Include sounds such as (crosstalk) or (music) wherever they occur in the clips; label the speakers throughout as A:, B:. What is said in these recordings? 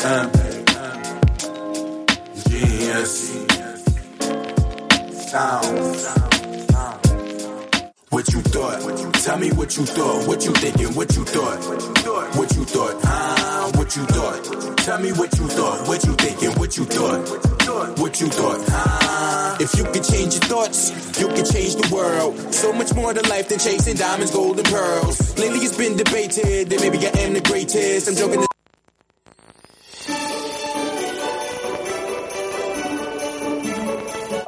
A: AM GNC Sound What you thought? Tell me what you thought. What you thinking? What you thought? What you thought? Ah, what you thought? Tell me what you thought. What you thinking? What you thought? What you thought? Ah, if you could change your thoughts, you could change the world. So much more to life than chasing diamonds, gold, and pearls. Lately, it's been debated that maybe I am the greatest. I'm joking.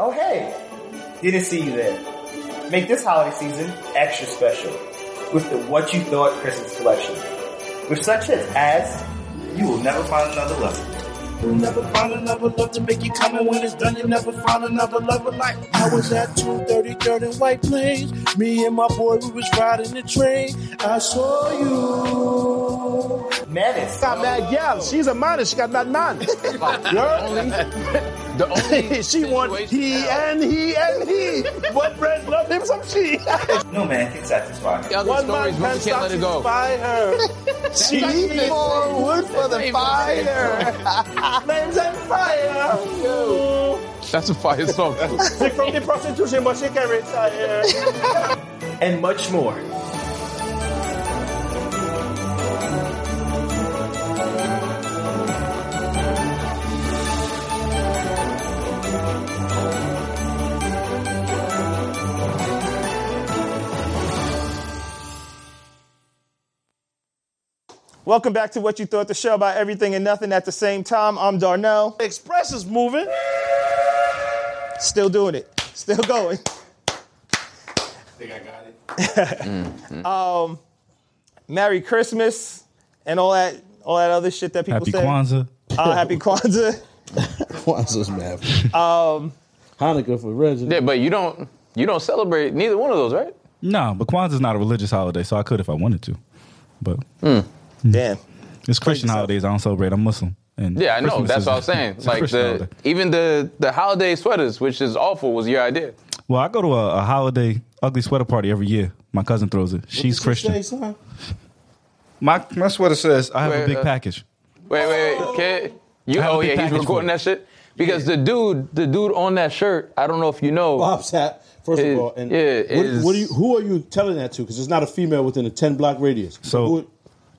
B: Oh, hey! Didn't see you there. Make this holiday season extra special with the What You Thought Christmas collection. With such hits as You Will Never Find Another Love.
C: You'll never find another love to make you come, and when it's done, you'll never find another lover like I was at 233rd in White Plains. Me and my boy, we was riding the train. I saw you.
B: Menace.
D: got mad gal. She's a minor. She got mad man.
E: (laughs) The only
D: (laughs) she want he
E: situation out-
D: and he and
E: (laughs)
D: he. What bread love him some she.
B: No man can satisfy her.
E: the other stories where we can't let it go.
D: By
E: (laughs)
D: her. she
E: even-
D: more wood for
E: (laughs) That's
D: the
E: even- (laughs)
D: fire. Flames and fire.
E: That's a fire song.
D: She from the prostitution, but she can retire.
B: And much
E: (laughs)
B: more.
D: Welcome back to What You Thought, the show about everything and nothing at the same time. I'm Darnell.
C: Express is moving.
D: Still doing it. Still going. Think I got it. (laughs) um, Merry Christmas and all that, all that other shit that people
F: Happy
D: say.
F: Kwanzaa.
D: Uh, happy
F: (laughs)
D: Kwanzaa.
G: Kwanzaa's mad. um, Hanukkah for
E: (laughs)
G: Reggie.
E: Yeah, but you don't you don't celebrate neither one of those, right?
F: No, but Kwanzaa's not a religious holiday, so I could if I wanted to. But Hmm.
D: Damn.
F: it's Christian
D: yourself.
F: holidays. I don't celebrate. I'm Muslim. And
E: Yeah, I know.
F: Christmas
E: That's
F: is-
E: what I was saying.
F: it's a
E: Like
F: Christian
E: the
F: holiday.
E: even the the holiday sweaters, which is awful, was your idea.
F: Well, I go to a, a holiday ugly sweater party every year. My cousin throws it. She's Christian. My my sweater says I have
E: Wait,
F: a big
E: uh,
F: package.
E: Wait, wait,
F: Oh.
E: wait, kid. You
F: I have a
E: oh
F: big
E: yeah, he's
F: package for
E: recording
F: you.
E: that shit because the dude the dude on that shirt. I don't know if you know.
G: Bob's hat. First
E: It-
G: of all, and
E: yeah,
G: what,
E: it
G: what
E: is-
G: are you, who are you telling that to? Because it's not a female within a ten block radius.
F: So-
G: who,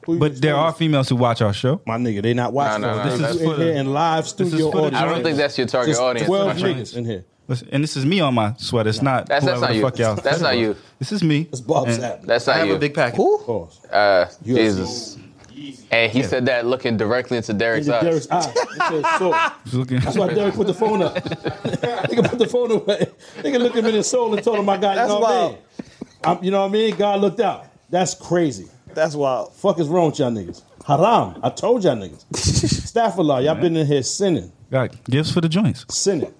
G: who you
F: But there are
G: explaining
F: females who watch our show.
G: to? my nigga. They not watching.
E: Nah, nah,
G: us.
E: nah,
G: this
E: that's
G: is you
F: for
G: in
F: the-
G: here in live
F: is for
G: studio
F: the-
G: audience.
E: I don't think that's your target
G: Just
E: audience.
G: Twelve
E: my friend.
G: niggas in here.
F: Listen, And this is me on my sweater. It's not
E: That's- that's
F: whoever
E: not
F: the
E: you.
F: fuck y'all.
E: That's not you.
F: This is me.
G: It's Bob's
F: And
G: hat.
E: That's
F: I
E: not
F: have
E: you.
F: a big package.
G: Pause.
E: Uh,
G: You-
E: Jesus. And he said that looking directly into Derek's
G: Into
E: eyes.
G: Derek's eye. It says soul.
E: (laughs)
F: Just looking-
G: That's why Derek put the phone up. (laughs) Nigga put the phone away. Nigga looked him in his soul and told him, "I got
D: That's
G: you know what I
D: wild.
G: mean? I'm- you know what I mean? God looked out. That's crazy.
D: That's wild.
G: Fuck is wrong with y'all niggas? Haram. I told y'all niggas. Staff a lot. Y'all been in here sinning,
F: Got gifts for the joints. (laughs)
G: sinning,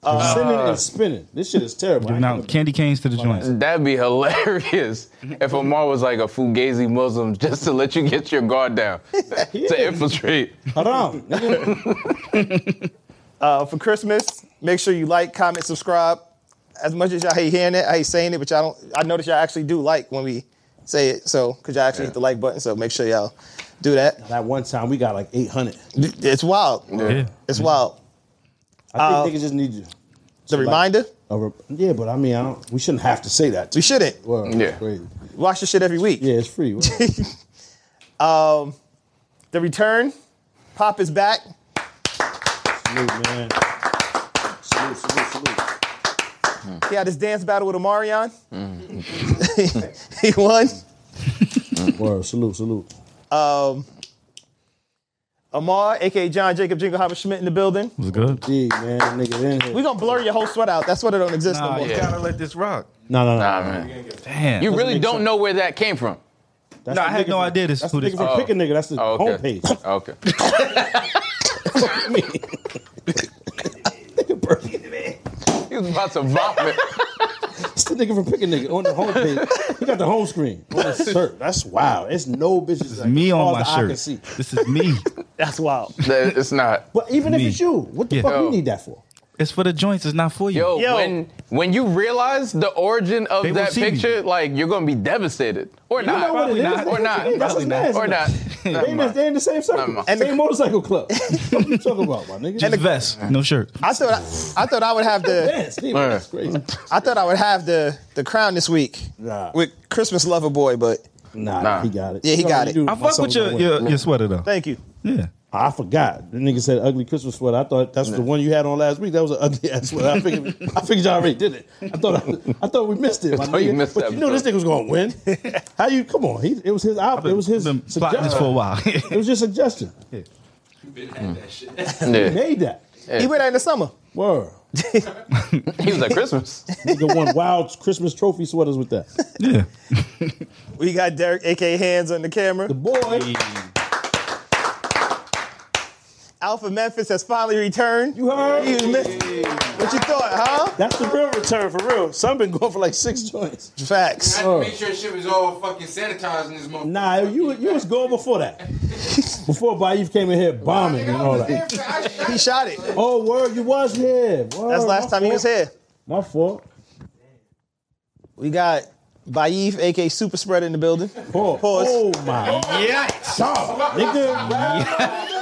F: Uh,
G: sinning and spinning. This shit is terrible. I
F: Now
G: ain't
F: candy canes to the joints.
E: That'd be
G: (laughs)
E: hilarious if Omar was like a fugazi Muslim (laughs) just to let you get your guard down (laughs) to infiltrate.
G: gonna-
F: (laughs)
G: Haram. nigga.
D: Uh, for Christmas, make sure you like, comment, subscribe. As much as y'all hate hearing it, I hate saying it, but y'all don't. I notice y'all actually do like when we say it. So, because y'all actually hit the like button, so make sure y'all do that.
G: That one time we got like 800.
D: It's wild.
F: Yeah.
D: It's wild.
G: I think niggas just need you.
D: The reminder,
G: a re- yeah, but I mean, I don't, we shouldn't have to say that.
D: we shouldn't
G: Well,
E: Yeah.
G: yeah. Crazy.
D: watch this shit every week.
G: Yeah, it's free. Well,
D: The return, Pop is back.
G: salute, man. Salute, salute, salute.
D: He had his dance battle with Omarion. (laughs) he won.
G: Word, salute, salute.
D: Amar, aka John Jacob Jingleheimer Schmidt, in the building.
F: Was good.
G: D, man, nigga, in here.
D: We gonna blur your whole sweat out. That's what it don't exist no more.
E: yeah.
F: let this rock.
G: No, no, no.
E: Nah, man.
F: Damn.
E: You really don't know where that came from.
G: That's
F: No,
G: the
F: I had
G: nigga
F: no
G: from-
F: idea this-
G: That's
F: who
G: the nigga
F: this-
G: from
F: Oh.
G: Pick a Nigga. That's the
E: Oh, okay.
G: homepage.
E: Okay. (laughs)
G: I mean,
E: He was about to vomit. (laughs)
G: It's the nigga from Pick a Nigga on the homepage. He got the home screen on his shirt. That's wow. It's no bitches. Like,
F: me
G: as
F: on
G: far
F: my
G: as the eye can
F: shirt.
G: see.
F: This is me.
D: That's wild.
E: That- it's not.
G: But even
F: Me.
G: if it's you, what the
F: Yeah.
G: fuck
E: Yo.
G: you need that for?
F: It's for the joints. It's not for you.
E: Yo,
D: Yo.
E: when when you realize the origin of
F: They will
E: that
F: see me.
E: picture, like you're gonna be devastated, or
G: You
E: not,
G: know what it
F: probably
G: is?
F: not.
G: That's
E: or
G: what
E: not,
G: you need. That's
F: Probably
G: what's nasty.
E: or not.
G: (laughs) They in, the, they in the same
E: Never
G: circle.
E: mind.
G: Same motorcycle club. what you talking about, my nigga?
F: Just vest, no shirt.
D: I thought I, I thought I would have
G: (laughs)
D: the
E: (laughs)
G: Yes, Steve, that's crazy.
D: I thought I would have the the crown this week
G: Nah.
D: with Christmas lover boy, but
G: Nah,
E: Nah.
G: he got it.
D: Yeah, he
G: You
D: got
G: already
D: it.
G: knew
F: I fuck with
G: something
F: your,
G: was
F: your your sweater though.
D: thank you.
F: Yeah.
G: I forgot. The nigga said ugly Christmas sweater. I thought that's the one you had on last week. That was an ugly ass sweater. I figured, I figured y'all already did it. I thought I, I thought we missed it. my
E: thought you
G: nigga.
E: missed
G: but
E: that
G: you knew this
E: episode.
G: nigga was going
E: (laughs)
G: to win. How you? Come on. He, it was his. Op, it was his.
F: Been plotting this
G: suggestion.
F: for a (laughs) while.
G: It was your suggestion. He
E: Yeah.
G: made that.
D: He went out in the summer.
G: Word.
E: He was at Christmas. (laughs)
G: Nigga won wild Christmas trophy sweaters with that.
F: yeah.
D: We got Derek AK hands on the camera.
G: The boy,
D: Alpha Memphis has finally returned.
G: you heard?
D: He was missing. What you thought, huh?
G: That's the real return for real. Some been going for like six joints.
H: I
D: Facts.
H: had to make sure shit was all fucking sanitized in this motherfucker.
G: Nah, you you was going before that. Before Bayou came in here bombing
H: Nigga,
G: and
H: I
G: all
H: was
G: that.
H: there for- I shot
D: (laughs) He shot it.
G: Oh, word, you was here. Word,
D: That's the last
G: my
D: time he was
G: fault.
D: here.
G: My fault.
D: We got Baif, aka Super Spread, in the building. Pause.
G: Pause. Oh my god, nigga!
F: (laughs)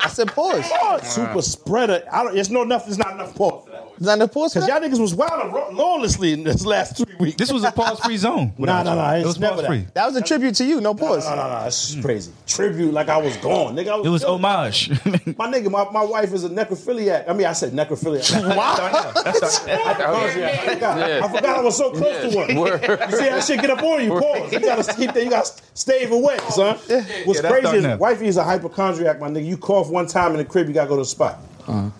D: I said pause.
G: Pause. Super spreader. I don't. It's no enough. It's not enough pause.
D: Is that the pause? for
G: Cause
D: that?
G: y'all niggas was wild and lawlessly in this last three
F: (laughs)
G: weeks.
F: This was a pause free zone.
G: Nah, nah, nah,
F: It
G: it's
F: was
G: never
F: pause
G: that.
F: free.
D: That was a tribute to you. No pause.
G: No, no, no, This is crazy. Tribute, like I was gone, nigga. I was
F: It was
G: killed.
F: (laughs) homage.
G: My nigga, my, my wife is a necrophiliac. I mean, I said necrophiliac. I forgot, I forgot I was so close to one. You see that shit get up on you, pause. You gotta keep that, you gotta stave away, son. What's
F: Yeah, that's
G: crazy
F: done now.
G: is wifey is a hypochondriac, my nigga. You cough one time in the crib, you gotta go to the spot.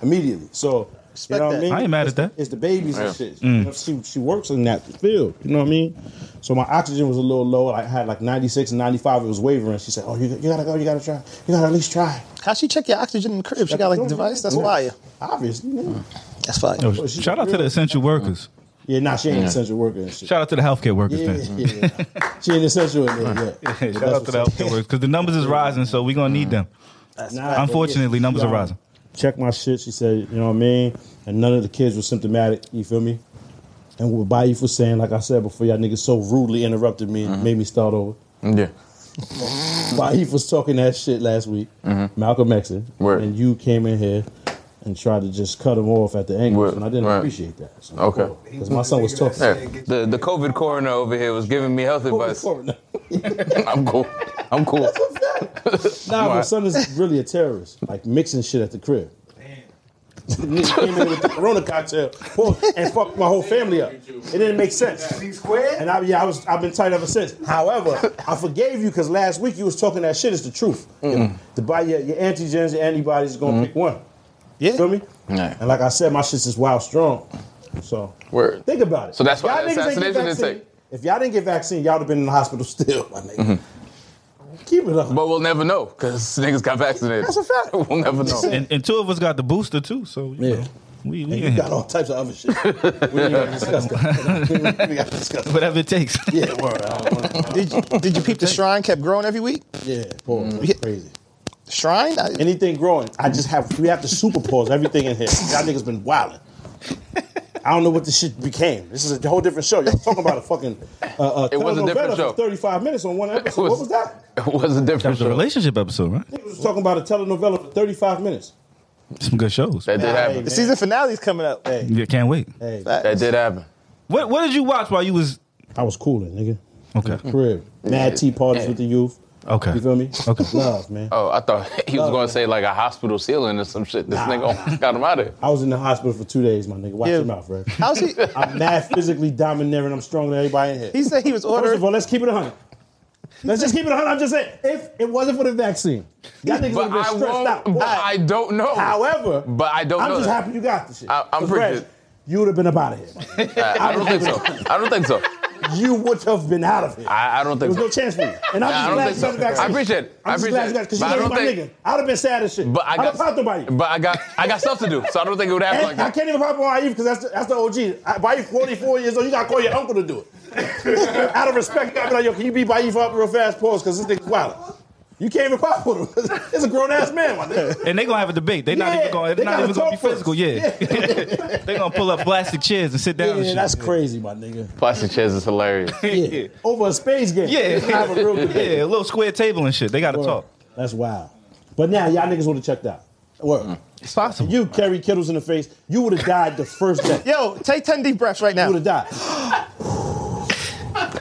G: Immediately. So you know what
D: that.
G: I mean?
F: Uh-huh. I ain't mad
G: It's
F: at Mm. that.
G: the- It's the babies and shit. You know, she she works in that field. You know what I mean? So my oxygen was a little low. I had like 96 and 95. It was wavering. She said, "Oh, you, you gotta go. You gotta try. You gotta at least try."
D: How she check your oxygen in the crib? She got like a device. That's fire.
G: Obviously. nigga.
D: That's fire.
F: Yo, Shout out to the essential workers.
G: Yeah, nah, she ain't an essential worker and shit.
F: Shout out to the healthcare workers. (laughs)
G: Yeah,
F: then.
G: yeah. she ain't essential in there yet.
F: Hey, (laughs) shout out to the healthcare
G: (laughs)
F: workers because the numbers is rising, so we're gonna need them.
G: Nah,
F: Unfortunately,
G: yeah,
F: numbers are
G: y'all
F: rising.
G: Check my shit. She said, you know what I mean? And none of the kids were symptomatic. You feel me? And what Bayou was saying, like I said before, y'all niggas so rudely interrupted me and
E: Mm-hmm.
G: made me start over.
E: Yeah. Mm-hmm.
G: Bayou was talking that shit last week, Malcolm X, it,
E: Word.
G: and you came in here and tried to just cut him off at the angle,
E: Word,
G: and I didn't
E: right.
G: appreciate that. So,
E: Okay.
G: because my son was talking. (laughs)
E: Yeah. The the COVID coroner over here was giving me health advice. (laughs) I'm cool. I'm cool.
G: Nah, my
E: Right.
G: son is really a terrorist, like mixing shit at the crib. Nigga came in with the Corona cocktail boom, and fucked my whole family up. It didn't make sense. And I, yeah, I was, I've been tight ever since. However, I forgave you because last week you was talking that shit is the truth.
E: Mm.
G: To buy your, your antigens, your antibodies is gonna pick one.
D: Yeah.
G: Feel me?
E: Yeah.
G: And like I said, my shit's just wild strong. So
E: Word.
G: think about it.
E: So that's
G: If
E: why
G: y'all
E: the
G: niggas didn't get
E: assassination didn't
G: vaccine-
E: take. Mm-hmm.
G: If y'all didn't get vaccine, y'all would have been in the hospital (laughs) still, my nigga. Keep it up.
E: But we'll never know because niggas got vaccinated.
G: That's a
E: (laughs)
G: fact.
E: We'll never know.
F: And, and two of us got the booster too, so you
G: Yeah.
F: know, we we
G: And
F: in
G: you
F: here.
G: got all types of other shit. we ain't gotta discuss that. We ain't gotta discuss
F: (laughs)
G: that.
F: whatever it takes.
G: Yeah, word. I don't wanna-
D: Did you, did you peep the shrine kept growing every week?
G: Yeah, pause. That's
D: Yeah.
G: crazy.
D: Shrine? I,
G: Anything growing, I just have, we have to super pause everything in here. Y'all niggas been wilding. I don't know what this shit became. This is a whole different show. Y'all talking about a fucking. Uh, uh,
E: It was a
G: telenovela
E: different
G: for
E: show.
G: 35 minutes on one episode.
E: was-
G: what was that?
E: It was a
F: That
E: different
F: was a
E: show.
F: relationship episode, right?
G: Niggas was talking about a telenovela for 35 minutes.
F: Some good shows.
E: That did happen.
D: the season finale's coming up.
F: yeah, can't wait.
G: Hey,
E: That did happen.
F: What What did you watch while you was
G: I was cooling, nigga.
F: okay?
G: Crib. Mad tea parties with the youth.
F: Oh. Okay.
G: You feel me?
F: Okay.
G: Love, man.
E: Oh, I thought (laughs) he was gonna say like a hospital ceiling or some shit. This nigga got him out of
G: (laughs)
E: here.
G: I was in the hospital for two days, my nigga. Watch
D: Yeah.
G: your mouth, Red.
D: How's he?
G: (laughs) I'm mad physically domineering. I'm stronger than everybody in here.
D: He said he was
G: First of
D: ordering.
G: all, let's keep it 100. Let's just keep it 100. I'm just saying, if it wasn't for the vaccine, y'all niggas would
E: But
G: have been
E: I
G: stressed
E: won't.
G: out.
E: But
G: Why?
E: I don't know.
G: However,
E: But I don't
G: I'm
E: know
G: just
E: that.
G: happy you got the shit.
E: I- I'm
G: Because, Red,
E: pretty- (laughs)
G: You would have been up out of here.
E: I, I don't think so. I don't think so.
G: you would have been out of here.
E: I, I don't
G: There
E: think
G: was no
E: so.
G: chance for you. And
E: Nah, I
G: I'm
E: don't
G: just
E: think so.
G: glad you got
E: I appreciate it. I
G: I'm just
E: appreciate
G: glad
E: it.
G: you got because you
E: But I
G: know you
E: don't
G: my nigga.
E: think-
G: I'd have been sad as shit.
E: But I
G: I'd
E: got
G: have popped nobody.
E: But I got I got stuff to do, so I don't think it would happen like
G: And I
E: that.
G: can't even pop on Eve because that's the, that's the OG. I, Baif, 44 years old, you gotta call your uncle to do
F: (laughs)
G: it. Out of respect, you gotta be like, yo, can you beat Baif up real fast, pause, because this nigga's wild. You can't even pop with him. It's a grown ass man,
F: (laughs)
G: my nigga.
F: And they gonna have a debate. They not
G: Yeah,
F: even gonna.
G: they
F: They not
G: gotta
F: even gonna be
G: talk first.
F: physical. Yeah, (laughs) they gonna pull up plastic chairs and sit down. and
G: Yeah,
F: shit.
G: that's crazy, my nigga.
E: Plastic chairs is
G: (laughs)
E: hilarious.
G: Yeah. Over a space game.
F: yeah,
G: Let's have a real debate.
F: (laughs) yeah, a little square table and shit. They gotta
G: Word.
F: talk.
G: That's wild. But now y'all niggas would have checked out. Word.
F: It's possible.
G: You carry Kittles in the face, you would have died the first day. You
D: Yo, take 10 deep breaths right now.
G: would have died.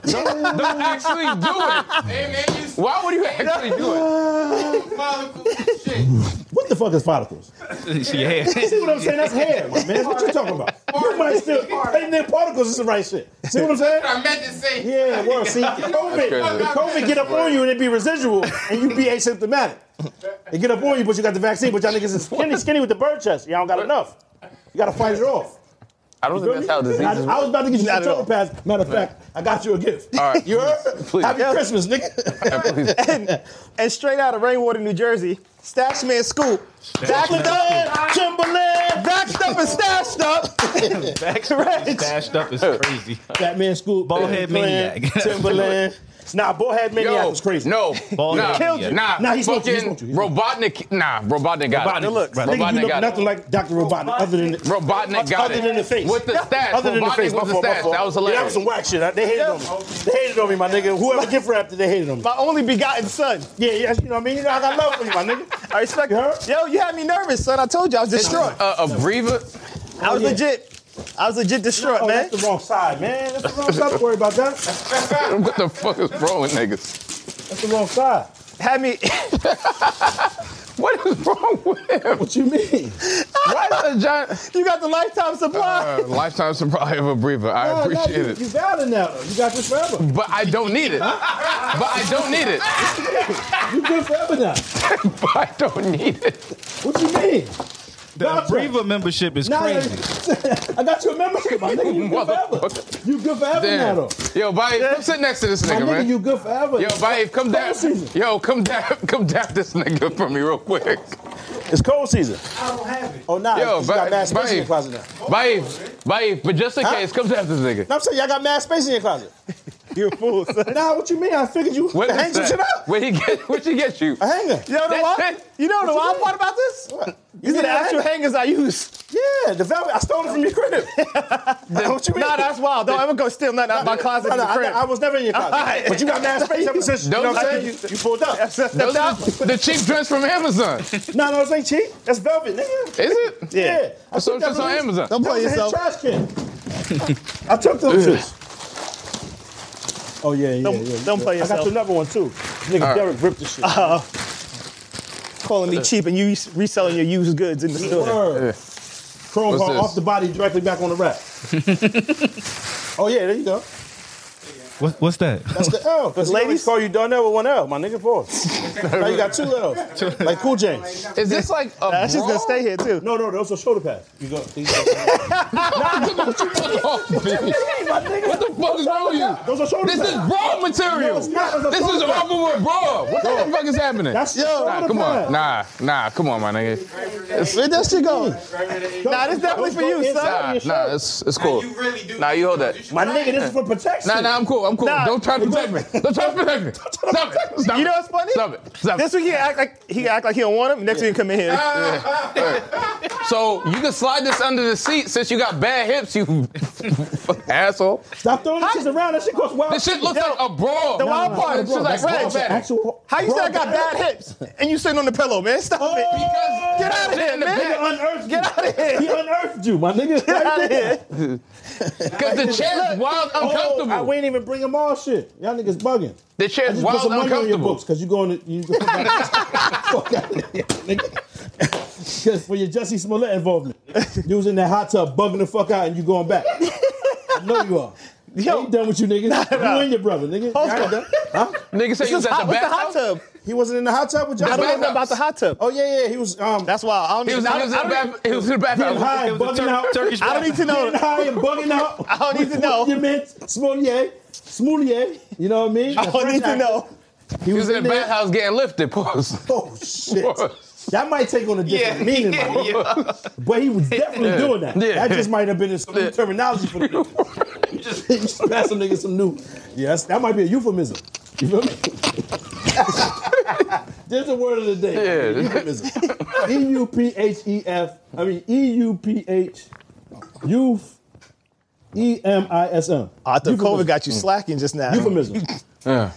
E: don't actually do it.
H: Hey, man, you s-
E: Why would you actually do it?
H: follicle shit.
G: What the fuck is follicles?
F: (laughs)
G: (laughs)
F: yeah,
G: See what I'm saying? That's hair, my man. What you talking about? You might still painting their particles is the right shit. See what I'm saying?
H: I meant to say.
G: Yeah, well, see, COVID,
E: crazy.
G: COVID get up on you and it be residual, and you be asymptomatic. It get up on you, but you got the vaccine, but y'all niggas is skinny, skinny with the bird chest. Y'all don't got enough. You gotta fight it off.
E: I don't think that's how
G: I,
E: diseases
G: I
E: work.
G: was about to get you
D: Not
G: some
D: at
G: turtle
D: all.
G: pads. Matter of fact, I got you a gift.
E: All right.
G: you heard?
E: Please.
G: (laughs) Happy
E: Yeah.
G: Christmas,
E: (laughs)
G: nigga.
E: Please.
D: And straight out of Rainwater, New Jersey, Stash Man Scoop. Backed up, Timberland. Backed up and stashed up.
G: (laughs)
D: Correct.
F: stashed up is crazy.
G: Batman School,
F: Ballhead
G: Timberland,
F: Maniac.
G: Timberland. Nah, Bullhead Maniac
E: Yo,
G: was crazy. (laughs)
E: No,
F: Ball
E: nah,
F: head Killed you.
E: Nah,
G: Nah, he's
E: fucking
G: supposed to, he's supposed to, he's
E: Robotnik. Nah, Robotnik got
F: Robotnik.
E: it.
F: Look,
E: Robotnik
G: Nigga, you look
E: got
G: nothing
E: it.
G: like Dr. Robotnik other than
E: Robotnik got
G: other
E: it.
G: than the face.
E: With the stats.
G: Other than the
E: Robotnik
G: face, my
E: with the
G: fault, my
E: stats.
G: fault.
E: That was
G: Yeah,
E: hilarious.
G: that was some whack shit. They hated on me. They hated on me, my nigga. Whoever gift wrapped it, they hated on me.
D: My only begotten son.
G: Yeah, yeah, you know what I mean? You know, I got love for you, my nigga.
D: I respect
G: You
D: her.
G: heard?
D: Yo, you had me nervous, son. I told you I was distraught.
E: Uh, a breather.
D: I was
G: Oh, yeah.
D: legit. I was legit distraught,
G: Oh,
D: man.
G: that's the wrong side, man. That's the wrong side. Don't worry about that.
E: (laughs) What the fuck is wrong with niggas?
G: That's the wrong side.
D: Had me. (laughs)
E: What is wrong with him?
G: What you mean?
E: Why is that
D: you got the lifetime supply.
E: giant uh, lifetime supply of a breather? I appreciate
G: Oh, you,
E: it.
G: You got it now, though. You got this forever.
E: But I don't need it. But I don't need it. (laughs)
G: You good forever now.
E: But I don't need it.
G: What you mean?
F: The Breva membership is
G: Nah,
F: crazy.
G: (laughs) I got you a membership, my nigga. You good forever.
E: (laughs) Motherfucker.
G: You good forever now,
E: Damn.
G: though.
E: Yo, Bae, come sit next to this
G: My
E: nigga,
G: nigga,
E: man.
G: you good forever.
E: Yo, Bae, come dab.
G: season.
E: Yo, come dab, (laughs) come dab this nigga for me real quick.
G: It's cold season.
H: I don't have it.
G: Oh, nah.
E: Yo,
G: you
E: Bae-
G: got mad space
E: Bae.
G: in your closet now.
E: Bae, Bae, but just in
G: Huh?
E: case, come dab this nigga.
G: No, I'm saying y'all got mad space in your closet.
D: You a fool, son.
G: Nah, what you mean? I figured you
E: What
G: hang
E: is
G: some
E: that?
G: shit up.
E: Where he get? (laughs) What she get you?
G: A hanger.
D: You know the
E: That's
D: wild,
E: it.
D: you know the
G: you
D: wild
G: mean?
D: part about this?
G: What?
D: These
G: mean
D: are the
G: a
D: actual
G: hanger?
D: hangers I use.
G: Yeah, the velvet. I stole it from
E: (laughs)
G: your crib. (laughs) what you mean?
D: Nah, that's wild. Don't ever go steal nothing out of my closet
G: (laughs) Nah,
D: in the
G: nah, I,
D: crib.
G: I was never in your closet.
D: Alright.
G: But you got mad space up position. You know what I'm saying?
D: Those-
G: You, you pulled up.
D: That's-
E: Those
D: that's-
E: are the cheap dress from Amazon.
G: No, no, this ain't cheap. That's velvet, nigga.
E: Is it?
G: (laughs) Yeah. I
E: I saw
G: took
E: it
G: that
E: just on
G: release.
E: Amazon.
D: Don't
G: That
D: play
G: was a hit
D: yourself.
G: trash can. I took those shits. Oh yeah, yeah,
D: Don't-
G: yeah.
D: don't play
G: I got
D: yourself.
G: you another one too. Nigga,
E: Alright.
G: Derek ripped the shit.
D: Calling me cheap and you reselling your used goods in the store.
G: Word. Chrome
E: What's
G: bar
E: this?
G: off the body, directly back on the (laughs) rack. oh yeah, there you go.
F: What, what's that? (laughs)
G: That's the L. Cause ladies
D: Ladies?
G: call you Donnell with one L, my nigga. (laughs) Pause. now you got two L's, like Cool James.
E: Is this like a (laughs)
D: Nah, that's just gonna
E: bra?
D: stay here too.
G: No, no, those are shoulder pads. You (laughs) go. These are,
E: Off me.
G: my nigga.
E: What the fuck is wrong with you?
G: Those are shoulder
E: This is
G: pads.
E: bra material.
G: No, it's not. It's a
E: this is
G: shoulder pad.
E: over with bra. What the fuck is happening?
G: That's yo.
E: nah, come on. Nah, nah, come on, my nigga.
D: Where that shit go? Nah, this definitely for you, son.
E: Nah, nah, it's, it's cool.
H: You really do.
E: Nah, you hold that.
G: My nigga, this is for protection.
E: Nah, nah, I'm cool. I'm cool.
D: Nah.
E: Don't try to protect me. Don't try to protect me. Stop it. Stop
D: You know
E: it.
D: what's funny?
E: Stop it. Stop
D: This
E: it.
D: week he act like he act like he don't want him. Next week he come in here.
G: Ah.
E: So you can slide this under the seat since you got bad hips, you (laughs) asshole.
G: Stop throwing this shit around. That shit costs wild.
E: This shit looks
D: Yo,
E: like a bra.
D: the wild
E: Nah,
D: part
E: This shit like
D: is Reg.
E: bra bag.
G: actual.
D: How you say I got
G: Bro, Oh.
D: bad hips and you sitting on the pillow, man? Stop it.
E: Because
D: Get out of here,
E: in the
D: man.
G: He unearthed
D: Get out of
G: you. He
D: here.
G: unearthed you, my nigga.
D: Get out of here.
E: Because the chair is wild
G: Oh, I
E: uncomfortable.
G: wouldn't even bring them all shit. Y'all niggas bugging.
E: The chair
G: I
E: is
G: just put
E: wild
G: some money on your
E: uncomfortable.
G: books because you going to you. (laughs) Fuck out of here, nigga. Because for your Jesse Smollett involvement, you was in that hot tub bugging the fuck out and you going back. I know you are.
D: (laughs) Yo.
G: I ain't done with you niggas.
D: nah.
G: You and your brother, nigga. Y'all
D: Hold
G: ain't
D: on. (laughs)
G: done. Huh?
E: Nigga said
D: This
E: you was
D: is
E: at
D: hot.
E: the
D: What's the
E: bathhouse.
D: hot tub?
G: He wasn't in the hot tub with Josh.
D: I don't know about the hot tub.
G: Oh yeah, yeah. He was. Um,
D: That's why I don't
E: He
D: even.
E: was, he
D: I
E: was in
D: don't-
E: the
D: I
E: bath- he was in the
G: getting
E: bathroom.
G: high and bugging out.
F: Turkish
D: I don't need to know.
G: (laughs) Getting high and bugging out.
D: (laughs) I don't need to know.
G: Your man, Smollier, Smollier. You know what I
D: (laughs)
G: mean?
D: I don't need to know.
G: He
E: He was in the
G: there.
E: bathhouse getting lifted. (laughs) Pause.
G: (laughs) Oh shit! That might take on a different meaning, my nigga. but he was definitely doing that.
E: Yeah.
G: That just might have been in some new terminology for
E: (laughs)
G: the (laughs) nigga. You just, you just pass some niggas some new. Yes, that might be a euphemism. You feel me? (laughs) There's a word of the day. my
E: Yeah.
G: nigga, (laughs) Euphemism. E U P H E F. I mean E U P H. Youth. E M I S M.
D: I thought
G: Euphemism.
D: COVID got you slacking just now.
G: Euphemism.
E: Yeah.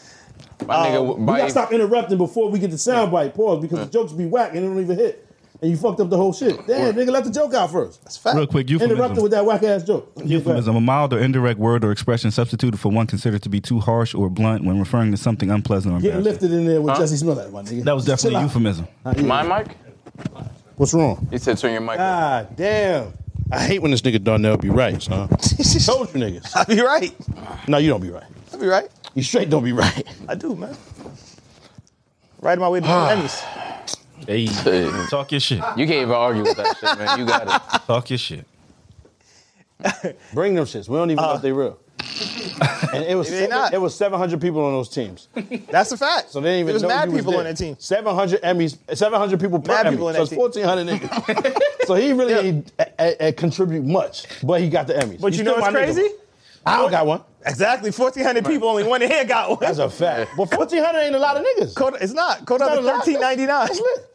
E: My nigga,
G: We gotta
E: by,
G: stop interrupting before we get the sound bite. Pause because the jokes be whack and it don't even hit. And you fucked up the whole shit. Damn, nigga, let the joke out first.
D: That's fact.
F: Real quick, euphemism.
G: Interrupted with that whack ass joke.
F: Euphemism, a mild or indirect word or expression substituted for one considered to be too harsh or blunt when referring to something unpleasant or
G: Getting
F: embarrassing.
G: lifted in there with Jesse Smollett, my nigga.
F: That was definitely a
G: Chill out.
F: euphemism.
E: my mic?
G: What's wrong?
E: He said, turn your mic off.
G: Ah, damn. I hate when this nigga Darnell be right, (laughs) son. Told you niggas.
D: (laughs) I'll be right.
G: No, you don't be right.
D: I'll be right.
G: You straight don't be right.
D: I do, man. Right on my way to the
G: Ah.
D: Emmys.
F: Hey,
E: Hey.
F: talk your shit.
E: You can't even argue with that shit, man. You got it.
F: Talk your shit.
G: Bring them shits. We don't even know if they real. Uh. (laughs) And it was
D: They
G: seven,
D: not.
G: it was 700 people on those teams.
D: That's a fact.
G: So they didn't even
D: There's
G: know
D: mad
G: you was
D: people
G: there.
D: on that team.
G: 700 Emmys, 700 people per
D: Mad
G: Emmy.
D: people on
G: so
D: that
G: it's
D: (laughs)
G: 1,400 niggas. so he really
D: Yeah.
G: didn't uh, uh, contribute much, but he got the Emmys.
D: But
G: He's
D: you know
G: still
D: what's
G: my nigga.
D: crazy?
G: I don't got one.
D: Exactly. 1,400 people, only one in here got one.
G: That's a fact. But 1,400 ain't a lot of niggas.
D: Code- it's not. Code
G: That's
D: out
G: not a lot.
D: thirteen ninety nine.
G: That's lit.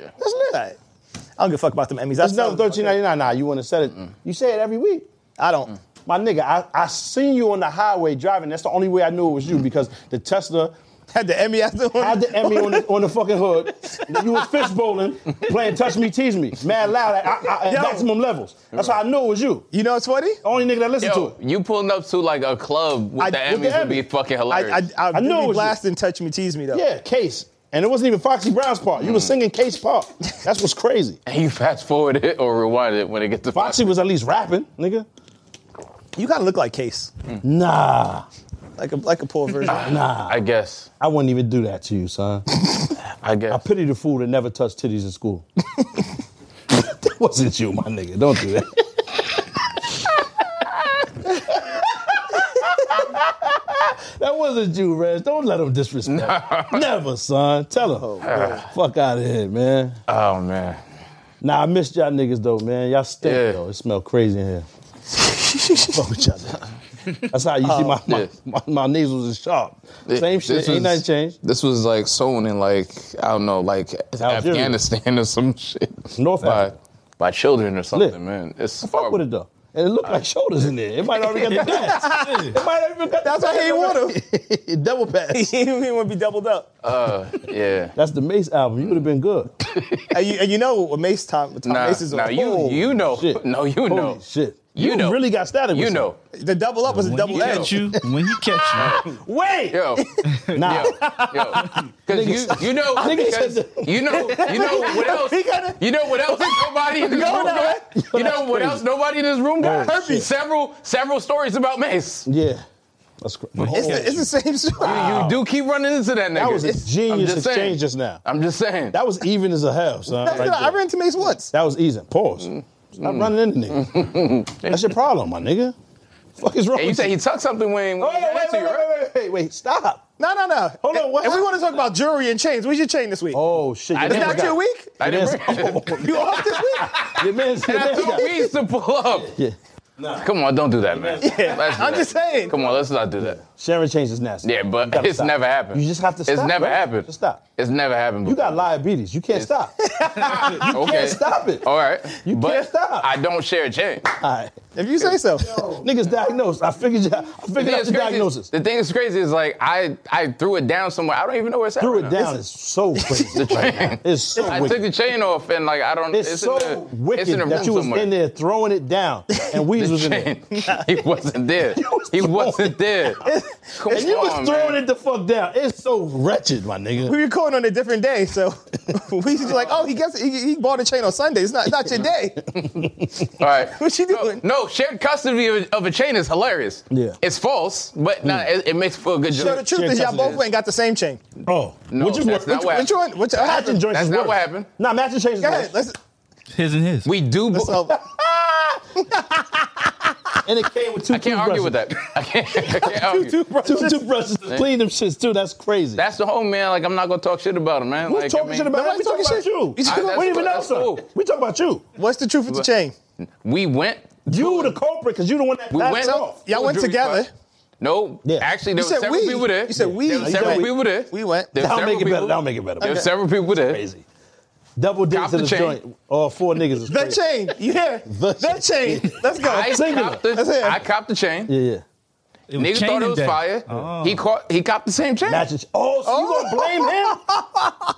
G: That's lit.
D: I don't give a fuck about them Emmys. That's Mm.
G: That's no 1399. Nah, you want to set it. You say it every week.
D: I don't.
G: My nigga, I, I seen you on the highway driving. That's the only way I knew it was you because the Tesla
D: Mm. Had the Emmy after one. (laughs)
G: had the Emmy on the, on the fucking hood. You was fist bowling, playing touch me, tease me, mad loud at, at- at
D: Yo.
G: maximum levels. That's how I knew it was you.
D: You know what's funny?
G: Only nigga that listened
E: (laughs) Yo,
G: to it.
E: you pulling up to like a club with
D: I-
E: the
D: with the
E: Emmys would be
D: Emmys.
E: fucking
D: I,
E: hilarious.
D: I, I,
G: I knew it
D: Ruby
G: was
D: Blast and Touch Me, Tease Me though.
G: Yeah, Case. And it wasn't even Foxy Brown's part. You were
D: Mm.
G: singing Case Park. That's what's crazy.
E: and you fast forward it or rewind it when it gets to
G: Foxy was at least rapping, nigga.
D: You gotta look like Case,
G: Nah,
D: like a like a poor version. (laughs)
G: nah.
E: I guess.
G: I wouldn't even do that to you, son.
E: I
G: I
E: guess.
G: pity the fool that never touched titties in school. (laughs) that wasn't you, my nigga. Don't do that. (laughs) that wasn't you, Reg. Don't let
E: (laughs)
G: him disrespect. never, son. Tell him. Fuck out of here, man.
E: Oh man.
G: Nah, I missed y'all niggas though, man. Y'all stink
E: Yeah.
G: though. It smell crazy in here. (laughs) Fuck with y'all. niggas. That's how you see my
E: Oh,
G: my,
E: Yeah.
G: my my nasals is sharp. Same
E: This
G: shit. Ain't
E: was-
G: nothing changed.
E: This was like sewn in like I don't know, like
G: Algeria.
E: Afghanistan or some
G: (laughs)
E: shit.
G: North
E: by,
G: Africa.
E: by children or something,
G: Lit.
E: man. It's
G: Fuck with it though. And it looked like shoulders in there. It might already got the pass. It might have even got
D: That's why he ain't want
G: him. (laughs) Double
D: (laughs)
G: pass.
D: he didn't want to be doubled up.
E: Uh, yeah.
G: That's the Mace album. You would have been good.
D: and, you, and you know what Mace time, what time
E: Nah,
D: Mace is on. Oh.
E: nah, you you know,
G: Shit.
E: no, you
G: Holy
E: know,
G: Shit.
E: You know.
G: really got started with
E: you know.
D: the double up was a
F: When
D: double
F: he
D: edge.
F: catch you, when he catch you,
G: Wait.
E: Yo, yo,
G: Nah. (laughs)
E: yo, because you you know,
G: Nigga said
E: 'cause
G: that.
E: you know, you
G: (laughs)
E: know what else?
D: He gotta-
E: You know what else? Nobody in this
D: Go
E: room
D: now,
E: got. You know what else? Nobody in this room got.
G: Oh, shit.
E: Several several stories about Mace. You,
G: Yeah. That's crazy.
D: It's, the, it's the same story. (laughs)
E: you do keep running into that nigga.
G: That was a
E: It's- I'm
G: genius
E: just saying.
G: exchange just now.
E: I'm just saying.
G: That was even as a hell, son.
D: That's
G: right
D: not- I
G: there.
D: ran into Mace once.
G: That was easy. Pause. Stop running into niggas. That's your problem, my nigga. Fuck is wrong
E: and you
G: with
E: say he tucked something when, when
G: Oh,
E: he
G: wait,
E: ran
G: wait,
E: into
G: wait,
E: you, right?
G: wait, wait, wait, wait. Stop.
D: No, no, no.
G: Hold on,
D: And-
G: what
D: And we want to
G: happened?
D: talk about jewelry and chains. Where's your chain this week?
G: Oh, shit.
E: I
G: your
D: it's
E: didn't
G: man
D: not
E: forgot.
D: your
G: got-
D: week.
E: I didn't
G: It
E: bring it.
G: (laughs) is-
D: You off
E: (laughs)
D: this week?
G: Your man's, your
E: And I
G: man's
E: thought
G: got-
E: we used to pull up.
G: Yeah.
E: Come on, don't do that, man. Let's do
G: (laughs)
D: I'm
E: that.
D: just saying.
E: Come on, let's not do that.
G: Sharon change is nasty.
E: Yeah,
G: You
E: but
G: gotta
E: it's
G: stop.
E: never happened.
G: You just have to stop.
E: It's never
G: right?
E: happened.
G: Just stop.
E: It's never happened.
G: You got
E: before.
G: diabetes. You
E: (laughs)
G: can't stop. (laughs)
E: okay.
G: can't stop it.
E: All right.
G: You
E: but
G: can't stop.
E: I don't share a chain.
G: All right.
D: If you say so.
G: Niggas diagnosed. I figured you, I figured out
E: is
G: your
E: crazy-
G: diagnosis.
E: the thing is crazy is like I I threw it down somewhere. I don't even know where it's at.
G: Threw
E: right
G: it
E: now.
G: down. It's so crazy.
E: chain.
G: It's so
E: I
G: wicked.
E: took the chain off and like I don't.
G: It's,
E: in
G: so
E: the-
G: wicked
E: It's in the room
G: that you was
E: somewhere. (laughs)
G: in there throwing it down, and Weez was in there. (laughs)
E: Chain. he wasn't there.
G: was
E: he
G: throwing-
E: wasn't there. Come
G: and you
E: on,
G: was throwing
E: man.
G: it the fuck down. It's so wretched, my nigga.
D: We record on a different day, so (laughs) we just like, oh, he gets he, he bought a chain on Sunday. It's not, it's not your day.
E: All right.
G: (laughs)
D: What you
E: No,
D: doing?
E: No, shared custody of, of a chain is hilarious.
G: Yeah. Hmm.
E: It's false, but nah, it, it makes for a good
D: So the
E: joke.
D: truth is, y'all
G: Custody.
D: both ain't got the same chain.
G: Oh,
E: No,
G: which is
E: that's not
G: worse? Which,
E: what
D: Which one? Which I
G: matching joints
E: That's
G: is
E: not
G: worse.
E: what happened.
G: Nah, matching chains. is
D: Go
G: worse.
D: ahead. Let's.
F: His and his.
E: We do. bo-
D: So,
G: and it came with two.
E: I can't argue with that. (laughs) I can't,
G: (laughs)
E: I can't argue.
G: Two toothbrushes to clean them shits too. That's crazy.
E: That's the whole man. Like I'm not gonna talk shit about him, man.
G: Who's
E: like, I
G: talking
E: mean,
G: shit about?
D: nobody
G: we talking
D: talking
G: about
D: shit.
G: you.
D: You
G: (laughs) We
D: talking-
G: don't even know,
E: that's
G: son.
E: cool.
G: We talking about you.
D: what's the truth with the chain?
E: We went.
G: You the culprit because you the one that
E: We
G: laughed
E: went.
G: it off.
D: Y'all went
E: Jury
D: together.
E: class. No,
G: Yeah.
E: actually,
D: You
E: there were
D: said
E: several
D: we.
E: people there.
D: You said we.
E: There were
D: You
E: several
D: said we.
E: people there.
D: We went.
E: There were
G: That'll
E: several
G: make it better.
E: people-
G: That'll make it better.
E: There were several people there.
G: Crazy. Double
E: Cop
G: dicks
E: the
G: in the
E: chain.
G: joint. All four niggas is
D: That
G: crazy.
D: chain. You hear?
G: The
D: (laughs) That chain. Let's go.
E: I
G: Singular.
E: copped, the,
D: That's it.
E: I copped the chain.
G: Yeah, yeah.
F: It
E: Niggas
F: chain Oh.
E: thought it
F: and
E: was
F: deck.
E: fire. He caught. He copped the same chain.
G: Matching. Oh, so you gonna blame
E: Oh.
G: him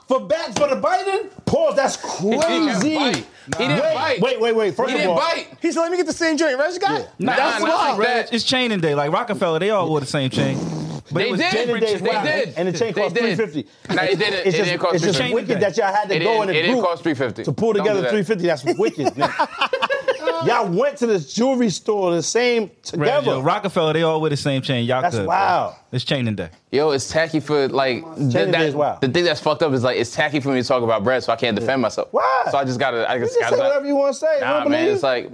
G: for back for the biting? Pause. That's
E: He didn't
G: crazy.
E: bite. He didn't
G: wait,
E: bite.
G: Wait, wait, wait. First
E: he
G: of
E: didn't
G: all,
E: bite.
D: He said, "Let me get the same joint." Reg got it.
F: Nah,
E: That's
F: nah,
E: why.
F: Reg, It's chain and day. Like Rockefeller, they all wore the same chain. But
E: They
F: it was
E: did.
G: Chain
F: different
G: and day is
E: They
G: wild.
E: did.
G: And the chain
E: They
G: cost
E: did.
G: three fifty.
E: Nah, it didn't. It
G: It's just,
E: didn't cost
G: it's just
F: 350.
G: wicked that y'all had to
E: It
G: go
E: didn't-
G: in a
E: it didn't
G: group
E: cost 350.
G: to pull
E: Don't do
G: together
E: that.
G: three fifty. That's
E: (laughs)
G: wicked. nigga. y'all went to this jewelry store the same
F: Reg,
G: together.
F: yo, Rockefeller, they all wear the same chain. Y'all
G: That's
F: could. bro.
G: wild.
F: It's chain and day.
E: Yo, it's tacky for like th-
G: Channing
E: that-
G: Day's wild.
E: the thing that's fucked up is like it's tacky for me to talk about bread, so I can't defend myself.
G: Why?
E: So I just gotta. I
G: you
E: just,
G: just
E: gotta
G: say whatever you want to say. You
E: Nah,
G: don't
E: man,
G: believe?
E: it's like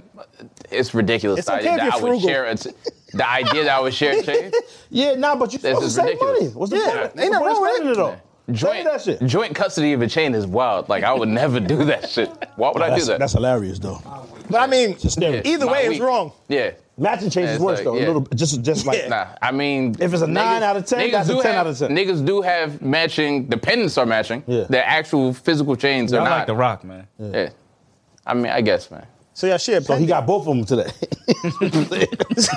E: it's ridiculous.
D: It's
E: the
D: okay
E: idea
D: if
E: that I
D: you're
E: would
D: frugal.
E: share a t- the idea that I would
G: (laughs)
E: share a chain.
G: yeah, nah, but you supposed to
E: is
G: save
E: ridiculous.
G: money. What's the
D: Yeah,
G: point?
D: ain't
G: What's the
D: nothing
G: point of
D: wrong with
G: spending
D: it.
G: it all? Save
E: Joint,
G: that shit.
E: joint custody of a chain is wild. Like I would never do that shit. Why would I do that?
G: That's hilarious, though.
D: But I mean,
G: Just
E: Yeah,
G: yeah.
D: either
E: my
D: way, it's
E: week.
D: wrong.
E: Yeah.
G: Matching change
E: Yeah,
G: is
E: it's
G: worse
E: like,
G: though.
E: yeah.
G: A little, just, just like
D: Yeah.
G: that.
E: Nah, I mean,
G: If it's a nine out of 10,
E: niggas
G: that's a
E: do
G: 10
E: have-
G: out of 10.
E: Niggas do have matching. Dependents are matching.
G: Yeah.
E: Their actual physical chains
F: I
E: are
F: like
E: not.
F: the Rock, man.
E: Yeah. I mean, I guess, man.
D: So y'all share.
G: (laughs) So he got both of them
E: (laughs)
G: today. that's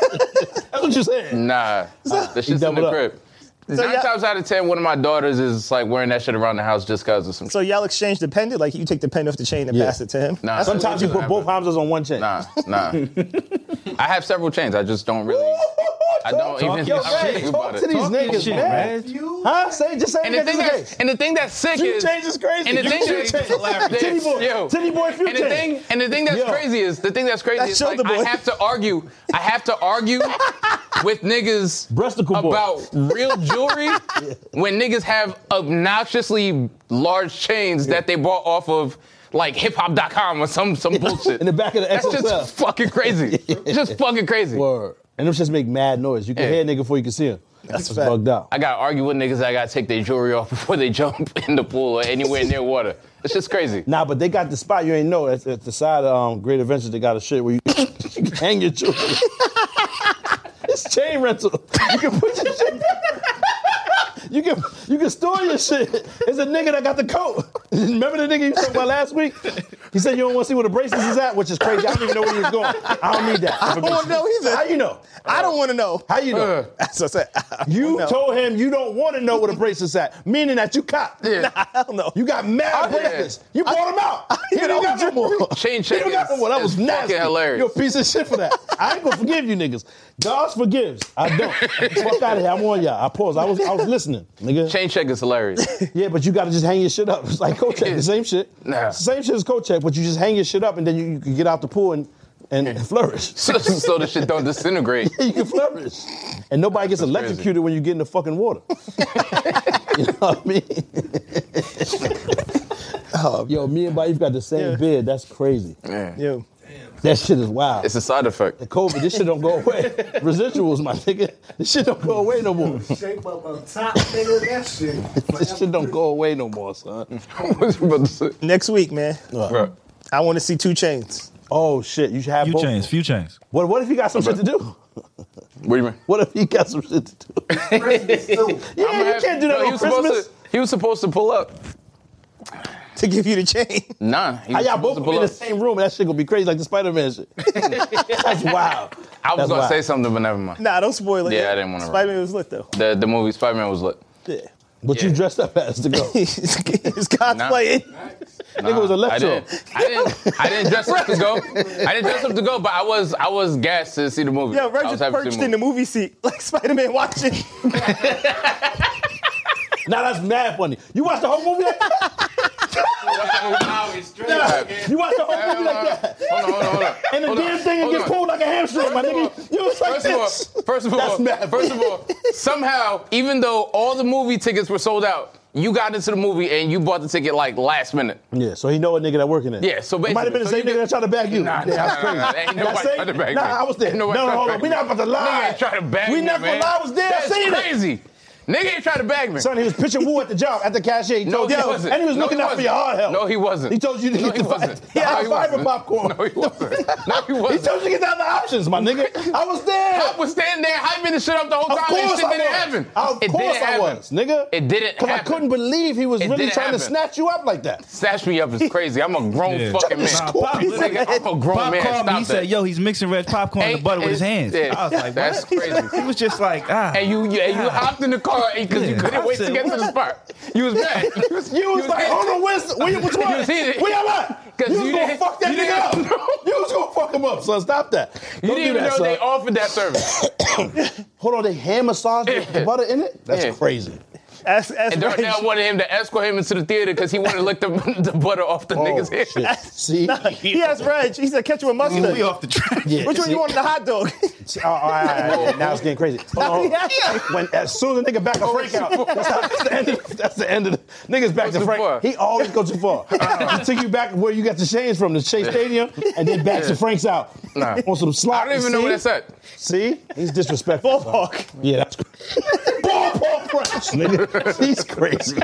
G: what you said.
E: Nah, the shit's in
G: doubled
E: the
G: up.
E: crib. Nine
D: y'all-
E: times out of ten, one of my daughters is like wearing that shit around the house just cause of some.
D: So y'all exchange the pendant. Like you take the pendant off the chain and
G: Yeah.
D: pass it to him.
E: Nah.
D: That's what
G: Sometimes
D: we
G: you
D: do.
G: put both Hamzas on one chain.
E: nah, nah.
G: (laughs)
E: I have several chains. I just don't really. I don't
G: Talk
E: even
G: your
E: I don't
G: shit.
E: think
G: Talk
E: about
G: to
E: it.
G: these
E: Talk
F: your
G: niggas,
F: shit,
G: man.
F: Reg.
G: Huh? Say just say
E: And the
G: niggas
E: thing
G: is
E: that's
G: gay.
E: and the thing that's sick
G: Few
E: is
G: chains is crazy.
E: And the
G: You
E: thing
G: few
E: that-
G: chains. Titty boy-
E: Yo.
G: titty boy few
E: and the
G: chains.
E: thing and the thing that's
G: Yo.
E: crazy is the thing that's crazy
D: That's
E: is like,
D: shoulder
E: I
D: boy.
E: have to argue. I have to argue
G: (laughs)
E: with niggas
G: Breasticle boy.
E: about real
G: (laughs)
E: jewelry (laughs) when niggas have obnoxiously large chains that they bought off of. Like hiphop.com or some some bullshit
G: (laughs) In the back of the
E: That's
G: XXL.
E: just fucking
G: (laughs)
E: crazy. It's just fucking crazy.
G: Word. And them just make mad noise. You can
E: Yeah.
G: hear a nigga before you can see him. That's
D: fact.
G: bugged out.
E: I gotta argue with niggas. that I gotta take their jewelry off before they (laughs) jump in the pool or anywhere near water. It's just crazy.
G: Nah, but they got the spot you ain't know. At, at the side of um, Great Adventures, they got a shit where you, (laughs) you can hang your children. (laughs) it's chain rental. You can put your shit. (laughs) You can you can store your shit. It's a nigga that got the coat. Remember the nigga you talked about last week? He said you don't want to see where the braces is at, which is crazy. I don't even know where he was going. I don't
D: (laughs)
G: need that. I
D: don't wanna know either.
G: How you know?
D: I don't want to know.
G: How you know?
D: (laughs)
E: Uh.
D: That's what I (laughs) said. I don't
G: (laughs) you
E: Oh,
D: know.
G: told him you don't want to know
E: (laughs)
G: where the braces at, meaning that you copped. (laughs)
E: Yeah.
D: I don't know.
G: You got mad
E: Yeah.
G: records. You bought them out. He
D: you
G: didn't
D: know,
G: got no more.
E: (laughs) Chain
G: He didn't got
E: checkers
G: no more. That
E: is
G: was nasty.
E: fucking hilarious.
G: You're a piece of shit for that. I ain't gonna forgive you niggas. Dogs forgives.
E: (laughs)
G: I don't. Fuck out of here. I'm on y'all. I paused. I was I was listening,
E: (laughs)
G: nigga.
E: Chain check is
G: (laughs)
E: hilarious. (laughs)
G: Yeah, but you gotta just hang your shit up. (laughs) It's like coat check. The same shit.
E: Nah.
G: It's the same shit as coat check, but you just hang your shit up and then you, you can get out the pool and, and, and flourish.
E: so, so the shit don't disintegrate.
G: (laughs) you can flourish. And nobody gets
E: That's
G: electrocuted
E: crazy.
G: when you get in the
E: (laughs)
G: fucking water. (laughs) you know what I mean? Oh, Yo, me and Baif got the same
D: Yeah.
G: beard. That's crazy.
D: You.
G: That shit is wild.
E: It's a side
G: (laughs)
E: effect.
G: COVID, this shit don't go away.
E: (laughs)
G: Residuals, my nigga. This shit don't go away no more.
H: Shape up on top, nigga. That shit.
G: This shit don't go away no more, son.
E: (laughs) What was you about to say?
D: Next week, man.
E: Bro,
D: I want to see two chains.
G: Oh shit, you should have
F: Few
G: both.
F: chains, few chains.
G: What, what if he got some shit to do?
E: what do you mean?
G: What if he got some shit to
E: (laughs)
G: do?
H: Christmas too.
G: (laughs) Yeah,
E: I'ma
G: you
E: have-
G: can't do that
E: No, he
G: on
E: was supposed
G: Christmas.
E: to- he was supposed to pull up.
D: To give you the chain. (laughs)
E: Nah, he
G: How
E: was
G: y'all
E: supposed
G: both
E: to
G: gonna be
E: pull
G: in the
E: up.
G: same room? That shit gonna be crazy, like the Spider Man
E: (laughs)
G: shit. That's wild.
E: I was
G: That's
E: gonna
G: wild.
E: say something, but never mind.
D: Nah, don't spoil it.
E: Yeah, I didn't wanna ruin it.
D: Spider Man was lit though.
E: The the movie Spider Man was lit.
D: Yeah.
G: But you dressed up as to go.
D: he's, he's cosplaying.
E: Nah,
G: Nigga was
E: I
G: electro.
E: didn't, I didn't. I didn't dress up to
G: (laughs)
E: go. I didn't dress up to go, but I was. I was gassed to see the movie.
D: Yo,
E: I
D: Reg
E: was
D: is
E: happy to see
D: perched in the movie seat (laughs) like Spider Man watching.
G: Now that's mad funny. You watched the whole movie? like that? You watch the whole movie like that.
E: Hold on, hold on, hold on.
G: And the
E: Hold on,
G: damn thing it
E: hold
G: gets
E: on.
G: pulled like a hamstring, my nigga. You was like
E: First of all,
G: this.
E: first of all,
G: That's mad.
E: first of all, somehow, even though all the movie tickets were sold out, you got into the movie and you bought the ticket like last minute.
G: Yeah, so he know a nigga that working there.
E: Yeah, so
G: It might have been
E: basically-
G: the same
E: so you
G: nigga that
E: get-
G: tried to bag you.
E: Nah, nah,
G: yeah, that's
E: nah,
G: crazy.
E: nah, nah. Ain't
G: That
E: nobody
G: same-
E: tried to bag
G: nah,
E: me.
G: I was there.
E: Ain't
G: No,
E: nobody
G: no,
E: tried to
G: hold on.
E: bag
G: We
E: me.
G: not about to lie.
E: Nigga ain't trying to bag
G: We
E: me,
G: not
E: man.
G: gonna lie. I was there.
E: That's
G: I seen it.
E: crazy. Nigga ain't trying to bag me.
G: (laughs) Son, he was pitching wood at the job at the cashier. He
E: No,
G: told
E: he
G: you,
E: wasn't.
G: and he was
E: No,
G: looking
E: he
G: out for your
E: wasn't.
G: hard help.
E: No, he wasn't.
G: He told you to
E: No,
G: get
E: he
G: the
E: wasn't.
G: (laughs) He had
E: No, he
G: fiber
E: wasn't.
G: popcorn.
E: No, he
G: (laughs)
E: wasn't. No, he wasn't.
G: He told you to get the other options, my nigga. I was there.
E: I was standing there hyping this shit up the whole
G: Of
E: time and
G: course
E: shit
G: I
E: didn't
G: was.
E: happen.
G: Of
E: it
G: course
E: didn't
G: I
E: happen.
G: was, nigga.
E: It didn't
G: Because I
E: happen.
G: couldn't believe he was
E: It
G: really
E: didn't
G: trying to
E: happen.
G: snatch you up
E: (laughs)
G: like that.
E: Snatch me up is crazy. I'm a grown
F: Yeah.
E: fucking man.
F: Nah,
G: Cool.
F: Pop,
G: He
F: literally-
G: said-
E: I'm a grown
F: Pop
E: man.
F: called me.
E: Stop
F: He
E: that.
F: said, "Yo, he's mixing red popcorn in the
E: Ain't-
F: butter with his
E: it-
F: hands."
E: yeah,
F: I was like,
E: that's
F: what?
E: crazy.
F: He was just like, ah.
E: And you, you, and you
F: God.
E: hopped in the car because you
F: Yeah.
E: couldn't
F: I
E: wait to
F: said,
E: get to the spot. You was mad. You was,
G: (laughs) You was like, hold on, where's where, which
E: You
G: one?
E: was heated.
G: Where y'all at?
E: (laughs) 'Cause
G: You was
E: you
G: gonna
E: didn't-
G: fuck that
E: you
G: nigga
E: didn't-
G: up. You was gonna fuck him up, son. Stop that.
E: You didn't
G: Don't do
E: even
G: that,
E: know
G: son.
E: they offered that
G: (laughs)
E: service.
G: Hold on, they hand massage with the butter
E: (laughs)
G: in it? That's
E: Yeah.
G: crazy.
D: That's, that's
E: And
D: right.
E: Darnell wanted him to escort him into the theater because he wanted to lick the, (laughs) the butter off the
G: Oh,
E: nigga's head.
G: shit. See?
D: He asked Reg. He said, "Catch you a mustard."
F: we off the track.
G: Yeah,
D: Which one
G: see?
D: you want? The hot dog.
G: (laughs) Oh, all right, all right, all right. Now it's
D: (laughs)
G: getting crazy. Hold on, hold on. When as soon as the nigga back
D: Oh,
G: to Frank out, that's, how- that's the end of that's the end of the niggas back
E: Go
G: to
E: too
G: Frank.
E: far.
G: He always go too
E: (laughs)
G: far. he took you back where you got the change from, the Chase Stadium, and then back to Frank's out.
E: Nah.
G: On some slot.
E: I don't even know what that said.
G: See? He's disrespectful.
D: Ballpark.
G: Yeah, that's ballpark Franks, nigga. He's crazy.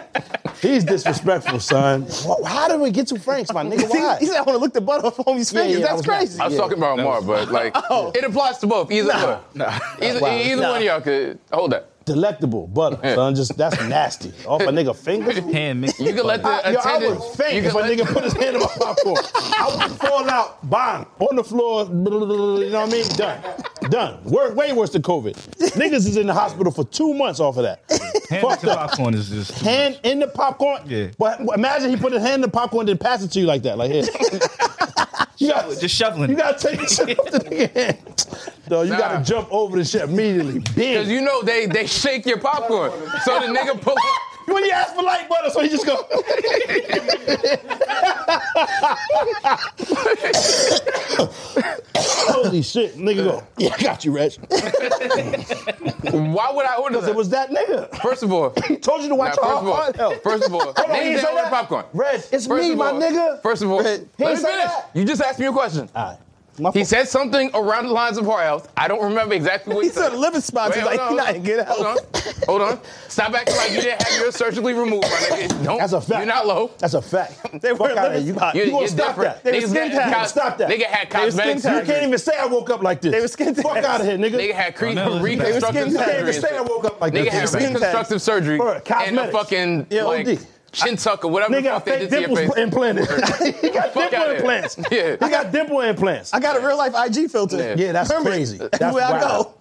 G: He's disrespectful, son. Wha- How did we get to Franks, my (laughs) nigga? Why?
D: He said, "I want to lick the butter off homie's
G: Yeah, yeah,
D: fingers."
G: I
D: That's
G: was not-
D: crazy.
E: I was
G: Yeah. Oh.
E: talking about Omar,
G: (laughs)
E: but like, it applies to both. Either one. Either,
G: Wow.
E: either one of y'all could hold that.
G: Delectable butter, son. Just that's nasty. Off a nigga fingers.
F: Hand mixing
E: You can
F: butter.
E: let (laughs) the
G: Yo, I
E: attendant.
G: would faint
E: you
G: if a
E: can let, (laughs)
G: nigga put his hand in my popcorn. I would fall out, bang, on the floor. (laughs) You know what I mean? Done, done. Wor- way worse than (laughs) COVID. Niggas is in the hospital for two months off of that. (laughs)
F: Hand
G: Fucked
F: mixing
G: up.
F: popcorn is just too
G: Hand in the popcorn.
F: Yeah.
G: But imagine he put his hand in the popcorn and then pass it to you like that, like here. You gotta,
F: much. just shoveling.
G: you
F: it.
G: gotta take the shit off the nigga hand. No, you
E: Nah.
G: gotta jump over the shit immediately. Big.
E: Because you know they, they shake your popcorn. So the nigga pull up.
G: when he asked for light butter, so he just go. Holy shit, nigga go. Yeah, I got you, Reg.
E: Why would I order
G: Because
E: that?
G: it was that nigga.
E: first of all,
G: He told you to watch
E: Nah,
G: your
E: first of all-
G: hard hell.
E: first of all,
G: Hold on,
E: niggas
G: he ain't
E: that
G: say
E: order
G: that.
E: popcorn.
G: Reg, it's
E: First
G: me,
E: of
G: my
E: all-
G: nigga.
E: First of all,
G: Reg, he
E: let me
G: ain't say
E: finish.
G: that.
E: You just asked me a question.
G: All right. My
E: He
G: fault.
E: said something around the lines of hard health. I don't remember exactly what he,
D: He said the liver spots. He's like,
E: hold
D: "Nah,
E: on.
D: get out."
E: Hold on. Hold on. Stop acting like you didn't have yours surgically removed, my nigga. Don't.
G: That's a fact.
E: You're not low.
G: That's a fact.
D: They
G: Fuck
D: weren't
G: outta
D: living
G: here.
D: spot.
G: You,
E: You're-
G: you gonna
E: you're
G: stop
E: different.
G: that. They
E: Niggas
G: were skin
E: had-
G: tags. Stop that.
E: Nigga had
G: They were skin
E: cosmetic
G: tags. You
E: surgery.
G: can't even say I woke up like this.
D: They were skin
G: Fuck
D: tags.
G: out of here, nigga.
E: Nigga had cre-
F: Cornell is
E: reconstructive
D: bad.
G: You can't even
E: surgery.
G: say I woke up like
E: Nigga
G: this.
E: had
D: skin tag.
E: reconstructive surgery
G: Bruh,
E: and a
G: cosmetics.
E: fucking
G: Yeah,
E: like
G: OD.
E: chin tuck or whatever
G: Nigga
E: the
G: got
E: fuck they
G: fake
E: did to your
G: dimples
E: face.
G: implanted. (laughs) he
E: (laughs)
G: got
E: Fuck outta
G: dimple
E: here.
G: implants.
E: (laughs) Yeah.
G: He got dimple implants.
D: I got a real life IG filter.
E: Yeah.
G: yeah, that's
D: Remember,
E: (laughs)
G: crazy.
D: uh,
G: That's
D: where I
G: wild.
D: go.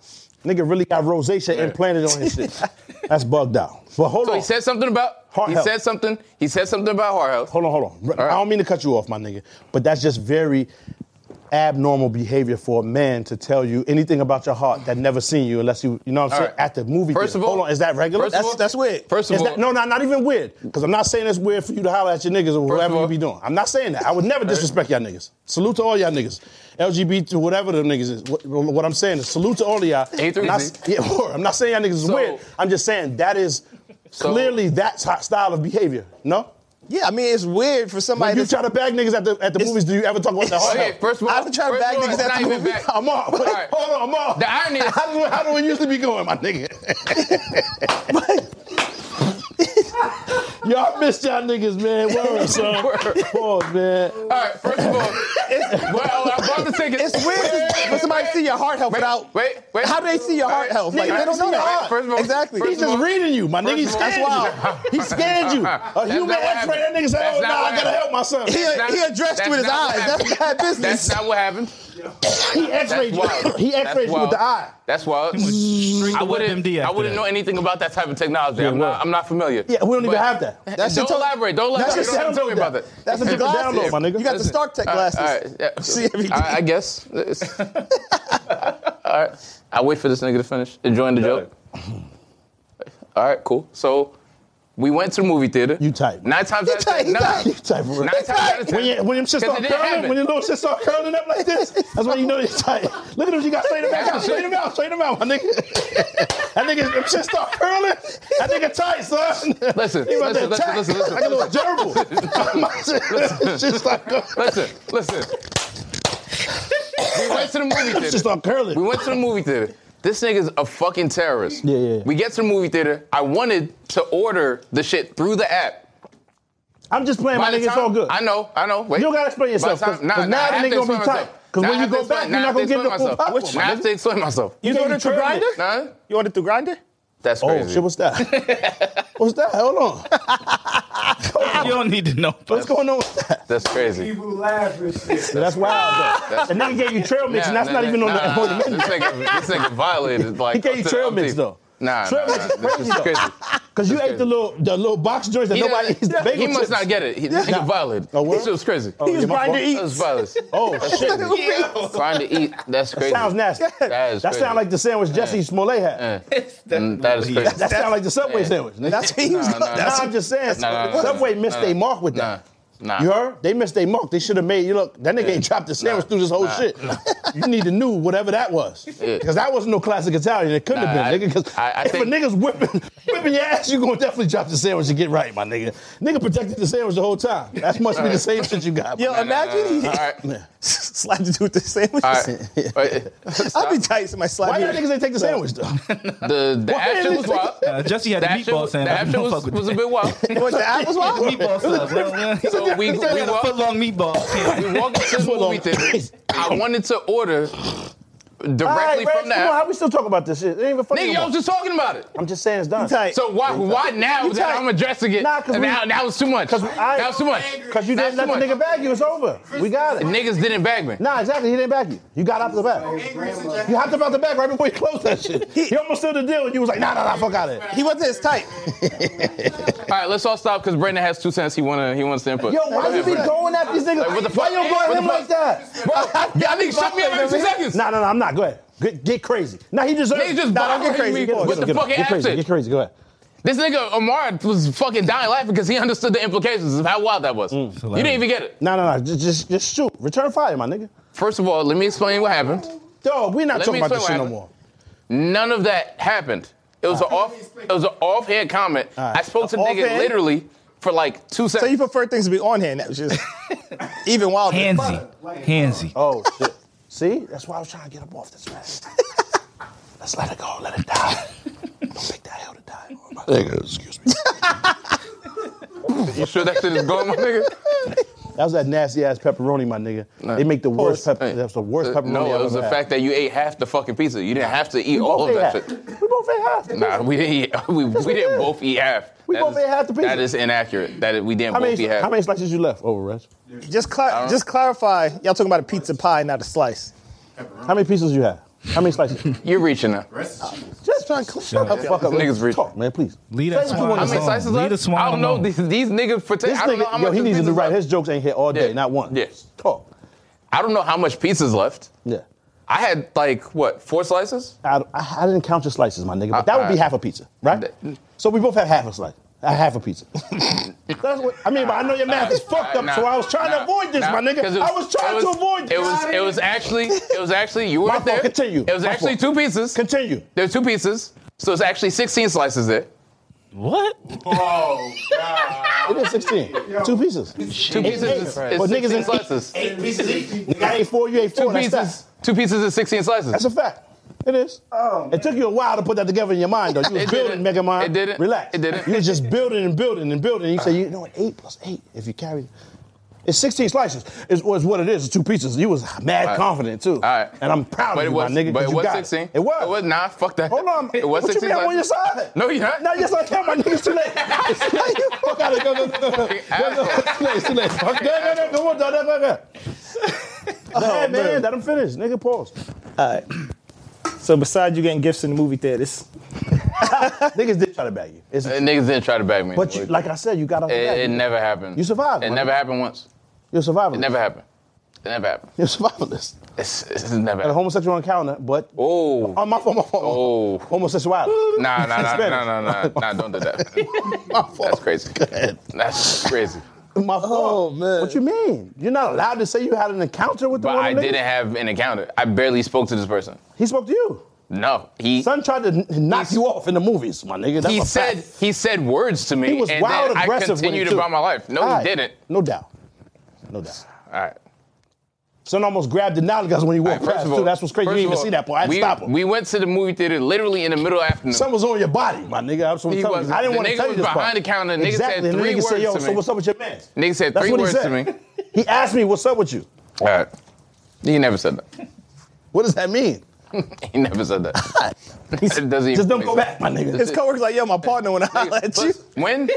G: Nigga really got rosacea implanted on his
E: (laughs)
G: shit. That's bugged out. But hold
E: So
G: on.
E: he said something about
G: Heart
E: he
G: health.
E: said something he said something about heart health.
G: hold on, hold on. I don't mean to cut you off, my nigga, but that's just very abnormal behavior for a man to tell you anything about your heart that never seen you unless you, you know what I'm
E: All
G: saying,
E: right.
G: at the movie
E: First
G: theater.
E: of all-
G: hold on, is that regular?
E: first of
G: That's-
E: all-
D: that's weird.
E: First of
G: Is
E: all,
G: that- no, not, not even weird. Because I'm not saying it's weird for you to holler at your niggas or
E: of
G: whatever
E: all-
G: you be doing. I'm not saying that. I would never disrespect y'all niggas. Salute to all y'all niggas. LGBT, whatever the niggas is. What, what I'm saying is salute to all of y'all.
E: A through
G: I'm not,
E: Z.
G: yeah, word. I'm not saying y'all niggas is
E: So-
G: weird. I'm just saying that is
E: So-
G: clearly that ty- style of behavior. No?
D: Yeah, I mean, it's weird for
G: When
D: somebody.
G: you
D: to
G: try to bag niggas at the, at the
D: It's-
G: movies, do you ever talk about
E: (laughs)
G: the heart
E: Okay,
G: health?
E: first of all,
D: I would try to
E: first
D: bag
E: of all,
D: niggas
E: it's
D: at
E: not
D: the
E: even
D: movie.
E: back.
G: I'm (laughs) off.
E: All right.
G: Hold on, I'm off.
E: The irony is-
G: how do, how do we usually be going,
E: (laughs)
G: my nigga? y'all missed y'all niggas, man. Word, son.
E: Word.
G: Pause, man.
E: All right, first of all, (laughs) well, I bought the ticket.
D: (laughs) It's weird to- for somebody to see your heart health
E: wait,
D: without-
E: Wait, wait.
D: How do they see your heart health? Like,
E: Nigga,
D: they don't
E: first
D: know
E: of
D: your
E: all-
D: heart.
E: first of all-
D: Exactly.
E: first
G: He's just
E: of all-
G: reading you, my nigga. He
E: First of all-
G: scanned
E: (laughs)
G: you. He scanned you. A
E: That's
G: human
E: not what
G: X-ray. That
E: happened.
G: nigga said,
E: That's
G: "Oh,
E: not
G: nah,
E: what
G: I gotta
E: happened.
G: help my son."
D: He-
E: That's not-
D: he addressed
E: that's
D: you with his
E: not what
D: eyes.
E: happened.
D: That's bad business.
E: That's not what happened.
G: He
E: (laughs)
G: X-rayed
E: That's
G: you. (laughs)
E: wild.
G: He X-rayed
E: That's
G: you with
E: wild.
G: the eye.
E: That's wild.
F: Straight
E: I
F: to
E: wouldn't.
F: WebMD
E: I
F: after
E: wouldn't
F: that.
E: know anything about that type of technology. I'm,
G: well.
E: not, I'm not familiar.
G: Yeah, we don't even have that.
D: That shit
E: don't
D: took-
E: elaborate. Don't
G: That
E: elaborate.
G: shit
E: You don't have to tell me
G: download
E: about
G: that.
E: that.
D: That's
G: It's
D: just
G: a download,
D: glasses.
G: my nigga.
D: You got the
E: Listen,
D: StarkTech
E: all right,
D: glasses.
E: all right,
G: (laughs)
E: yeah.
D: See everything.
E: All right, I guess. It's- (laughs) all right. I wait for this nigga to finish. Enjoying the joke. All right, cool. So We went to the movie theater.
G: You type.
E: Nine times out of ten.
D: type,
E: Nah.
D: you
G: type, bro.
E: Nine times out of ten.
G: When, you, when them shit
E: 'Cause
G: start
E: it didn't
G: curling,
E: happen.
G: when your little shit start curling up like this, that's when you know you're tight. Look at him, you got straight him
E: (laughs)
G: back out, straight him out, straight him out, my nigga. that nigga, (laughs) them shit start curling. That nigga tight, son.
E: Listen,
G: He about
E: listen,
G: to
E: listen,
G: attack
E: listen, listen,
G: Like a little gerbil. (laughs) My
E: (laughs)
G: shit- shit start curling.
E: Listen, listen. we went to the movie
G: That
E: theater.
G: shit start curling.
E: We went to the movie theater. This nigga's a fucking terrorist.
G: Yeah, yeah, yeah.
E: We get to the movie theater. I wanted to order the shit through the app.
G: I'm just playing, my
E: the
G: nigga. It's all good.
E: I know, I know. Wait.
G: You don't gotta explain
E: By
G: yourself,
E: the
G: 'cause- 'cause now
E: I
G: the
E: have to
G: nigga gonna be
E: explain myself.
G: tight. 'Cause
E: Now
G: when
E: I
G: you
E: have to
G: go
E: explain-
G: back,
E: now
G: you're
E: I
G: not
E: have
G: gonna
E: to
G: get the
E: explain
G: full
E: myself.
G: popcorn.
E: Now I have to explain myself.
D: You ordered through Grinder?
E: Huh?
D: You ordered through Grinder?
E: That's
G: Oh
E: crazy.
G: shit, what's that?
E: (laughs)
G: what's that? Hold on.
F: You don't need to
E: (laughs)
F: know.
G: What's going on with that?
E: That's crazy.
H: People laugh and shit.
G: That's wild
E: (laughs)
G: though. The nigga gave you trail mix, and that's not even on the (laughs) on the
E: nah,
G: menu.
E: This nigga, this nigga violated. Like,
G: He gave
E: up
G: you
E: to the
G: trail
E: umpteenth.
G: mix, though.
E: Nah,
G: Trail
E: nah,
G: mix
E: nah, This
G: is crazy,
E: is
G: though.
E: crazy.
G: Cause you
E: That's
G: ate the
E: crazy.
G: little the little box joints that
E: He,
G: nobody
E: doesn't-
G: eats. The bagel
E: he must
G: chips.
E: not get it. He, this
G: Nah.
E: nigga violated.
G: Oh, word?
E: this shit was crazy.
G: Oh, yeah, my fault.
E: That was violence.
G: Oh shit.
E: Grind to eat. That's crazy.
G: Sounds nasty.
E: That is crazy.
G: sounds like the sandwich Jesse Smollett had.
E: Mm, that is crazy.
G: That sounds like the Subway sandwich. Nigga.
D: That's what he was
E: Nah, nah,
D: like.
G: Nah,
D: That's
G: I'm just saying.
E: Nah, nah, nah,
G: Subway
E: nah,
G: missed
E: nah,
G: their
E: nah.
G: mark with
E: Nah,
G: that.
E: nah.
G: You heard? They missed their mark. They should have made you look. That nigga ain't chopped the sandwich
E: Nah,
G: through this whole
E: nah,
G: shit. you need a new whatever that was,
E: Yeah.
G: because that wasn't no classic Italian. It couldn't
E: Nah,
G: have been,
E: I-
G: nigga. Because
E: I- I
G: if
E: think-
G: a nigga's whipping whipping your ass, you gonna definitely chop the sandwich and get right, my nigga. Nigga protected the sandwich the whole time. That must be the same shit you got.
D: Yo,
G: my nigga.
D: imagine
E: All
D: he (laughs)
E: right.
D: slapped the dude with the sandwich. (laughs)
E: All right. Wait,
D: I'd be tight. Somebody
G: why
D: slapped
G: y'all
D: me.
G: niggas ain't take the sandwich though? (laughs)
E: The, (laughs) the action
G: did
E: was
G: they-
E: wild.
F: Uh, Jesse had
E: The
F: the
E: action,
F: meatball
E: was, the
F: sandwich.
E: action
F: Don't
E: was,
F: fuck with
E: was a
F: that.
E: bit (laughs) wild.
D: What the apples
F: Yeah,
D: were?
F: the (laughs) meatball sandwich.
E: (laughs) So we, we,
F: we had a
E: walked-
F: foot long meatball.
E: we walked into the
G: Hold on.
E: movie theater. I wanted to order directly
G: All right, Rex,
E: from the
G: come on, how
E: app.
G: we still talking about this shit? It ain't even funny.
E: Nigga,
G: no
E: I
G: more.
E: was just talking about it.
G: I'm just saying it's done.
D: tight.
E: So why why now
G: You
E: that
G: tight.
E: I'm addressing it?
G: Nah, 'cause we-
E: now, that was too much.
G: Cause I,
E: that was too much.
G: Cause you didn't
E: That's
G: let
E: too
G: the
E: much.
G: nigga bag you. It's over. We got it.
E: Niggas didn't bag me.
G: Nah, exactly. He didn't back you. You got out the back. You hopped up out the back right before he closed that shit. he almost sealed the deal, and you was like, Nah, nah, nah, fuck out of it.
D: He wasn't his type.
E: All right, let's all stop because Brendan has two cents. He wanna he wants to input.
G: Yo, why you be
E: Brendan.
G: going at these niggas?
E: Like, what the
G: why
E: fuck?
G: you going
E: What
G: at
E: the
G: him like
E: fuck?
G: that?
E: Bro,
G: (laughs)
E: y'all niggas shut me up every two seconds.
G: Nah, no, no, I'm not. Go ahead. Get, get crazy. Nah, he deserves.
E: Niggas just
G: nah, don't get
E: bothering
G: crazy.
E: me
G: Get on,
E: with
G: get
E: the
G: on, get on.
E: fucking
G: Get crazy.
E: accent.
G: Get crazy. Go ahead.
E: This nigga Omar was fucking dying laughing because he understood the implications of how wild that was. you didn't even get it.
G: No, no, no. Just, just, just shoot. Return fire, my nigga.
E: First of all, let me explain what happened.
G: Dog, we not
E: Let me
G: talking about this shit
E: explain
G: no
E: what
G: more.
E: None of that happened. It was an off. It was an offhand comment.
G: right.
E: I spoke to the nigga
D: Offhand?
E: literally for like two
D: So you
E: seconds.
D: prefer things to be on hand. That was just even wilder.
F: Handsy. Handsy.
G: Oh shit.
E: (laughs)
G: See, that's why I was trying to get up off this mess. Let's let it go. Let it die. Don't make that hill to
E: (laughs)
G: die. on, my nigga. Excuse me.
E: You, sure that shit is going, my nigga?
G: That was that nasty ass pepperoni, my nigga. They make the worst pepper. That's the worst
E: Uh,
G: pepperoni.
E: No,
G: I've
E: it was the
G: ever
E: fact
G: had.
E: that you ate half the fucking pizza. You didn't have to eat
G: we
E: all
G: both
E: of
G: ate half.
E: that shit.
G: We both ate half.
E: Nah, we didn't. Eat, we
G: Yes,
E: we
G: we
E: didn't
G: did.
E: both eat half.
G: We
E: That
G: both
E: is-
G: ate half the pizza.
E: That is inaccurate. That is, we didn't
G: How
E: both
G: many,
E: eat half.
G: how many slices you left over, Russ?
D: Just, cla- just clarify. Y'all talking about a pizza pie, not a slice.
G: How many pieces you had? How
E: (laughs)
G: many slices?
E: You're reaching now.
G: Just trying to shut the fuck up.
E: This nigga's
G: man.
E: rich.
G: Talk, man, please.
F: Leave that
G: Say what you
F: swan
G: want
E: How many
G: to say.
F: alone.
E: slices
F: Leave
E: left?
F: the swan
E: I don't know.
F: alone.
E: These, these niggas protect.
G: This
E: I don't know how
G: nigga, yo,
E: much
G: he
E: the
G: needs to
E: pizza's
G: write
E: left.
G: his jokes ain't here all day,
E: Yeah.
G: not once.
E: Yeah.
G: Talk.
E: I don't know how much pizza's left.
G: Yeah.
E: I had like what four slices?
G: I, I, I didn't count your slices, my nigga, but that would be
E: I-
G: half a pizza, right?
E: That-
G: so we both had half a slice, a half a pizza. (laughs) That's what I mean, but I know your math is fucked up,
E: Nah,
G: so I was trying
E: nah,
G: to avoid this,
E: nah,
G: my
E: 'cause
G: nigga.
E: it
G: I was trying
E: it
G: to avoid this.
E: It was it was actually it was actually you weren't
G: fault,
E: there.
G: continue.
E: It was
G: My
E: actually
G: fault.
E: two pieces.
G: Continue.
E: There were two pieces, so it's actually 16 slices there.
F: What?
H: Oh, God.
G: It is 16. Two pieces.
E: Two pieces is, is
G: But niggas
E: 16
G: is-
E: slices.
H: Eight pieces each.
G: Nigga, I ate four, you ate
E: Two
G: four. That's,
E: pieces.
G: that.
E: Two pieces is 16 slices.
G: That's a fact. It is.
H: Oh,
G: it took you a while to put that together in your mind, though. You
E: (laughs)
G: was
E: It
G: building,
E: didn't.
G: Mega Mind.
E: It didn't.
G: Relax.
E: It didn't.
G: You
E: (laughs)
G: was just building and building and building. You say, you know, what, eight plus eight, if you carry. It's 16 slices, is, is what it is. It's two pieces. You was mad
E: right.
G: confident, too.
E: All right.
G: And I'm proud
E: But
G: of
E: it
G: you,
E: was,
G: my nigga.
E: But
G: 'cause
E: it
G: you
E: was
G: got
E: 16.
G: It was.
E: It was nah. Fuck that.
G: Hold on.
E: It was
G: what
E: 16.
G: you mean I'm on your
E: slices.
G: side?
E: No, you're not.
G: No, yes, I can. My nigga's too late.
E: (laughs)
G: It's (laughs) too late. Fuck out of go, go, go, go. go. It's too late. It's
E: (laughs)
G: too late. Fuck. No, no, no. Go on, no, no, no, no.
E: Oh,
G: Hey, man, let him finish. Nigga, pause.
D: So besides you getting gifts in the movie theaters,
G: (laughs) Niggas did try to bag you. It's,
E: Uh, Niggas didn't try to bag me.
G: but you, like I said, you got off the
E: it,
G: bag.
E: it never happened.
G: You survived,
E: It
G: my
E: never
G: nigga.
E: happened once.
G: You're surviving.
E: It never happened. It never happened.
G: You're a survivalist.
E: It's, it's never
G: And a
E: happened.
G: homosexual encounter, but (laughs)
E: Oh.
G: oh, my fault, my fault.
E: Oh.
G: Homosexuality.
E: Nah, nah, nah,
G: Spanish.
E: nah, nah, nah, nah, don't do that.
G: (laughs) My fault.
E: That's crazy.
G: Go ahead.
E: That's crazy.
G: My
E: Oh,
G: fault.
D: man.
G: What you mean? You're not allowed to say you had an encounter with the
E: But
G: one
E: I
G: nigga?
E: didn't have an encounter. I barely spoke to this person.
G: He spoke to you.
E: No, he
G: Son tried to kn- knock
E: He's-
G: you off in the movies, my nigga. That's
E: he
G: a
E: said
G: fact.
E: he said words to me,
G: He was
E: and
G: wild
E: then I
G: aggressive with it,
E: continued
G: too.
E: about my life. No,
G: All right.
E: he didn't.
G: No doubt. No doubt.
E: All right.
G: Son almost grabbed the knowledge guys when he walked past, too. That's what's crazy.
E: first
G: You didn't
E: of
G: even
E: all,
G: see that part. I had
E: we,
G: to stop him.
E: We went to the movie theater literally in the middle of the afternoon.
G: Something was on your body, my nigga. I was
E: He
G: telling you.
E: wasn't.
G: I didn't
E: The
G: want to
E: nigga
G: tell you
E: was
G: this part.
E: behind the counter and the nigga
G: exactly.
E: said
G: and the
E: three
G: nigga said,
E: words
G: "Yo,
E: to
G: so
E: me."
G: what's up with your man?"
E: Nigga said
G: That's
E: three
G: what
E: words
G: he
E: to
G: said.
E: me.
G: He asked me, "What's up with you?"
E: All right. He never said that. (laughs)
G: What does that mean?
E: He never said that.
G: (laughs)
E: (laughs) it doesn't even
G: Just don't
E: make
G: go
E: sense.
G: back, my nigga.
D: His coworkers like, yo, my partner when I holler at you.
E: Plus, when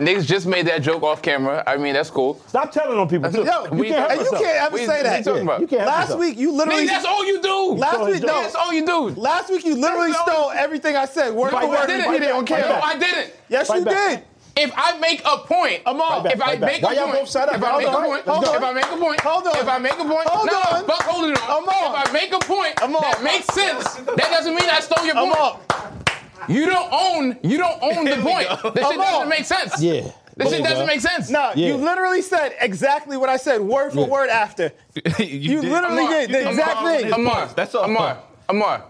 E: niggas just made that joke off camera. I mean, that's cool.
G: Stop telling
E: (laughs)
G: on people. Too.
E: Yo,
G: you
E: we-
G: can't help
D: And you
G: yourself.
D: can't ever
E: We-
D: say
E: we
D: that.
E: talking about-
G: You can't help
D: Last
G: yourself.
D: week you literally
E: Nigga, that's all you do.
D: last
G: stole his
D: week
G: joke.
D: no,
E: That's all you do.
D: last week you literally
E: That's all-
D: stole everything I said word
E: No,
D: for
E: I
D: word.
E: didn't.
D: You did it on
E: No,
D: camera.
E: I didn't.
D: Yes,
G: Fight
D: you
G: back.
D: did.
E: If I make a point,
D: on.
E: if I
G: Fight back.
E: make
G: Why
E: a
G: y'all
E: point,
G: both side up?
E: if I
G: Hold
E: make
G: on.
E: a
G: Hold
E: point,
G: on.
E: if I make a point,
D: Hold on.
E: if I make a point,
D: Hold
E: no,
D: on.
E: but hold it on.
D: I'm on.
E: If I make a point
D: I'm on.
E: that makes sense, that doesn't mean I stole your
D: I'm
E: point.
D: up.
E: You don't own, you don't own the point. This shit
D: I'm on.
E: doesn't make sense.
G: Yeah.
E: This
G: There
E: shit
G: you go.
E: doesn't make sense.
D: (laughs) No,
G: Yeah.
D: you literally said exactly what I said word for
G: Yeah.
D: word after.
F: you
D: You
F: did.
D: literally
E: Amar,
D: did the
E: Amar,
D: exact thing.
E: Amar,
F: That's all.
E: Amar, Amar,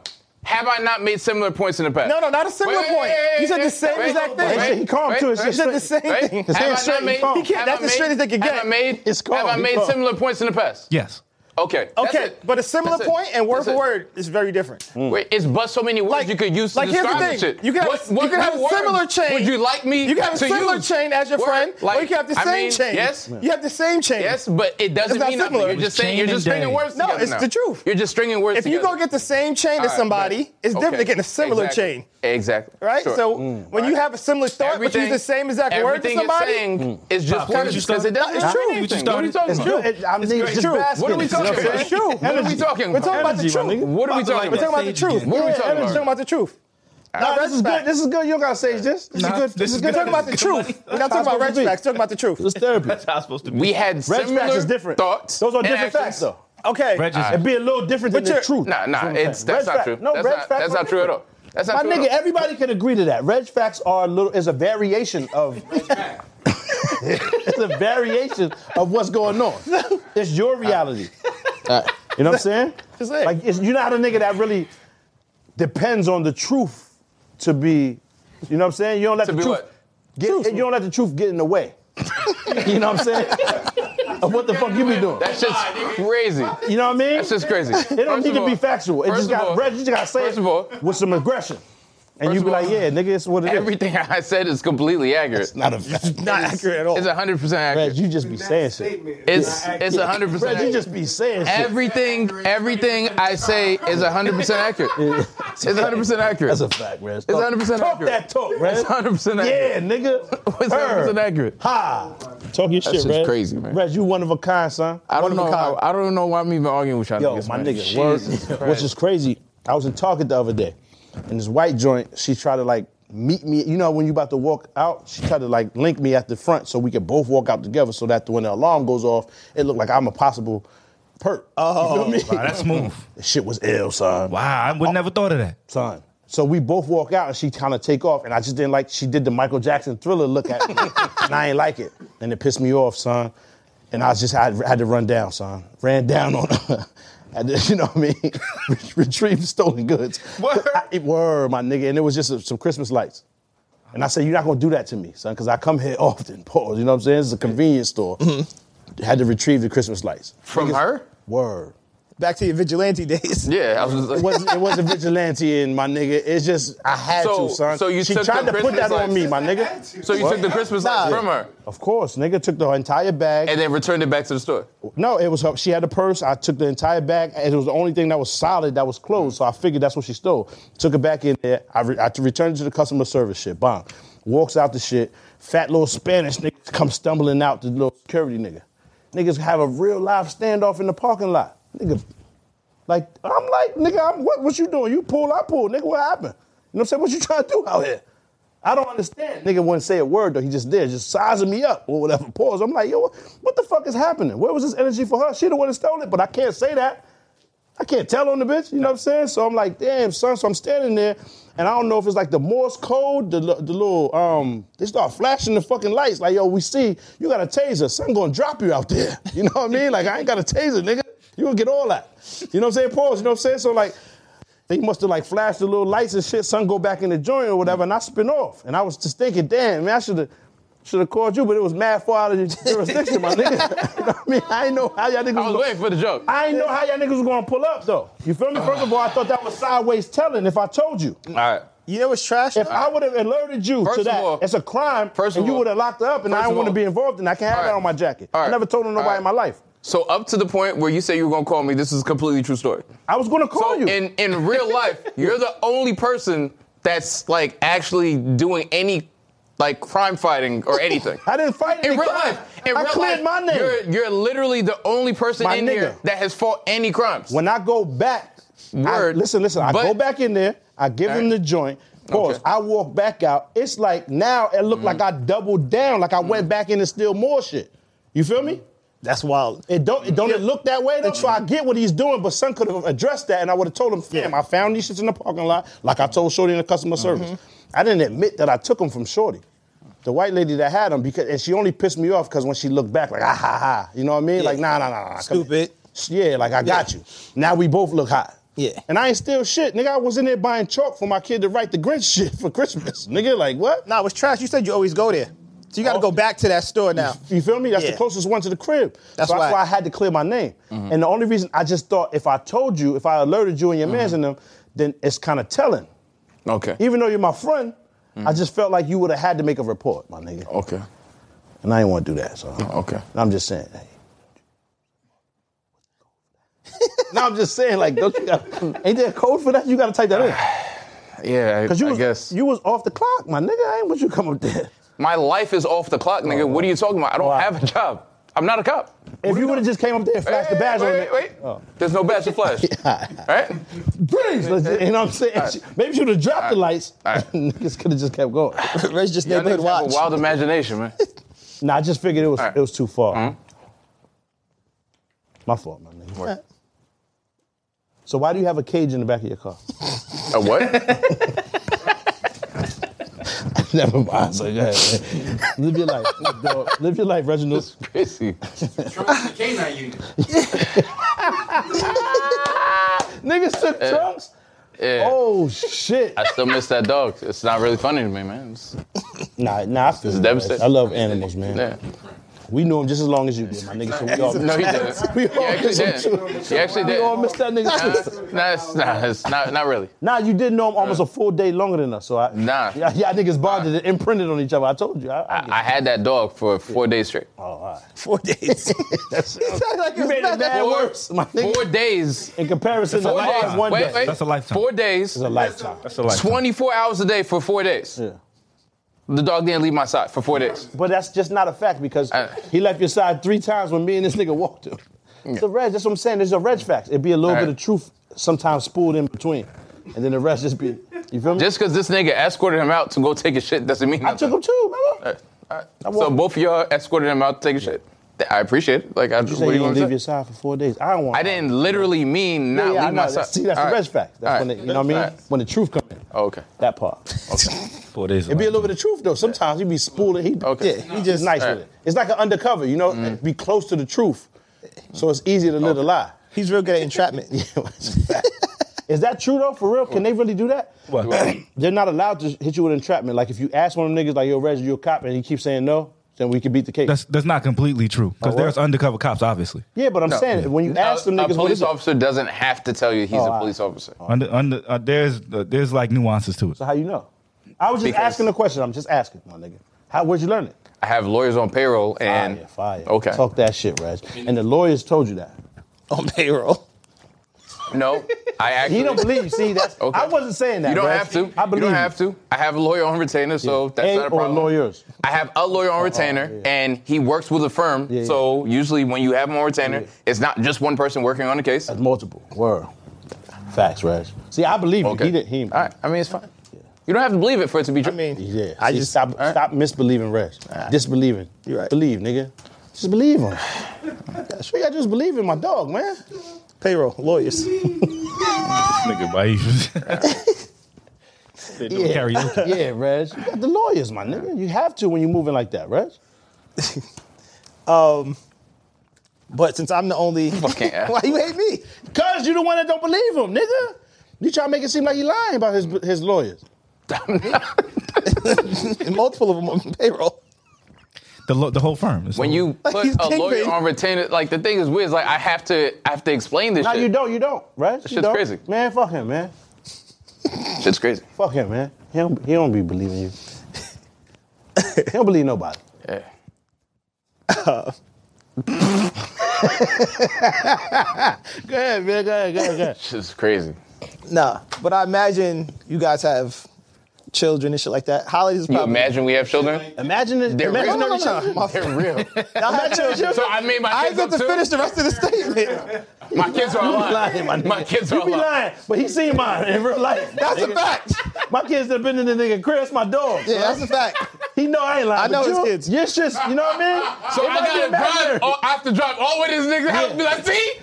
E: have I not made similar points in the past?
D: No, no, not a similar
E: Wait, wait,
D: point.
E: wait,
D: You said the
E: wait,
D: same
E: wait,
D: exact
E: wait,
D: thing.
E: wait,
G: He calm
E: wait,
G: too, it's
E: wait,
D: You said the
E: wait.
D: same
E: Wait,
D: thing.
G: His
E: have
G: hand's
E: I
G: straight,
E: not
G: he
E: made-
G: calm. He
D: can't-
E: have
D: that's
E: I
D: the straightest they could
E: Have
D: get.
E: I made,
G: It's calm,
E: have I
G: he
E: made
G: calm.
E: similar points in the past?
F: Yes.
E: Okay. that's
D: Okay,
E: it.
D: but a similar
E: That's it.
D: point and word
E: That's
D: for
E: it.
D: word is very different.
E: Wait, it's but so many words
D: Like-
E: you could use to
D: like, here's the
E: describe
D: thing.
E: shit.
D: You could have
E: What-
D: a- you
E: what-
D: could have
E: what
D: a
E: words
D: similar chain.
E: Would you like me?
D: You can have a
E: to
D: similar
E: use?
D: chain as your
E: Word,
D: friend,
E: like,
D: or you can have the
E: I
D: same
E: mean,
D: chain.
E: Yes.
D: You have the same chain.
E: Yes, but it doesn't
D: It's not
E: mean nothing.
D: similar.
E: You're just saying
F: Chain
E: you're
F: and
E: just stringing
F: day.
E: words
D: No,
E: together.
D: it's
E: now.
D: the truth.
E: You're just stringing words
D: If you
E: together.
D: go get the same chain
E: All
D: as
E: right,
D: somebody,
E: bet.
D: it's different
E: Okay.
D: than getting a similar
E: Exactly.
D: chain.
E: Exactly.
D: Right?
E: Sure. Mm.
D: So when you
E: Right.
D: have a similar thought, but you use the same exact word to
E: everything
D: somebody,
E: You're saying is just
F: Pop,
E: kind of
F: you just
E: because it
F: started-
E: doesn't.
D: It's
E: Nah,
D: true.
E: What are you
F: It's
E: talking
F: true.
E: about?
F: It's
G: Yo, it- I'm nigga, it's just basking.
E: What are we talking
G: You know
E: about?
G: what I'm saying?
E: What are we
G: Energy.
E: talking
D: We're talking about
F: Energy,
D: the
F: my
D: truth.
F: nigga.
E: What are we talking
D: We're
E: about?
D: talking about the
F: Sage
D: truth.
F: again.
E: What are we
D: Yeah,
E: talking
D: Evan's
E: about?
D: talking about the truth.
G: Nah, this is
D: retrospect.
G: good. This is good. You don't gotta say this. This
F: Nah,
G: is good.
F: this
G: This
F: is
G: is good.
F: good.
D: Talking about the truth. We're not talking about
G: That's supposed to be.
D: retrospects. Talking about the truth.
G: It's therapy.
F: (laughs) That's how it's supposed to be.
E: We had
G: Red
E: similar
G: facts is different.
E: thoughts.
G: Those
E: and
G: are different
E: actions.
G: facts, though.
D: Okay.
F: Reg is-
G: It'd be a little different than
D: But
G: the
D: you're-
G: truth.
E: Nah, nah,
G: what I'm saying.
E: it's that's
G: Red
E: not
G: fact-
E: true.
G: No,
E: that's
G: red
E: not,
G: facts
E: that's not
G: are
E: true at all.
G: different.
E: That's not
G: My
E: true
G: nigga,
E: at all.
G: everybody can agree to that. Reg facts are a little is a variation of it's a variation of what's going on. It's your reality. Uh, You know what I'm saying?
D: That's it.
G: Like it's, you're not a nigga that really depends on the truth to be. You know what I'm saying? You don't let
E: To
G: the
E: be
G: truth
E: what?
G: get. You don't let the truth get in the way. (laughs) you know what I'm saying? of what the fuck you be doing?
E: That's just crazy.
G: You know what I mean?
E: That's just crazy.
G: It don't need to be factual. It just got Reg, you just got to say
E: First
G: it
E: of all,
G: with some aggression, and
E: First
G: you be
E: of all,
G: like, "Yeah, nigga, it's what it is."
E: everything I said is completely accurate. It's
G: Not a fact.
D: Not accurate at all.
E: It's 100 percent
G: Reg,
E: accurate.
G: you just be saying shit.
H: Statement.
E: It's it's 100
G: Reg, you
E: percent.
G: just be saying shit.
E: Everything everything I say is 100 percent accurate. It's 100 percent accurate.
G: (laughs) That's a fact, Reg. It's
E: 100%
G: Talk
E: accurate.
G: that talk, Reg.
E: It's 100%
G: Yeah,
E: accurate.
G: nigga.
E: (laughs) It's 100
G: Her.
E: accurate.
G: Ha. Talk your shit,
E: shit's
G: Reg.
E: crazy, man.
G: Reg, you one of a kind, son.
E: I
G: one
E: don't know.
G: Of a kind.
E: How, I don't know why I'm even arguing with y'all.
G: Yo,
E: niggas,
G: my
E: man.
G: nigga, word,
E: Jesus
G: (laughs) which
E: Christ.
G: is crazy. I was in Target the other day, and this white joint, she tried to like meet me. You know, when you about to walk out, she tried to like link me at the front so we could both walk out together. So that when the alarm goes off, it looked like I'm a possible perp. Oh, you feel me?
F: Wow, that's smooth.
G: That (laughs) shit was ill, son.
F: Wow, I would never thought of that.
G: Son. So we both walk out and she kind of take off, and I just didn't like she did the Michael Jackson thriller look at me, (laughs) and I ain't like it, and it pissed me off, son. And I just had, had to run down, son. Ran down on her. (laughs) Had to- you know what I mean? (laughs) Ret- Retrieve stolen goods.
F: Word.
G: I, it were my nigga, and it was just some- some Christmas lights. And I said, "You're not gonna do that to me, son, because I come here (laughs) often." Pause. You know what I'm saying? This is a convenience store. Had to retrieve the Christmas lights.
E: From
G: Niggas-
E: her?
G: Word
D: Back to your vigilante days.
E: Yeah, I was just like,
G: it wasn't, it wasn't vigilante and my nigga. It's just I had
E: So-
G: to, son.
E: so you
G: she
E: took
G: tried
E: the
G: to put
E: Christmas
G: that on
E: lights.
G: me, my nigga.
E: So you took the Christmas lights from her
G: Of course, nigga took the entire bag.
E: and then returned it back to the store.
G: no, it was her. She had a purse. I took the entire bag, and it was the only thing that was solid that was closed. So I figured that's what she stole. Took it back in there. I, re- I returned it to the customer service. Shit, bomb. Walks out the shit. Fat little Spanish nigga comes stumbling out. The little security nigga. Niggas have a real life standoff in the parking lot. Nigga, like, I'm like, nigga, I'm, what, what you doing? You pull, I pull. Nigga, what happened? You know what I'm saying? What you trying to do out here? I don't understand. Nigga wouldn't say a word though. He just there, just sizing me up or whatever. Pause. I'm like, yo, what- what the fuck is happening? Where was this energy for her? She the one that stole it, but I can't say that. I can't tell on the bitch. You know what I'm saying? So I'm like, damn, son. So I'm standing there, and I don't know if it's like the Morse code, the li- the little um, they start flashing the fucking lights. Like, yo, we see you got a taser. Son gonna drop you out there. (laughs) You know what I mean? Like, I ain't got a taser, nigga. You gonna get all that. You know what I'm saying? Pause. You know what I'm saying? So like. They must have like flashed the little lights and shit. Son go back in the joint or whatever, and I spin off. And I was just thinking, damn, man, I should have should have called you, but it was mad far out of your (laughs) jurisdiction, my nigga. (laughs) you know what I mean? I ain't know how y'all niggas.
E: I was
G: go-
E: waiting for the joke.
G: I ain't know how y'all niggas was gonna pull up though. You feel me? First of all, I thought that was sideways telling. If I told you,
E: All right.
D: You know what's trash?
G: if I would have alerted you
E: First
G: to
E: of
G: that,
E: all-
G: it's a crime,
E: first
G: and
E: of
G: you
E: all-
G: would have locked her up, and I
E: first
G: don't
E: of
G: want to
E: all-
G: be involved, and I can't have
E: All
G: that
E: right.
G: on my jacket.
E: All
G: I
E: right.
G: never told nobody
E: All right.
G: in my life.
E: So up to the point where you say you were gonna call me, this is a completely true story.
G: I was gonna
E: So
G: call you.
E: in in real
G: (laughs)
E: life, you're the only person that's like actually doing any like crime fighting or anything.
G: I didn't fight
E: In
G: any
E: real
G: crime.
E: life, in
G: I
E: real
G: cleared
E: life,
G: my name.
E: You're, you're literally the only person
G: My
E: in here
G: nigga.
E: that has fought any crimes.
G: When I go back, I-
E: Word.
G: listen, listen. I
E: But-
G: go back in there. I give him the joint. Pause.
E: Okay. Mm.
G: I walk back out. It's like now it looked like I doubled down, like I went back in and steal more shit. You feel me?
D: That's wild.
G: It don't it don't it look that way though? So I get what he's doing, but son could have addressed that and I would have told him, fam, I found these shits in the parking lot, like I told Shorty in the customer
E: Mm-hmm.
G: service. I didn't admit that I took them from Shorty. The white lady that had them, because and she only pissed me off because when she looked back, like ah ha ha. You know what I mean? Like, nah, nah, nah, nah, nah. come here.
D: Stupid.
G: Yeah, like I got you. Now we both look hot.
D: Yeah.
G: And I ain't steal shit. Nigga, I was in there buying chalk for my kid to write the Grinch (laughs) shit for Christmas. Nigga, like what?
D: Nah, what's trash? You said you always go there. So you got to go back to that store
G: (laughs)
D: now.
G: You feel me? That's
D: Yeah.
G: the closest one to the crib.
D: That's
G: so that's
D: why- Mm-hmm.
G: why I had to clear my name. And the only reason I just thought if I told you, if I alerted you and your
D: Mm-hmm.
G: mans and them, then it's kind of telling.
E: okay.
G: Even though you're my friend,
D: Mm-hmm.
G: I just felt like you would have had to make a report, my nigga.
E: okay.
G: And I didn't want to do that. So
E: Oh, Okay.
G: I'm just saying. Hey. (laughs) no, I'm just saying, like, don't you got, ain't there a code for that? You got to type that
E: (sighs)
G: in.
E: Yeah, I,
G: Because you,
E: I
G: was-
E: guess.
G: you was off the clock, my nigga. I ain't want you to come up there.
E: My life is off the clock, nigga. what are you talking about? I don't
G: Wow.
E: have a job. I'm not a cop.
G: If you would have just came up there and flashed the
E: Hey,
G: badge on
E: wait,
G: it. Oh.
E: wait. There's no badge to
G: (laughs)
E: flash. All right?
G: Briggs, legit, you know what I'm saying? (laughs) Maybe should have dropped the lights.
E: Alright.
G: (laughs) Niggas could have just
D: (laughs)
G: kept going.
D: Reg just
E: Y'all
D: neighborhood
E: niggas have a
D: watch.
E: wild imagination, man.
G: nah, I just figured it was
E: Alright.
G: it was too far. My fault, my nigga. So why do you have a cage in the back of your car?
E: a what?
G: (laughs) Never mind. So go ahead, man. Live your life, dog. Live your life, Reginald.
E: Crazy.
H: Trump the K9 unit.
G: Niggas took trunks.
E: Yeah.
G: Oh shit.
E: I still miss that dog. It's not really funny to me, man. It's-
G: Nah, nah. I, feel you,
E: devastating.
G: man. I love animals, man.
E: yeah.
G: We knew him just as long as you did, my nigga. So (laughs) we all,
E: (laughs) No, he didn't.
G: we
E: He
G: all
E: actually
G: miss him too.
E: did. He actually
G: We
E: did.
G: all missed that nigga.
E: Nah,
G: too.
E: nah, it's, nah, it's not, not really.
G: Nah, you did know him almost a full day longer than us. So I,
E: Nah.
G: (laughs) yeah, yeah, niggas bonded and imprinted on each other. I told you. I, I,
E: I, I had that dog for four days straight.
G: oh, all right.
D: Four days.
E: (laughs)
G: (laughs) That's,
D: like
G: you
D: it's
G: made it
D: bad.
G: mad
E: Four-
G: worse, my nigga.
E: Four days.
G: In comparison to
E: Four
G: life,
E: days.
G: one
E: Wait,
G: day
E: wait.
F: That's a lifetime.
E: Four days.
G: is a lifetime.
F: That's a lifetime.
E: 24 hours a day for four days.
G: Yeah.
E: The dog didn't leave my side for four days.
G: But that's just not a fact because
E: Uh.
G: he left your side three times when me and this nigga walked him. It's a reg. That's what I'm saying. There's a reg fact. It'd be a little
E: All
G: bit
E: right.
G: of truth sometimes spooled in between, and then the rest just be. You feel me?
E: Just because this nigga escorted him out to go take his shit doesn't mean
G: I took him too,
E: Uh,
G: remember?
E: So
G: walked-
E: both of y'all escorted him out to take his shit. Th- I appreciate it. Like, I,
G: You
E: what
G: said
E: do
G: you
E: you
G: didn't
E: want me
G: leave
E: to
G: your
E: say?
G: side for four days. I don't want.
E: I didn't literally mean not
G: Uh, yeah, I
E: leave my
G: know.
E: side.
G: See, that's
E: All
G: the
E: right.
G: reg fact. That's
E: All
G: when
E: right.
G: it, you know what I mean.
E: All right.
G: When the truth comes in.
E: Oh, okay.
G: That part.
F: Four days.
G: It'd be a little bit of truth though. Sometimes he'd be spooling. He,
E: Okay.
G: yeah, he just nice with it. It's like an undercover, you know. Be close to the truth, so it's easier to live a lie.
D: He's real good at
G: (laughs)
D: entrapment.
G: Is that true though? For real? Can they really do that?
F: What?
G: (clears throat) They're not allowed to hit you with entrapment. Like if you ask one of them niggas, like yo, Reg, you a cop, and he keeps saying no, then we can beat the case.
F: That's that's not completely true because
G: Oh, what?
F: there's undercover cops, obviously.
G: yeah, but I'm
E: No.
G: saying when you ask them
E: a,
G: niggas,
E: a
G: what
E: police
G: is it?
E: officer doesn't have to tell you he's
G: Oh,
E: a
G: I-
E: police officer.
F: Under under uh, there's uh, there's like nuances to it.
G: So how you know? I was just
E: Because-
G: asking the question. I'm just asking, my nigga. How? Where'd you learn it?
E: I have lawyers on payroll and
G: fire, fire.
E: okay.
G: Talk that shit, Reg. And the lawyers told you that.
D: on payroll.
G: (laughs)
E: No, I actually.
G: He don't believe. you. See,
E: (laughs)
G: that's
E: Okay.
G: I wasn't saying that.
E: You don't
G: Reg.
E: have to.
G: I believe
E: you don't have to. I have a lawyer on retainer, so that's
G: A
E: not a
G: or
E: problem.
G: lawyers.
E: I have a lawyer on retainer,
G: yeah.
E: and he works with a firm.
G: Yeah, yeah.
E: So usually, when you have him on retainer,
G: Yeah.
E: it's not just one person working on the case.
G: That's multiple. Word. Facts, Reg. See, I believe you.
E: Okay.
G: He didn't. He.
E: All right. I mean, it's fine. You don't have to believe it for it to be
D: I
E: true.
D: mean,
G: Yeah.
D: I
G: see,
D: just
G: stop
D: I-
G: stop misbelieving Rex. Disbelieving.
D: You're right.
G: Believe, nigga. Just believe him. That's what you gotta just believe in my dog, man.
D: payroll
E: (laughs)
D: lawyers.
F: Nigga, why you? They doing
G: Yeah.
F: karaoke.
G: Yeah, Reg. You got the lawyers, my nigga. You have to when you're moving like that, Reg.
D: But since I'm the only, (laughs)
E: Fucking ass.
D: why you hate me?
G: Cause you the one that don't believe him, nigga. You try to make it seem like he lying about his his lawyers.
D: And multiple of them on payroll.
F: The, lo- the whole firm. It's
E: when
F: the-
E: you put
D: you
E: a
D: think
E: lawyer
D: they-
E: on retainer, like the thing is weird. It's like I have to, I have to explain this
G: No,
E: shit.
G: you don't, you don't, Reg. you
E: shit's
G: don't.
E: crazy.
G: Man, fuck him, man.
E: Shit's crazy.
G: Fuck him, man. He don't, he don't be believing you. (laughs) he don't believe nobody.
E: Yeah.
G: Go ahead, man. Go ahead, go ahead, go ahead.
E: Shit's crazy.
D: Nah, but I imagine you guys have children and shit like that. Holidays is
E: You
D: probably.
E: imagine we have children?
G: Imagine it.
E: They're
G: imagine
E: real. (laughs)
G: every time.
E: They're real.
G: (laughs)
E: (laughs)
D: Y'all have children.
E: So I made my
D: I
E: kids
D: get
E: up
D: to
E: too?
D: finish the rest of the statement.
E: My kids are
G: lying,
E: alive.
G: my
E: My,
G: nigga.
E: kids are
G: You be
E: alive.
G: lying, but he seen mine in real life.
D: That's a
G: nigga.
D: fact.
G: My kids have been in the nigga crib. That's my dog.
D: Yeah,
G: son.
D: that's a fact.
G: He know I ain't lying.
D: I know
G: but
D: his
G: you,
D: kids.
G: Your shit's, you know what I mean?
E: So
G: It
E: I
G: might be
E: gotta
G: imaginary.
E: drive. Oh, I have to drive all the way to this nigga's house. and Be like, see,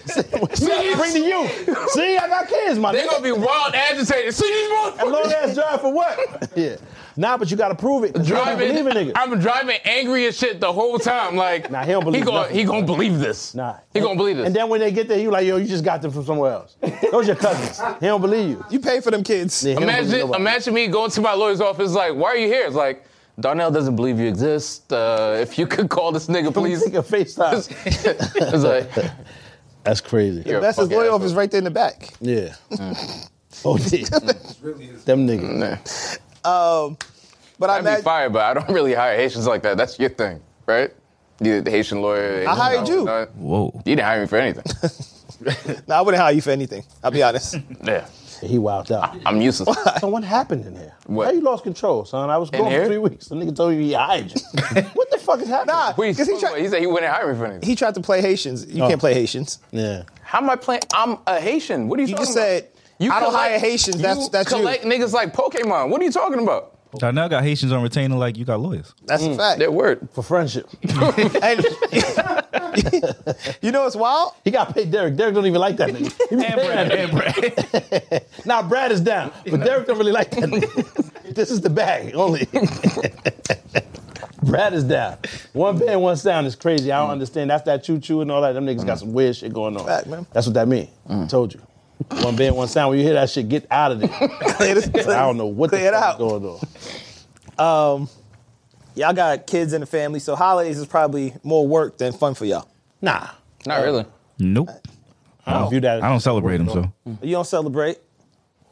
E: see,
G: (laughs) Bring to you.
E: (laughs)
G: See, I got kids, my
E: They
G: nigga.
E: gonna be wild, agitated. See these
G: A long
E: motherfuckers.
G: ass drive for what? yeah. Nah, but you gotta prove it. 'cause you don't
E: Driving,
G: believe a nigga.
E: I'm driving angry as shit the whole time. Like,
G: Nah, he don't believe
E: gonna,
G: nothing.
E: he gonna believe this.
G: Nah.
E: he gonna believe this.
G: And then when they get there, you like, yo, you just got them from somewhere else. Those your cousins. He don't believe you.
D: You pay for them kids.
G: Yeah, he don't believe
E: Imagine,
G: nobody.
E: imagine me going to my lawyer's office, like, why are you here? It's like, Darnell doesn't believe you exist. Uh, if you could call this nigga, please.
G: Take a FaceTime.
E: (laughs) it's
D: (laughs)
E: like,
G: That's crazy.
E: you're a
D: That's his
E: fucking
D: lawyer
E: asshole.
D: office right there in the back.
G: Yeah.
E: Mm.
G: (laughs) Oh, yeah. Them niggas.
E: Nah.
D: But I
E: I'd be
D: imagine
E: fired, but I don't really hire Haitians like that. That's your thing, right? You the Haitian lawyer. Haitian
D: hired
E: no,
D: you.
E: no.
F: Whoa.
E: You didn't hire me for anything.
D: no, I wouldn't hire you for anything. I'll be
E: (laughs)
D: honest.
E: yeah.
G: He wilded out.
E: I'm useless.
G: So what happened in here?
E: What?
G: How you lost control, son? I was gone
E: here?
G: for three weeks. The nigga told you he
F: (laughs)
G: hired you. what the fuck is happening?
D: Nah,
E: Wait,
D: because he
E: wait,
D: tried.
E: he said he wouldn't hire me for anything.
D: He tried to play Haitians. You can't play Haitians.
E: Mm.
G: Yeah.
E: How am I playing? I'm a Haitian. What are you,
D: You
E: talking
D: just
E: about?
D: said I don't hire Haitians. that's
E: you
D: that's
E: collect
D: you.
E: niggas like Pokemon. What are you talking about?
F: Darnell got Haitians on retainer like you got lawyers.
D: That's
E: Mm.
D: a fact.
E: That word.
G: For friendship.
E: (laughs)
D: And- you know
E: (laughs)
D: what's wild?
G: He got paid Derek. Derek don't even like that nigga. He be paying that nigga. (laughs) Now Brad is down, but Derek don't really like that (laughs) nigga. this is the bag only. (laughs) Brad is down. One band, one sound is crazy. I don't understand. That's that choo choo and all that. Them niggas got some weird shit going on.
D: Fact, man.
G: That's what that mean. I told you. One band, one sound. When you hear that shit, get out (laughs) of there.
D: Clear this-
G: I don't know what the
D: Clear it
G: fuck is
D: out.
G: going on.
D: Y'all got kids in the family, so holidays is probably more work than fun for y'all.
G: Nah.
E: Not really.
F: Nope.
G: I don't view that.
F: I don't celebrate them, so
D: You don't celebrate.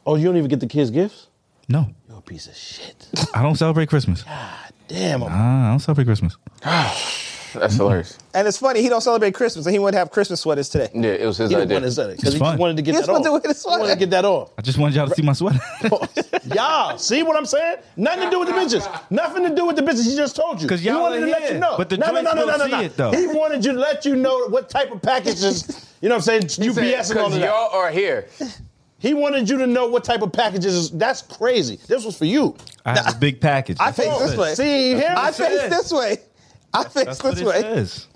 G: Oh, you don't even get the kids gifts?
F: no.
G: You're a piece of (laughs) shit.
F: I don't celebrate Christmas.
G: Damn. I'm-
F: Ah, I don't celebrate Christmas.
E: That's hilarious.
D: And it's funny, he don't celebrate Christmas, and he wouldn't have Christmas sweaters today.
E: Yeah, it was his
G: He didn't
E: idea.
G: want to say it
F: It's
G: because he
F: fun.
G: just wanted to get
D: He
G: that
D: just wanted to
G: off.
D: wear his
G: He wanted to
D: sweater.
G: get
F: (laughs)
G: that off.
F: I just wanted y'all to see my sweater.
G: Y'all, see what I'm saying? Nothing to do with the bitches. Nothing to do with the bitches. He just told you.
F: 'Cause
G: he
F: y'all
G: wanted
F: are
G: to let
F: here,
G: you know.
F: but the
G: no, no,
F: joints
G: no, no, no,
F: don't
G: no,
F: see
G: no.
F: it, though.
G: He wanted you to let you know what type of packages, you know
D: (laughs)
G: what I'm saying? UPS and all of
E: Because
G: that.
E: y'all are here.
G: He wanted you to know what type of packages. is- That's crazy. This was for you.
F: I have a big package.
D: I face this way.
G: See, you hear
D: I
G: me?
D: face this way. I face
F: That's what
D: this
F: it
D: way.
F: says.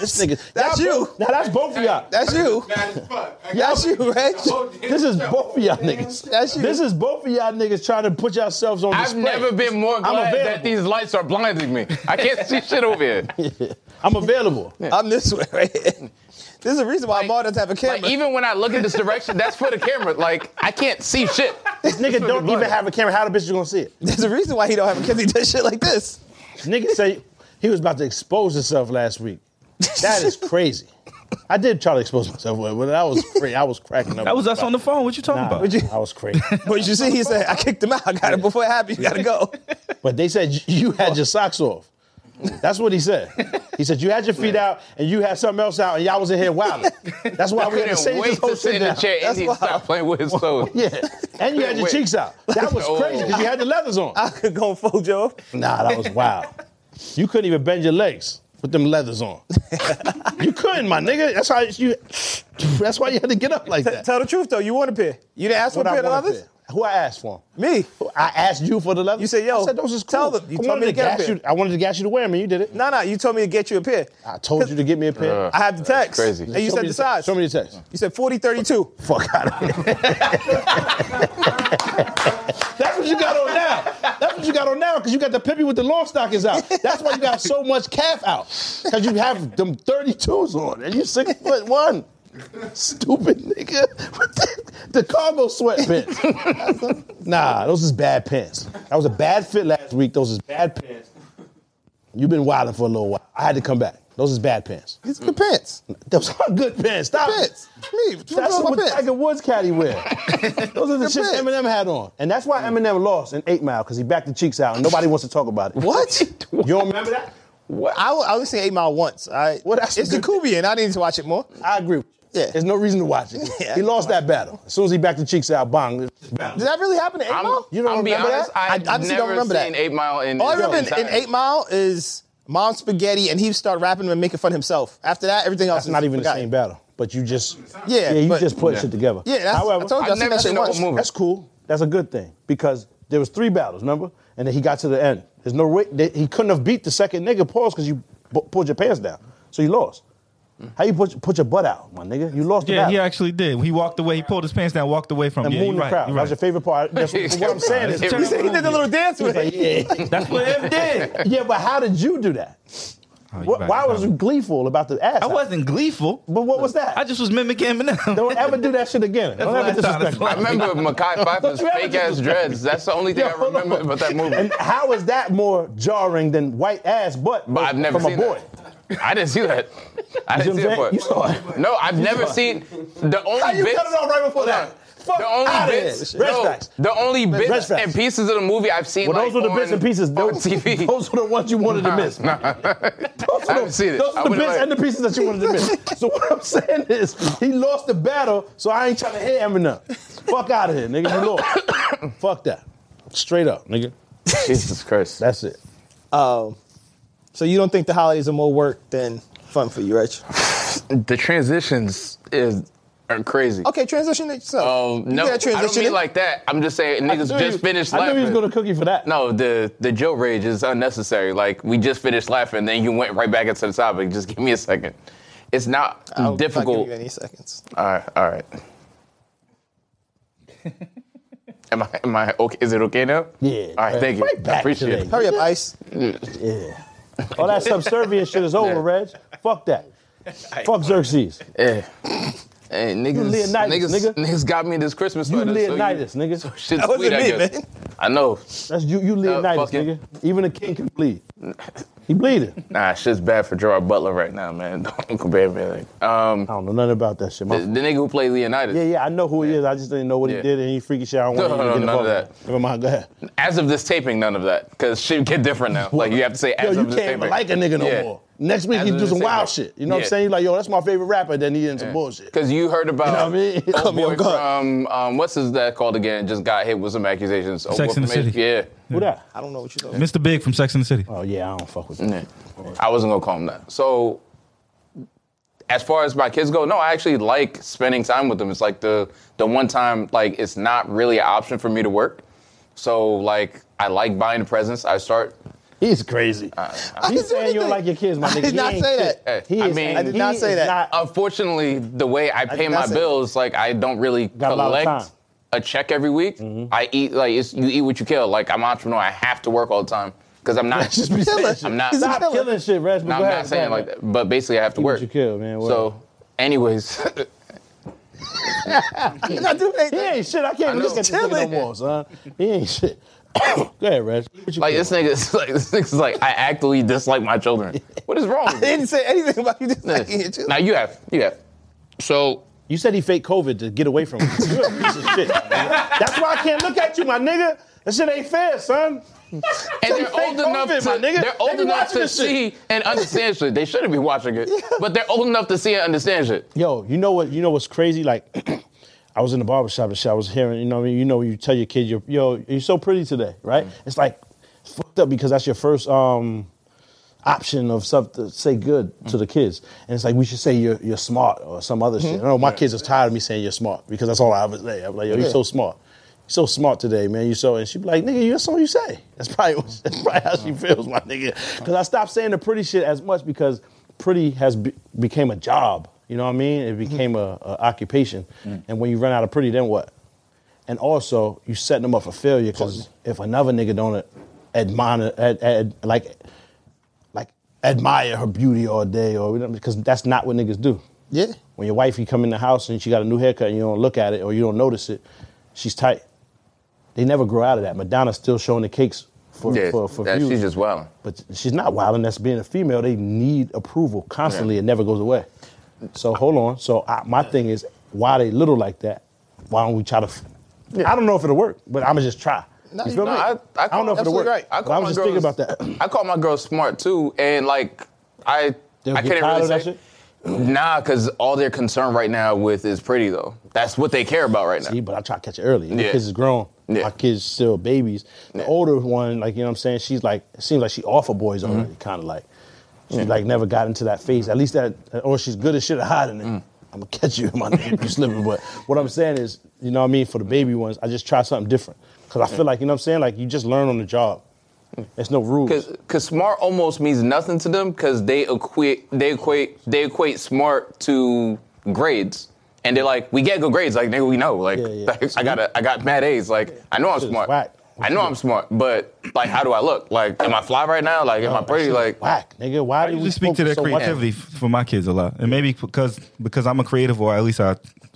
G: This nigga.
D: That's
G: Y'all
D: you.
G: both- Now (laughs) that's both of y'all.
D: That's you.
H: Mad as fuck. I
D: That's
H: got-
D: you, Reg.
H: the whole damn
G: This is
H: show.
G: both of y'all niggas.
D: That's you.
G: This is both of y'all niggas trying to put yourselves on
E: I've
G: display.
E: never been more glad
G: available.
E: that these lights are blinding me. I can't see shit over
G: (laughs)
E: here. (laughs)
G: I'm available.
D: I'm this way right here. This is the reason why
E: Like-
D: Ma doesn't have a camera.
E: Like even when I look in this direction, that's for the camera. Like I can't see shit.
G: Nigga don't even have a camera. How the bitch you gonna see
D: (laughs)
G: it?
D: There's a reason why he don't have a camera. He does shit
E: (laughs)
D: like this.
G: Nigga say he was about to expose himself last week. That
D: (laughs)
G: is crazy. I did try to expose myself, but that was crazy. I was cracking up.
F: That was us on the phone. What you talking
G: Nah,
F: about?
G: I was crazy.
D: But you see, he said, I kicked him out. I got it before it happened. You
E: (laughs)
D: gotta go.
G: But they said (laughs) you- you had your socks off. That's what he said. He said you had your feet out and you had something else out and y'all was in here wilding. That's why we had
E: Couldn't
G: to say this
E: wait
G: whole
E: to
G: shit
E: sit in the
G: down.
E: chair
D: That's
E: and he
D: wild.
E: stopped playing with his clothes.
G: (laughs) Yeah, and you had your
E: Wait.
G: cheeks out.
D: (laughs)
G: That was
E: Oh.
G: crazy because you had the leathers on.
D: I could go and fold Joe.
G: Nah, that was wild. You couldn't even bend your legs with them leathers
D: (laughs)
G: on. you couldn't, my nigga. That's how you. That's why you had to get up like that.
D: Tell the truth though, you want a pair. You didn't ask for
G: What
D: a
G: I
D: pair of
G: want a
D: others?
G: pair. Who I asked for 'em?
D: Me.
G: I asked you for the leather.
D: You said, yo,
G: I said, those is cool.
D: tell them. You
G: I
D: told
G: wanted
D: me
G: to
D: to get a
G: gas
D: pair.
G: you. I wanted to gas you to wear 'em, and you did it.
D: No, no, you told me to get you a pair.
G: I told you to get me a pair.
E: Uh,
D: I have the
E: That's
D: text.
E: crazy.
D: And you
G: Show
D: said
G: me
D: the size.
G: Show me the text.
D: You said 40, 32.
G: Fuck out of here. That's what you got on now. That's what you got on now because you got the pippy with the long stockings out. That's why you got so much calf out because you have them 32s on and you six foot one. Stupid nigga with the, the cargo sweatpants. nah, those is bad pants. That was a bad fit last week. Those is bad pants. You've been wilding for a little while. I had to come back. Those is bad pants.
D: These are good pants.
G: Those are good pants. Stop it.
D: Pants. Me. What's
G: That's
D: wrong
G: what
D: with my pants?
G: Tiger Woods
D: (laughs)
G: caddy wear. Those are the
D: Good
G: shit
D: pick.
G: Eminem had on. And that's why Eminem lost in 8 Mile, because he backed the cheeks out and nobody wants to talk about
D: (laughs)
G: it. (laughs)
D: What?
G: You don't remember that?
D: I, I only seen 8 Mile once. I,
G: Well, that's
D: it's
G: good.
D: Jacobian. I need to watch it more.
G: I agree with you.
D: Yeah.
G: There's no reason to watch it.
D: (laughs) Yeah.
G: He lost that battle. As soon as he backed the cheeks out, bang.
D: Did that really happen to 8
E: I'm,
D: Mile?
G: You don't
E: I'm be
G: remember
E: honest,
G: that?
E: I,
D: I honestly
E: never
D: don't remember that.
E: seen Eight Mile in.
D: All I
E: its
D: remember in, in
E: entirety.
D: Eight Mile is Mom Spaghetti, and he started rapping and making fun of himself. After that, everything else
G: That's
D: is
G: not even the
D: forgotten.
G: same battle. But you just
D: Yeah,
G: you
D: but-
G: just put
E: Yeah.
G: shit together.
D: Yeah, that's- I
G: However,
D: told you,
E: I've
D: I seen
E: never
D: that shit
E: seen the
D: once.
E: whole movie.
G: That's cool. That's a good thing because there was three battles, remember? And then he got to the end. There's no way that he couldn't have beat the second nigga pause because you bu- pulled your pants down, so you lost. How you put put your butt out, my nigga? You lost.
F: Yeah,
G: the battle.
F: he actually did. He walked away. He pulled his pants down, walked away from
G: and
F: yeah,
G: moon
F: you're
G: the
F: right,
G: crowd.
F: you're
G: That was your
F: right.
G: favorite
F: (laughs)
G: part. That's what what I'm saying is,
E: He said
D: He did the little dance with it.
G: yeah,
F: That's what Ev did.
G: (laughs) yeah. But how did you do that?
F: Oh, you're
G: Wh-
F: right,
G: Why
F: you're
G: was
F: right.
G: you gleeful about the ass?
F: I
G: out?
F: wasn't gleeful.
G: But what was that?
F: I just was mimicking Eminem.
G: don't
F: (laughs)
G: ever do that shit again.
F: That's
G: Don't
F: what
G: ever
F: I thought.
G: disrespect.
F: That's what
E: I
G: (laughs)
E: remember Makai Pfeiffer's
G: you ever
E: fake ass
G: disrespect
E: dreads. That's the only thing
G: Yeah,
E: I
G: hold
E: remember
G: on.
E: about that movie.
G: And how is that more jarring than white ass butt?
E: but I've never
G: from
E: seen
G: a boy.
E: that. I didn't see that. I
G: You
E: didn't
G: see
E: see
G: what
E: that
G: I'm
E: part.
G: saying? You saw it.
E: No, I've never seen the only
G: How you
E: bits.
G: cut it off right before
E: Hold
G: that?
E: on.
G: Fuck
E: the only
G: outta
E: bits.
G: here. Red
E: no,
G: facts.
E: the only
G: Red
E: bits
G: facts.
E: and pieces of the movie I've seen.
G: Well, those
E: like,
G: were the bits
E: on-
G: and pieces.
E: on (laughs)
G: Those,
E: TV.
G: (laughs) those were the ones you wanted to miss.
E: I
G: Those are
E: haven't
G: the,
E: seen it.
G: Those
E: I
G: are the
E: wouldn't
G: bits
E: like-
G: and the pieces that you wanted to miss. so what I'm (laughs) saying is, he lost the battle, so I ain't trying to hit Eminem. Fuck out of here, nigga.
E: (coughs)
G: You lost. Fuck that. Straight up, nigga.
E: Jesus Christ.
G: That's it.
D: Um, so you don't think the holidays are more work than fun for you, Rich?
E: the transitions is are crazy.
D: Okay, transition it yourself.
E: Um,
D: You
E: no,
D: gotta
E: I don't
D: transition
E: mean
D: it.
E: like that. I'm just saying
G: I
E: niggas
G: knew
E: just
G: you-
E: finished
G: I
E: laughing.
G: knew he was going to cook you for that.
E: No, the the Joe rage is unnecessary. Like we just finished laughing, then you went right back into the topic. Just give me a second. It's not
D: I'll- I'll give
E: difficult.
D: you any seconds.
E: all right, all
G: (laughs)
E: right. am I am I okay? Is it okay now?
G: Yeah.
E: All right, thank you.
G: Right
E: I
G: back to
E: appreciate
G: that.
E: it.
D: Hurry up, Ice.
G: Yeah. All that subservient shit is over,
E: Yeah.
G: Reg. Fuck that. Fuck Xerxes.
E: Yeah. Hey, niggas,
G: Leonidas,
E: niggas,
G: nigga.
E: niggas got me this Christmas
G: You
E: letter, so
G: Leonidas,
E: (laughs)
G: nigga.
E: Shit's
D: That wasn't
E: sweet, I
D: me,
E: guess.
D: man.
E: I know.
G: That's you. You Leonidas,
E: fuck it.
G: nigga. Even a king can bleed. He bleeding.
E: Nah, shit's bad for Gerard Butler right now, man. (laughs) Don't compare me. Like, um,
G: I don't know nothing about that shit.
E: the,
G: My-
E: the nigga who played Leonidas.
G: Oh. yeah, yeah, I know who he
E: Yeah.
G: is. I just didn't know what
E: Yeah.
G: he did, and he freaky shit. I don't want
E: No,
G: him to
E: no,
G: get
E: none of
G: involved.
E: that.
G: Never mind. Go ahead.
E: As of this taping, none of that, because shit get different now. Like you have to say
G: Yo,
E: as
G: you
E: of this
G: can't
E: taping.
G: even like a nigga no
E: Yeah.
G: more. Next week
E: As
G: he
E: of
G: do
E: this
G: some wild
E: taping.
G: shit. You know what
E: Yeah.
G: I'm saying? He like, yo, that's my favorite rapper. Then he into some bullshit.
E: Cause you heard
G: You know
E: about
G: what I mean? (laughs)
E: old
D: me
E: boy
D: off guard.
E: from um, what's his that called again? Just got hit with some accusations. Old
F: Sex
E: boy
F: and the
E: from H-
F: City.
E: Yeah.
G: Who that?
D: I don't know what you're talking
F: Mr. Big from Sex and the City.
G: Oh yeah, I don't fuck with that.
E: Yeah. I wasn't gonna call him that. So, as far as my kids go, no, I actually like spending time with them. It's like the the one time like it's not really an option for me to work. So like I like buying presents. I start.
G: He's crazy.
E: Uh,
D: I
G: He's
D: didn't do
G: saying you don't
D: anything.
G: like your kids, my
D: I
G: nigga.
D: did
G: He
D: not
G: ain't
D: say
G: shit.
E: that.
G: He
E: I
G: is-
E: mean-
D: I did not
G: he
D: say
G: is
D: that.
E: Oh,
G: not-
E: Unfortunately, the way I pay
D: did
E: my
D: not say that.
E: bills, like I don't really
G: Got a lot of
E: collect
G: time. Mm-hmm.
E: a check every week. I eat like it's, you eat what you kill. Like I'm an entrepreneur. I have to work all the time because I'm not.
G: (laughs)
E: (laughs)
G: Just be saying
D: Killer.
G: shit.
E: I'm not.
D: He's a
G: Stop
D: killer.
G: killing shit, Reg.
E: No,
G: but go
E: I'm
G: ahead,
E: not saying
G: go
E: like
G: ahead.
E: that, but basically I have to
G: Eat what
E: work.
G: you kill, man, whatever.
E: So,
G: (laughs)
E: anyways,
D: about. I'm not doing anything.
G: He ain't shit. I can't
E: know.
G: look at this nigga no
D: Chilling.
G: more, son. He ain't shit. (coughs) go ahead, Reg. What
E: (laughs)
G: you
E: like
G: feel?
E: this nigga, is (laughs) like this nigga's like I actively dislike my
G: (laughs)
E: children. What is wrong?
D: I
E: With
D: didn't say anything about you just
E: you?
D: liking it, too.
E: Now you have, you have. So
G: You said he faked COVID to get away from it. (laughs) You're a piece of shit. my nigga. That's why I can't look at you, my nigga. That shit ain't fair, son.
E: and
G: They
E: they're
G: fake
E: old enough
G: COVID,
E: to
G: my nigga.
E: they're
G: They
E: old
G: be
E: enough
G: watching
E: to
G: this shit.
E: see and understand shit. They shouldn't be watching
G: (laughs)
E: it, but they're old enough to see and understand shit.
G: Yo, you know what? You know what's crazy? Like, (clears throat) I was in the barbershop and shit. I was hearing, you know, what I mean, you know, you tell your kid, you're, yo, you're so pretty today, right? It's like it's fucked up because that's your first um option of something to say good to the kids, and it's like we should say you're you're smart or some other shit. I know my kids are tired of me saying you're smart because that's all I ever say. I'm like, yo, you're so smart. so smart today, man. You so and she be like, nigga, you that's all you say. That's probably what, (laughs) that's probably how she feels, my nigga. Because I stopped saying the pretty shit as much because pretty has be, became a job. You know what I mean? It became a, a occupation. And when you run out of pretty, then what? And also, you setting them up for failure because if another nigga don't admire, ad, ad, like, like admire her beauty all day, or because that's not what niggas do.
D: Yeah.
G: When your wife, you come in the house and she got a new haircut and you don't look at it or you don't notice it, she's tight. They never grow out of that. Madonna's still showing the cakes for
E: Yeah,
G: for, for
E: that-
G: views.
E: she's just wilding.
G: But she's not wilding. That's being a female. They need approval constantly.
E: Yeah.
G: It never goes away. So hold on. So I, my thing is, why they little like that? Why don't we try to? F- I don't know if it'll work, but I'ma just try. you
E: no,
G: feel me?
E: I- I
G: don't know if it'll
E: absolutely
G: work.
E: right. I
G: I, but
E: call
G: I
E: my
G: was just thinking about
E: girls-
G: that. (clears throat)
E: (clears throat) I call my girl smart too, and like I,
G: They'll
E: I
G: get
E: couldn't
G: tired
E: really
G: of that Mm-hmm.
E: say. Nah, because all they're concerned right now with is pretty though. That's what they care about right now.
G: See, but I try to catch it early. My
E: Yeah.
G: kids is grown.
E: Yeah.
G: My kids still babies. The
E: Yeah.
G: older one, like you know what I'm saying, she's like it seems like she off of boys
E: Mm-hmm.
G: already, kind of like. She like never got into that phase. At least that, or she's good as shit at hiding it.
E: Mm.
G: I'm gonna catch you, my nigga, if you slipping. But what I'm saying is, you know what I mean. For the baby ones, I just try something different because I feel like you know what I'm saying. Like you just learn on the job.
E: Mm.
G: There's no rules.
E: Because smart almost means nothing to them because they equate they equate they equate smart to grades. And they're like, we get good grades, like nigga, we know, like,
G: Yeah, yeah.
E: like, (laughs) I got a, I got mad A's, like I know I'm
G: Shit is
E: smart,
G: whack.
E: I know I'm smart, but like, how do I look? Like, am I fly right now? Like,
G: Oh,
E: am I pretty? Like, (laughs)
G: whack, nigga. Why
F: I
G: do we
F: usually speak to
G: focus
F: their
G: so much-
F: creativity f- for my kids a lot, and maybe because because I'm a creative, or at least I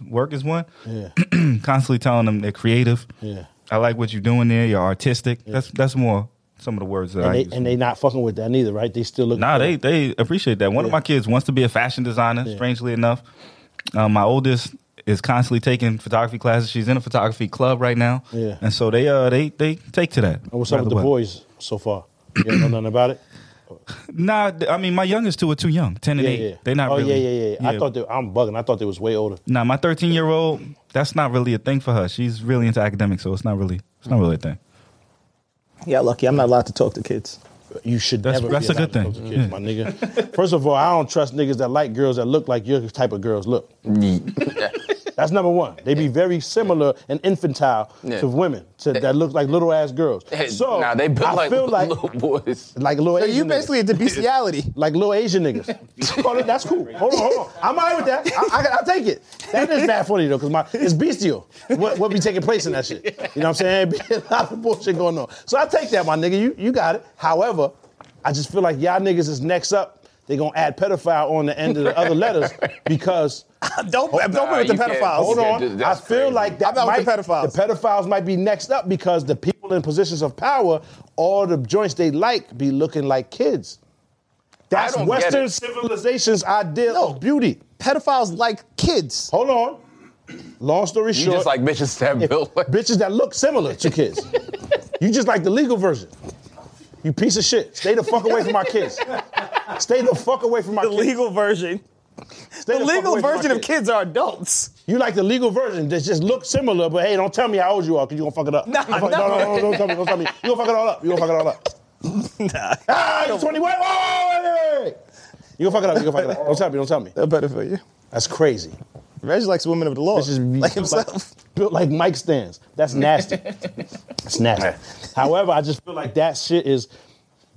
F: work as one.
G: Yeah.
F: (clears throat) constantly telling them they're creative.
G: Yeah.
F: I like what you're doing there. You're artistic. That's that's more some of the words that I
G: And
F: use.
G: they, and they not fucking with that neither, right? They still look.
F: nah, they they appreciate that. One of my kids wants to be a fashion designer.
G: Yeah.
F: Strangely enough, um, my oldest is constantly taking photography classes. She's in a photography club right now.
G: Yeah.
F: and so they uh they they take to that.
G: And what's up
F: rather
G: with the
F: well.
G: boys so far? You don't know nothing about it.
F: Nah, th- I mean my youngest two are too young. Ten and
G: Yeah,
F: eight.
G: yeah.
F: They're not.
G: Oh
F: really,
G: yeah, yeah, yeah, I thought they, I'm bugging. I thought they was way older.
F: Nah, my 13 year old, that's not really a thing for her. She's really into academics, so it's not really, it's not really a thing.
D: Yeah, lucky. I'm not allowed to talk to kids.
G: You should
F: That's-
G: never.
F: that's
G: be
F: a good thing.
G: allowed to talk to Kids, My nigga. First of all, I don't trust niggas that like girls that look like your type of girls look. That's number one. They be very similar and infantile
E: Yeah.
G: to women to, that look like little ass girls. So
E: now they built
G: I
E: like,
G: feel like
E: little boys.
G: like little
D: So
G: Asian
D: you
G: niggas.
D: basically
E: (laughs)
D: into bestiality.
G: like little Asian niggas. Oh, that- that's cool. Hold on, hold on. I'm all right with that. I, I, I'll take it. That is bad funny though, because my it's bestial. What what be taking place in that shit? You know what I'm saying? (laughs) Be a lot of bullshit going on. So I take that, my nigga. You you got it. However, I just feel like y'all niggas is next up. They gonna add pedophile on the end of the other letters because
D: don't don't
E: Nah,
D: bring it to
E: you can't.
D: pedophiles.
G: hold
E: Okay,
G: on.
E: dude,
G: I
E: that's
G: feel
E: crazy.
G: like that
D: I'm out
G: might,
D: with pedophiles.
G: The pedophiles might be next up because the people in positions of power, all the joints they like, be looking like kids. That's
E: I don't get
G: Western
E: it.
G: civilization's idea of beauty.
D: Pedophiles like kids.
G: Hold on. Long story
E: You
G: short,
E: just like bitches that
G: if-
E: built like
G: bitches that look similar
E: (laughs)
G: to kids. you just like the legal version. You piece of shit. Stay the fuck away from my kids. Stay the fuck away from my
D: The
G: kids.
D: legal version.
G: Stay
D: The
G: fuck
D: legal
G: away from my
D: version of kids are adults.
G: You like the legal version that just looks similar, but hey, don't tell me how old you are, cause you gonna fuck it up.
D: Nah,
G: Don't fuck- no, no,
D: no.
G: no, no, don't tell me, don't tell me. You gonna fuck it all up. You gonna fuck it all (laughs) up.
D: (laughs) Nah.
G: Ah, you 21. Oh, wait, wait, wait, wait. You gonna fuck it up. You gonna fuck it up. Don't tell me. Don't tell me.
D: They're better for you.
G: That's crazy.
D: Reg likes women of the law,
G: This is
D: like himself.
G: Like, built like mic stands. That's nasty. That's nasty. (laughs) However, I just feel like that shit is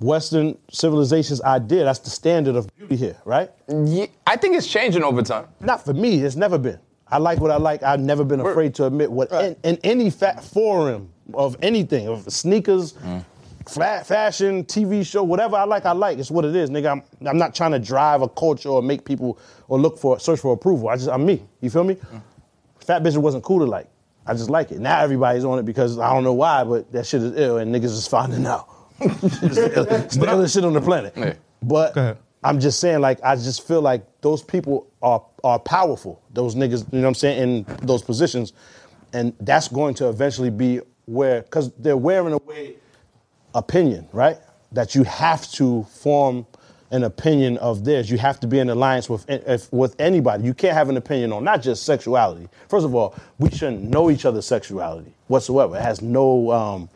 G: Western civilization's idea. That's the standard of beauty here, right?
E: Ye- I think it's changing over time.
G: Not for me. It's never been. I like what I like. I've never been afraid to admit what
D: Right.
G: in, in any fa- forum of anything of sneakers, fa- fashion, TV show, whatever I like, I like. It's what it is, nigga. I'm, I'm not trying to drive a culture or make people or look for search for approval. I just I'm me. You feel me? Fat bitches wasn't cool to like. I just like it. Now everybody's on it because I don't know why, but that shit is ill and niggas is finding out. (laughs) it's the ill- it's the illest shit on the planet.
E: Yeah.
G: But
F: Go ahead.
G: I'm just saying, like, I just feel like those people are are powerful. Those niggas, you know what I'm saying, in those positions, and that's going to eventually be where, because they're wearing away opinion, right? That you have to form an opinion of theirs. You have to be in alliance with if, with anybody. You can't have an opinion on not just sexuality. First of all, we shouldn't know each other's sexuality whatsoever. It has no. Um,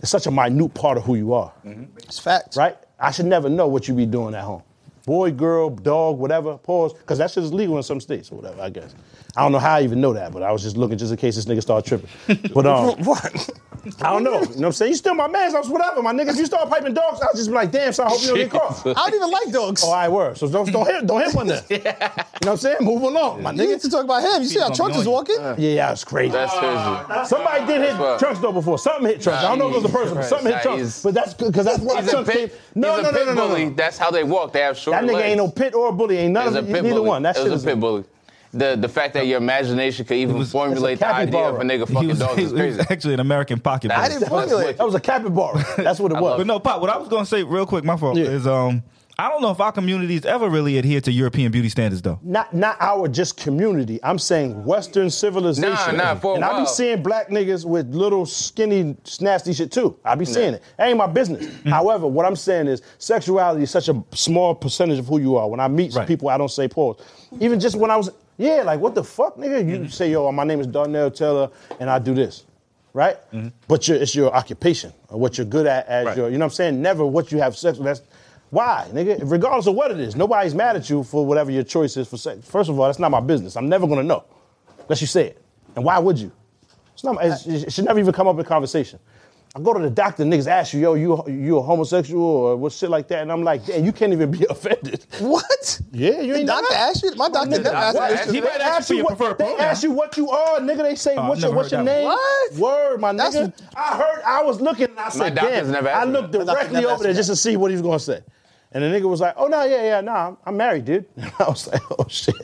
G: it's such a minute part of who you are
D: It's facts.
G: right? I should never know what you be doing at home. boy, girl, dog, whatever. Pause, because that shit is legal in some states or whatever. I guess I don't know how I even know that, but I was just looking just in case this nigga start tripping. But um,
D: What? (laughs)
G: I don't know. You know what I'm saying? You still my man, so it's whatever. My nigga, if you start piping dogs, I'll just be like, damn, so I hope you don't get
D: (laughs)
G: caught.
D: I don't even like dogs.
G: Oh, I were. So don't don't hit don't hit
E: (laughs)
G: one then. You know what I'm saying? Move along, my
D: you
G: nigga.
D: need to talk about him. You see how
F: People
D: Trunks
F: don't
D: is
F: know you.
D: walking?
G: Yeah, yeah, it's crazy.
E: That's crazy.
G: Somebody did hit
E: Fuck.
G: Trunks though before. Something hit Trunks. I don't know if it was the person, but something hit
E: Nah,
G: Trunks.
E: he's-
G: But that's because that's why
E: He's a
G: Trunks came.
E: pit,
G: No,
E: he's
G: no,
E: a
G: no,
E: pit
G: no, no,
E: bully.
G: no.
E: That's how they walk. They have short
G: That nigga
E: legs.
G: ain't no pit or bully. Ain't none
E: It was
G: of
E: a
G: them.
E: pit
G: Neither
E: bully.
G: one. That
E: it
G: shit
E: was
G: is
E: a pit bully. The the fact that your imagination could even
F: was- it's a
E: formulate the idea
G: capybara.
E: of a nigga
F: He
E: fucking
F: was,
E: dog
F: he
E: is
F: was
E: crazy.
F: actually an American pocket.
E: That's-
F: bully.
D: I didn't
E: that's
D: formulate
E: wicked.
D: it.
G: That was a capybara. That's what it was.
F: But no, Pop, what I was going to say real quick, my fault,
G: Yeah.
F: is um, I don't know if our communities ever really adhere to European beauty standards, though.
G: Not not our just community. I'm saying Western civilization.
E: Nah, nah, for a
G: and I be
E: while.
G: seeing black niggas with little skinny nasty shit too. I be seeing it. That ain't my business. However, what I'm saying is sexuality is such a small percentage of who you are. When I meet
F: Right.
G: people, I don't say pause. Even just when I was yeah, like what the fuck, nigga? You say yo, my name is Darnell Taylor, and I do this. Right, but your, it's your occupation or what you're good at as
E: Right.
G: your, you know what I'm saying. Never what you have sex with. That's why, nigga? Regardless of what it is, nobody's mad at you for whatever your choice is for sex. First of all, that's not my business. I'm never gonna know unless you say it. And why would you? It's not. It's, it should never even come up in conversation. I go to the doctor, niggas ask you, yo, you you a homosexual or what shit like that, and I'm like, damn, you can't even be (laughs) offended.
D: What?
G: Yeah, you
D: The
G: ain't
D: doctor
G: never-
D: asked you. My doctor
G: Nigga,
D: never asked
G: what?
D: me
E: asked
D: this.
G: He
E: you
D: shit.
E: that?
G: might ask
F: For
G: you
F: your
G: what
F: preferred
G: they
F: pronoun.
G: ask you what you are, nigga. They say
F: Oh,
G: what's
F: I've
G: your
F: never
G: what's your
F: heard that
G: name?
D: one. What?
G: Word, my
D: That's-
G: nigga. I heard. I was looking and I said,
E: doctor's
G: damn.
E: never
G: I
E: asked me
G: looked
E: that.
D: My doctor
G: directly
D: never
G: over
D: asked
G: there
D: me
G: just to see what he was gonna say. And the nigga was like, oh, no, yeah, yeah, nah, I'm married, dude. (laughs) And I was like, oh, shit.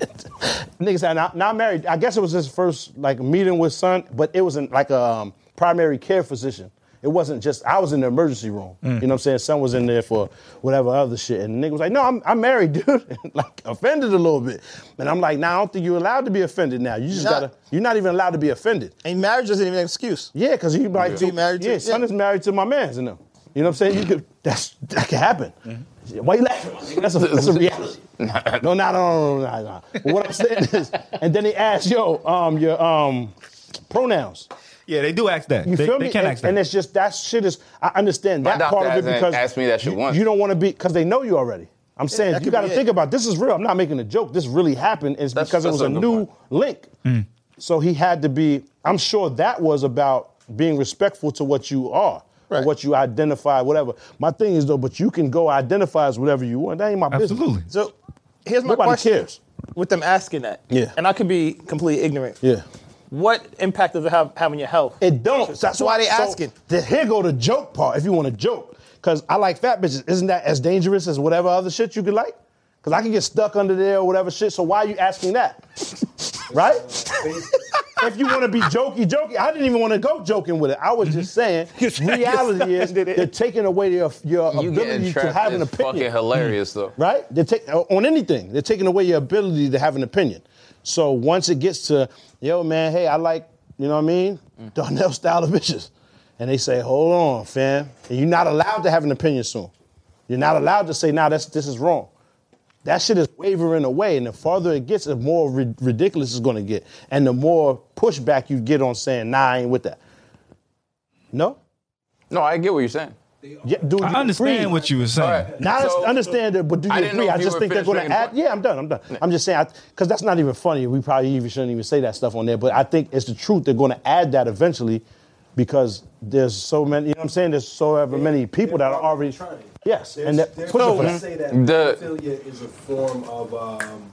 G: Nigga said, "Nah, nah, I'm married. I guess it was his first, like, meeting with son, but it was in, like, a um, primary care physician. It wasn't just, I was in the emergency room. You know what I'm saying? Son was in there for whatever other shit. And the nigga was like, no, I'm, I'm married, (laughs) dude. And, like, offended a little bit. And I'm like, nah, I don't think you're allowed to be offended now. You just
D: Not-
G: gotta, you're not even allowed to be offended.
D: And marriage isn't even an excuse.
G: Yeah, because you might
D: Be married to-
G: Yeah, son
D: yeah.
G: is married to my man's. You know, you know what I'm saying? You could that's that could happen.
D: Mm-hmm.
G: Why you laughing? That's a, that's
D: (laughs)
G: a reality. no, no, no, no, no, no. no. What I'm saying is, and then they ask, yo, um, your um, pronouns.
F: Yeah, they do ask that.
G: You
F: they,
G: feel
F: they
G: me?
F: can
G: and,
F: ask that.
G: and it's just that shit is. I understand
E: My
G: that part
E: doctor
G: of it
E: hasn't
G: because
E: asked me that shit
G: you,
E: once.
G: you don't want to be because they know you already. I'm saying
D: that
G: you
D: could
G: got to
D: be it.
G: think about this is real. I'm not making a joke. This really happened. It's
E: That's-
G: because it
E: that's
G: was a
E: a good
G: new
E: point.
G: link. So he had to be. I'm sure that was about being respectful to what you are. Or
D: Right.
G: what you identify, whatever. My thing is though, but you can go identify as whatever you want. That ain't my
F: Absolutely.
G: business.
D: So here's my
G: Nobody
D: question
G: cares.
D: with them asking that.
G: Yeah.
D: And I could be completely ignorant.
G: Yeah.
D: What impact does it have, have on your health?
G: It don't. That's
D: why they
G: so,
D: asking.
G: The, here go the joke part. If you want to joke, because I like fat bitches. Isn't that as dangerous as whatever other shit you could like? Because I can get stuck under there or whatever shit. So why are you
E: (laughs)
G: asking that? right? if you want to be jokey, jokey, I didn't even want to go joking with it. I was
E: Mm-hmm. (laughs)
G: just saying, reality is they're taking away your your
E: (laughs) You
G: ability
E: getting
G: to
E: trapped
G: have an
E: is fucking
G: opinion
E: hilarious though.
G: right? They're take, on anything. They're taking away your ability to have an opinion. So once it gets to, yo, man, hey, I like, you know what I mean? Darnell style of bitches. And they say, hold on, fam. And you're not allowed to have an opinion soon. You're not allowed to say, nah, that's, this is wrong. That shit is wavering away. And the farther it gets, the more ri- ridiculous it's going to get. And the more pushback you get on saying, nah, I ain't with that. No?
E: No, I get what you're saying.
G: Yeah, dude,
F: I
G: you
F: understand
G: free.
F: what you were saying.
E: All right.
G: Now I
E: So-
G: understand it, but do you
E: I didn't know
G: agree?
E: if
G: I
E: you
G: just
E: were
G: think they're
E: finished
G: going to
E: making
G: add.
E: the point.
G: Yeah, I'm done. I'm done. I'm just saying because that's not even funny. We probably even shouldn't even say that stuff on there. But I think it's the truth. They're going to add that eventually because there's so many. You know what I'm saying? There's so ever many people that are already.
I: trying.
G: Yes,
I: There's,
G: and that,
I: there's
G: push it
I: people
G: for
I: that
G: that.
I: say that
E: The-
I: pedophilia is a form of um,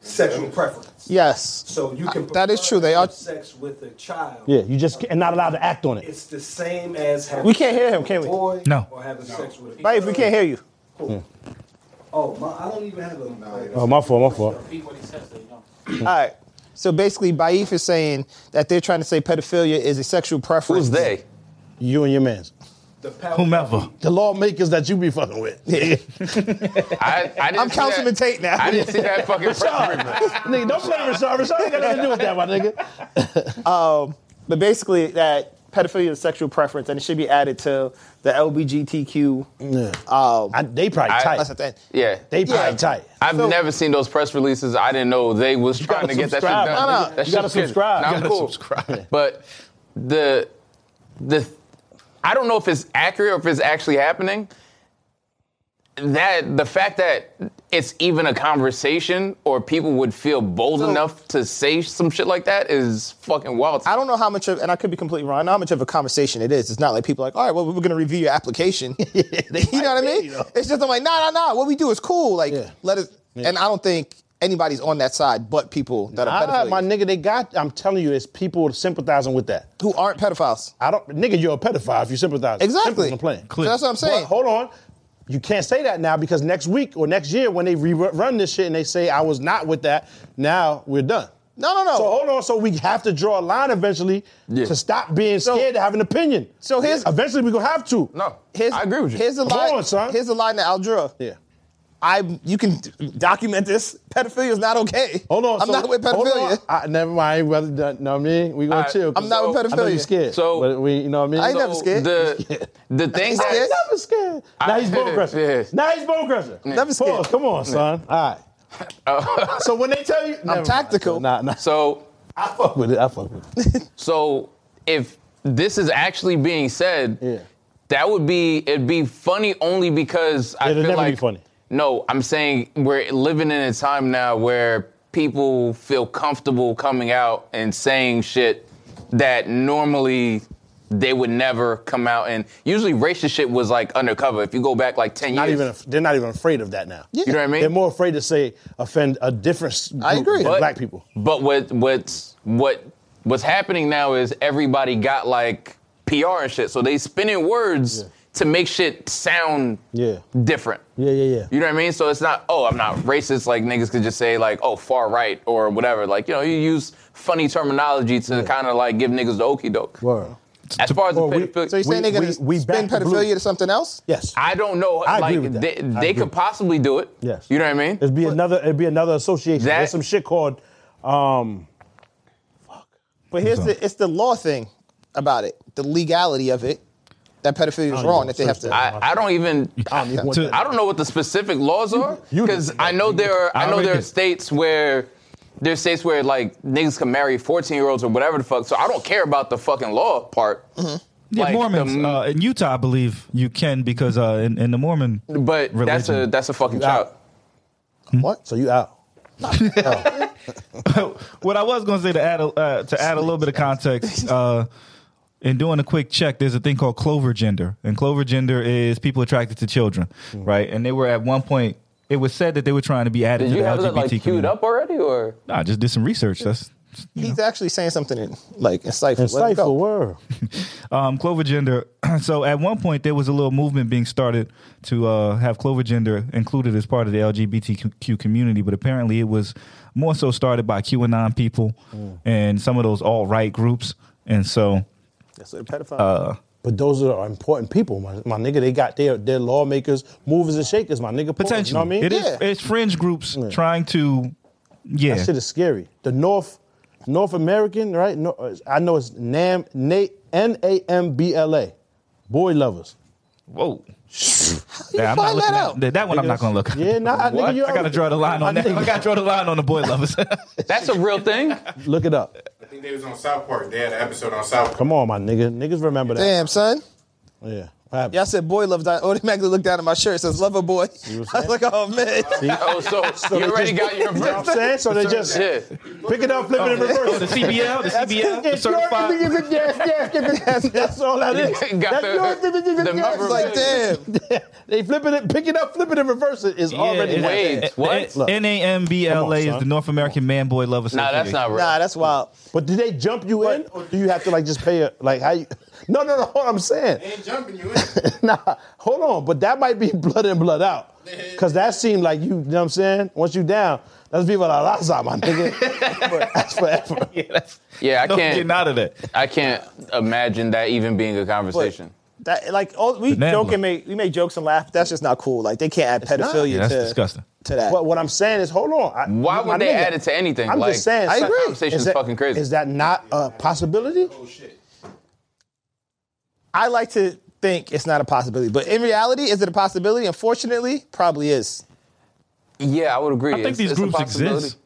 I: sexual preference.
D: Yes.
I: So you can
D: Uh, that is
I: prefer
D: true. They are.
I: having sex with a child.
G: Yeah, you just ca- not allowed to act on it.
I: It's the same as having
D: We can't
I: sex
D: hear him,
I: with
D: can
I: a
D: we?
I: Boy
F: No.
I: Or having sex with a
D: Right, we can't hear you.
I: Oh, my, I don't even have a. No,
G: Oh, my fault. My fault.
D: All right. Mm. So basically, Baif is saying that they're trying to say pedophilia is a sexual preference.
E: Who's
G: (laughs)
E: they?
G: You and your man's.
I: The power
F: Whomever.
G: The lawmakers that you be fucking with. (laughs)
E: I, I didn't
D: I'm
E: see
D: Councilman
E: that.
D: Tate now.
E: I didn't see that
G: (laughs)
E: fucking
G: Rashad.
E: preference.
G: nigga, don't play with Rashad. Rashad ain't got nothing to do with that, my nigga.
D: But basically, that pedophilia is a sexual preference, and it should be added to the LBGTQ.
G: I, they probably
E: I-
G: tight.
D: That's the thing.
E: Yeah.
G: They probably
D: Yeah.
G: tight.
E: I've
D: So-
E: never seen those press releases. I didn't know they was trying to
G: gotta
E: get that shit
G: subscribe,
E: done.
G: my
D: nigga.
E: That
G: You gotta
E: shit's crazy.
G: subscribe.
E: Nah,
G: You
E: I'm
G: gotta
E: cool.
G: subscribe.
E: But the the I don't know if it's accurate or if it's actually happening. that the fact that it's even a conversation or people would feel bold enough to say some shit like that is fucking wild.
D: I don't know how much of, and I could be completely wrong. I don't know how much of a conversation it is. It's not like people are like, all right, well, we're going to review your application. (laughs) you know what I mean? It's just I'm like, nah, nah, nah. What we do is cool. Like,
G: Yeah.
D: let us. And I don't think anybody's on that side, but people that are
G: I,
D: pedophiles
G: my nigga, they got. I'm telling you, it's people sympathizing with that.
D: who aren't pedophiles.
G: I don't, nigga, you're a pedophile if you sympathize.
D: Exactly.
G: Simple complaint.
D: So that's what I'm saying.
G: But hold on. You can't say that now because next week or next year when they rerun this shit and they say I was not with that, now we're done.
D: No, no, no.
G: So hold on. So we have to draw a line eventually to stop being scared to have an opinion.
D: so here's-
G: eventually we're gonna have to.
E: no,
D: Here's,
E: I agree with you.
D: Here's the
G: Come
D: line.
G: on, son.
D: Here's the line that Al drew.
G: Yeah.
D: I you can d- document this. Pedophilia is not okay.
G: Hold on.
D: I'm
G: so-
D: not with
G: hold on.
D: pedophilia.
G: I, never mind. Well done. Know what I mean? We gonna
E: Alright,
G: chill. 'cause
D: I'm not with
E: So,
D: pedophilia.
G: I know you're scared.
E: So-
G: but we, you know what I mean?
D: I ain't never scared.
G: (laughs)
E: The the thing
G: I
E: that
G: ain't never scared. Now
E: (laughs)
G: he's bone crusher.
E: Yeah.
G: Now he's bone crusher.
D: Never scared.
G: Pause. Come on, son. All right.
E: (laughs) Oh.
G: so when they tell you, Never mind.
D: tactical.
G: Nah, nah.
E: so
G: I fuck with it. I fuck with it.
E: so if this is actually being said,
G: Yeah.
E: that would be it'd be funny only because I
G: It'll
E: feel
G: never be
E: like
G: funny.
E: No, I'm saying we're living in a time now where people feel comfortable coming out and saying shit that normally they would never come out and usually racist shit was like undercover. If you go back like ten
G: Not
E: years,
G: even. They're not even afraid of that now.
E: you know what I mean?
G: They're more afraid to say offend a different s- group
D: I agree.
G: than
E: But-
G: black people.
E: But what what's what what's happening now is everybody got like PR and shit, so they spinning words
G: Yeah.
E: to make shit sound
G: Yeah.
E: different.
G: Yeah, yeah, yeah.
E: You know what I mean? So it's not oh I'm not racist like niggas could just say like oh far right or whatever. Like you know you use funny terminology to kind of like give niggas the okie doke.
G: Word.
E: As far as the
G: Well, we-
E: pedophilia,
D: So you're saying
G: We-
D: they're gonna
G: we- we
D: spin
G: back the blue.
D: pedophilia to something else?
G: Yes.
E: I don't know.
G: I
E: like
G: agree with that.
E: they,
G: I
E: they
G: agree.
E: could possibly do it.
G: Yes.
E: You know what I mean?
G: It'd be another. It'd be another association.
E: That-
G: There's some shit called. Um,
D: But here's
F: So-
D: the it's the law thing about it, the legality of it, that pedophilia is
G: don't
D: wrong
G: even
D: that they have to.
G: search that.
E: I, I don't even.
G: I don't even want
F: To-
G: that.
E: I don't know what the specific laws are
G: You-
E: because I know there are. I
F: I
E: know
F: already
E: there are
F: did.
E: states where there's states where like niggas can marry 14 year olds or whatever the fuck. So I don't care about the fucking law part.
F: Yeah,
E: Like,
F: Mormons
E: the-
F: uh, in Utah, I believe you can because uh, in, in the Mormon,
E: But that's a
F: Religion.
E: that's a fucking
G: Yeah.
E: child.
G: What? So you out?
F: (laughs) what I was going to say to add a, uh, to add a little bit of
E: (laughs)
F: context, uh, in doing a quick check, there's a thing called clover gender, and clover gender is people attracted to children,
E: Hmm.
F: right? And they were at one point. It was said that they were trying to be added
E: Did
F: to
E: you
F: the
E: have
F: LGBT
E: that like queued
F: community.
E: up already
F: (laughs)
E: or?
F: Nah, I just did some research. That's
D: He's actually saying something in, like insightful. Let it go.
G: Insightful word.
F: um, Clover Gender. (clears throat) so at one point, there was a little movement being started to uh, have Clover Gender included as part of the LGBTQ community, but apparently it was more so started by QAnon people
G: Mm.
F: and some of those all right groups. And so,
D: That's what a pedophile.
G: Uh, But those are important people, my, my nigga. They got their their lawmakers, movers and shakers, my nigga. You know
F: potentially,
G: what I mean?
F: it is
D: Yeah.
F: it's fringe groups trying to, yeah,
G: That shit is scary. The North North American, right? No, uh, I know it's NAM NA N A M B L A, boy lovers.
F: whoa.
D: you
F: Yeah, I'm not
D: find that
F: looking at-
D: out?
F: that- that one I'm
G: Nigga,
F: not gonna look. at.
G: yeah, nah, nigga,
F: What?
G: Oh, you
F: I gotta
G: already-
F: draw the line on
G: I
F: that.
G: think-
F: I gotta draw the line on the boy lovers. (laughs)
E: That's a real thing.
G: (laughs) Look it up.
H: I think they was on South Park. They had an episode on South Park.
G: Come on, my nigga. Niggas remember that.
D: Damn, son.
G: Yeah. What happened?
D: Yeah, I said boy loves. I (laughs) automatically looked down at my shirt. It says lover boy. (laughs) I was like, oh man.
E: oh, so, you already got
F: (laughs)
E: your
G: (laughs) You know what I'm saying? So they just
E: Yeah.
G: pick it up, flip it, and reverse
F: Oh, the
G: it.
F: CBL, the CBL, the
G: That's yours,
F: certified.
G: niggas, and yes, yes, yes, yes. That's all that is.
E: You got
G: That's
E: the-
G: yours, niggas,
E: the
G: and yes.
E: number
D: It's like, damn.
G: (laughs) They flipping it, pick it up, flip it, and reverse it is already
E: it's-
G: there.
E: Wait, what?
G: Look.
F: N A M B L A
G: Come on,
F: is
G: son.
F: the North American Man Boy Love
E: Nah,
F: Association.
E: that's not real.
D: Nah, that's wild.
G: But do they jump you in, or do you have to like just pay a like how you? (laughs) No, no, no. What I'm saying,
H: They ain't jumping you in.
G: (laughs) nah, hold on. But that might be (laughs) blood in, blood out, because that seemed like you. You know what I'm saying? Once you down, that's Viva la Raza, my (laughs) nigga. that's forever.
E: Yeah, I
F: No
E: can't.
F: getting out of that.
E: I can't imagine that even being a conversation.
D: That like
G: oh,
D: all, we
F: Banana.
D: joke and make we make jokes and laugh. but That's just not cool. Like they can't add
G: not.
D: pedophilia
F: Yeah, that's
D: to,
F: disgusting.
D: to that.
G: But what I'm saying is, hold on. I-
E: Why
G: my
E: would they
G: nigga,
E: add it to anything?
G: I'm
E: like,
G: just saying.
D: I
G: son,
D: agree.
E: Conversation is,
G: that-
E: fucking crazy.
G: Is that not a possibility?
H: Oh shit.
D: I like to think it's not a possibility, but in reality, is it a possibility? Unfortunately, probably is.
E: Yeah, I would agree.
F: I think these groups exist.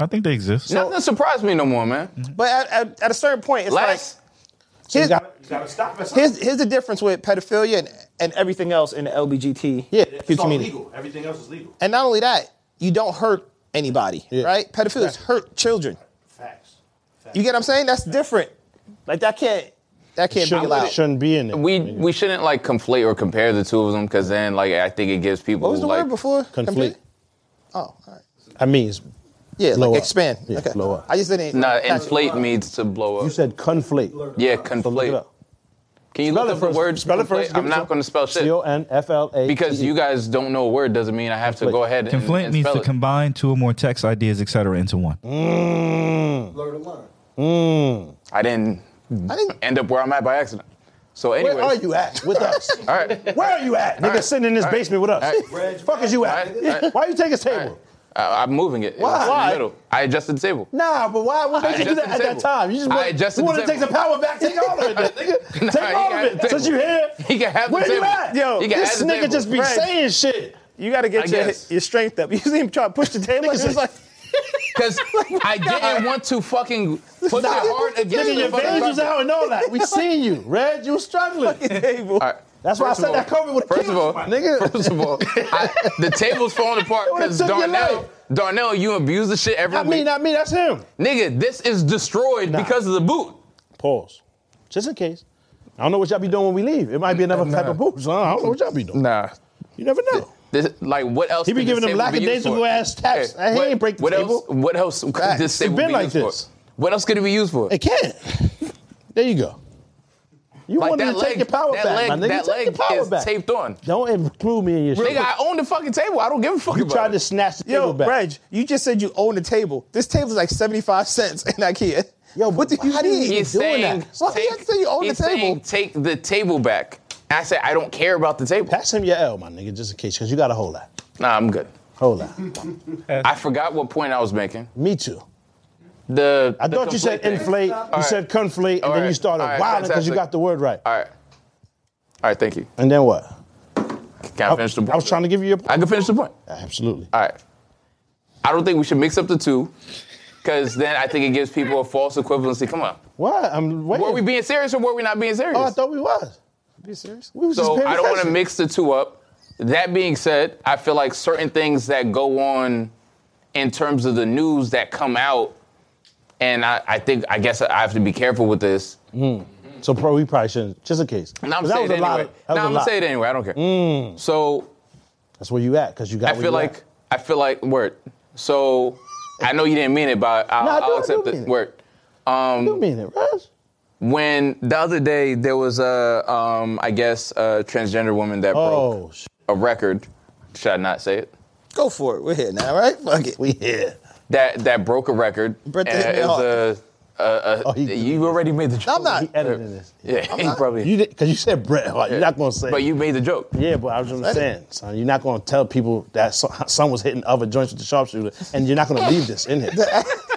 F: I think they exist.
E: Nothing surprised me no more, man.
D: But at, at, at a certain point, it's
E: Last,
D: like here's,
G: gotta stop us.
D: here's, here's the difference with pedophilia and and everything else in the LBGT
H: Yeah,
D: Q
H: it's all
D: community.
H: legal. Everything else is legal.
D: And not only that, you don't hurt anybody, right? Pedophiles hurt children.
H: Facts.
D: You get what I'm saying? That's different. Like that can't that can't be
E: Shouldn't-
D: allowed.
G: Shouldn't be in there.
E: We we shouldn't like conflate or compare the two of them because then like I think it gives people
D: What was the
E: like
D: word before?
E: Conflate.
D: Oh, all right.
G: I mean, it's
D: Yeah,
G: blow
D: like
G: up.
D: expand.
G: Yeah,
D: okay.
G: blow up.
D: I just didn't.
E: Nah,
D: catch it.
E: inflate means to blow
G: You
E: up.
G: said conflate.
E: Yeah, conflate. Can you look up the word?
G: Spell it
E: conflate?
G: first.
E: I'm not going to spell
G: C
E: shit
G: O N F L A.
E: because you guys don't know a word. Doesn't mean I have to go ahead and,
F: Conflate
E: and
F: means
E: spell
F: to
E: it.
F: combine two or more text ideas, etc., into one.
G: Mm.
I: Blur the line.
E: I didn't end up where I'm at by accident. So anyway,
G: Where are you at with
E: (laughs)
G: us?
E: all right.
G: Where are you at? Nigga sitting in this basement with us. Fuck is you at?
E: All right, all right.
G: Why you take his (laughs) table?
E: I, I'm moving it. It was
G: Why?
E: in the
G: Why?
E: middle. I adjusted the table.
G: Nah, but why? What
E: I
G: made you do
E: adjusted
G: that at
E: the
G: that
E: table.
G: time? You just
E: I
G: want,
E: adjusted
G: you
E: the
G: wanted to take the
E: table.
G: power back. Take all of it,
E: (laughs)
G: nigga.
E: (laughs) Nah,
G: take
E: he
G: all
E: got
G: of
E: the
G: it.
E: table.
G: Since you here,
E: (laughs) He can have the
G: where you
E: table.
G: at? Yo,
E: He can
G: this
E: have the
G: nigga
E: table.
G: just be
E: Right.
G: saying shit.
D: You got to
E: I
D: get your,
E: guess.
D: your strength up. You see him try to push the table. It's like
G: (laughs)
E: Because I didn't want to fucking put
G: Nah.
E: my heart against
G: Nigga,
E: the
G: your
E: fucking
G: veins was
E: carpet.
G: out and all that. (laughs) We seen you, Red. You was struggling.
D: table.
E: All right.
G: That's why I
E: First
G: said
E: of
G: that
E: all-
G: COVID would have
E: First of all,
G: nigga.
E: First of all, I, the table's falling apart
G: (laughs) It would've
E: because
G: took your
E: Darnell,
G: life.
E: Darnell, you abuse the shit every
G: I
E: week.
G: mean, I mean, that's him.
E: Nigga, this is destroyed because of the boot.
G: Pause. Just in case. I don't know what y'all be doing when we leave. It might be another type of booze. I don't know what y'all be doing.
E: Nah.
G: You never know.
E: This, like what else?
G: He be
E: could this
G: giving them
E: table be used
G: lackadaisical
E: for?
G: ass taps.
E: Hey,
G: He
E: what-
G: ain't break the
E: what
G: table.
E: Else, what else could
G: Facts.
E: this
G: It's
E: table
G: been
E: be
G: like
E: used
G: this.
E: for? What else could it be used for?
G: It can't. There you go. You
E: Like
G: wanted
E: that
G: to
E: leg,
G: take your power
E: that
G: back,
E: leg,
G: my nigga.
E: that
G: take
E: leg
G: your power
E: is
G: back.
E: taped on.
G: Don't include me in your shit.
E: Nigga, I own the fucking table. I don't give a fuck
G: you
E: about
G: tried
E: it.
G: to snatch the
D: Yo,
G: table back.
D: Reg, you just said you own the table. This table's like 75 cents in IKEA.
G: Yo,
D: what do
G: but
D: you
G: how do you
D: need?
G: even
E: He's
G: doing
E: saying,
G: that.
D: Why you have to say you own the
E: he's
D: table?
E: saying take the table back. I said I don't care about the table.
G: Pass him your L, my nigga, just in case, because you got a whole lot.
E: Nah, I'm good.
G: Whole lot.
E: I forgot what point I was making.
G: me too.
E: The
G: I
E: the
G: thought you said
E: conflate thing.
G: inflate, you
E: right.
G: said conflate, and
E: All
G: then you
E: right.
G: started
E: All right,
G: wilding because you
E: fantastic.
G: got the word right.
E: All right, all right. Thank you.
G: And then what?
E: Can I, finish the point?
G: Oh, I was trying to give you your
E: I can finish the point.
G: Absolutely.
E: All right. I don't think we should mix up the two, because then I think it gives people a false equivalency. Come on.
G: Why? I'm waiting.
E: Were we being serious or were we not being serious?
G: oh, I thought we was.
D: Are you serious?
G: We was just
E: So
G: paying
E: I don't want to
G: attention.
E: mix the two up. That being said, I feel like certain things that go on in terms of the news that come out, and I, I think I guess I have to be careful with this.
G: So pro, we probably shouldn't. Just in case.
E: And I'm
G: 'Cause that
E: saying
G: was
E: it
G: a
E: anyway.
G: lot. of- that was
E: Nah,
G: a
E: I'm
G: lot.
E: gonna say it anyway. I don't care. So
G: That's where you at because you got.
E: I
G: where
E: feel
G: you
E: like
G: at.
E: I feel like word. So I know you didn't mean it, but I'll,
G: Nah, I do-
E: I'll
G: I do
E: accept
G: mean
E: it.
G: it.
E: Word. um,
G: You mean it, Raj?
E: When the other day there was a, um, I guess, a transgender woman that broke
G: Oh, sh-
E: a record. Should I not say it?
D: Go for it. We're here now, right? Fuck it.
G: we here.
E: that that broke a record.
D: Brett
E: and
D: hit me
E: it was a, a, a-
G: Oh, he-
E: you already made the joke.
D: I'm not.
G: He edited this.
E: (laughs) Yeah, he probably.
G: (laughs) You did because you said Bret Hart. You're not gonna say.
E: but you made the joke.
G: Yeah, but I was just
D: Said it.
G: saying, son. You're not gonna tell people that so- (laughs) someone was hitting other joints with the sharpshooter, and you're not gonna leave this in (laughs) here.
D: The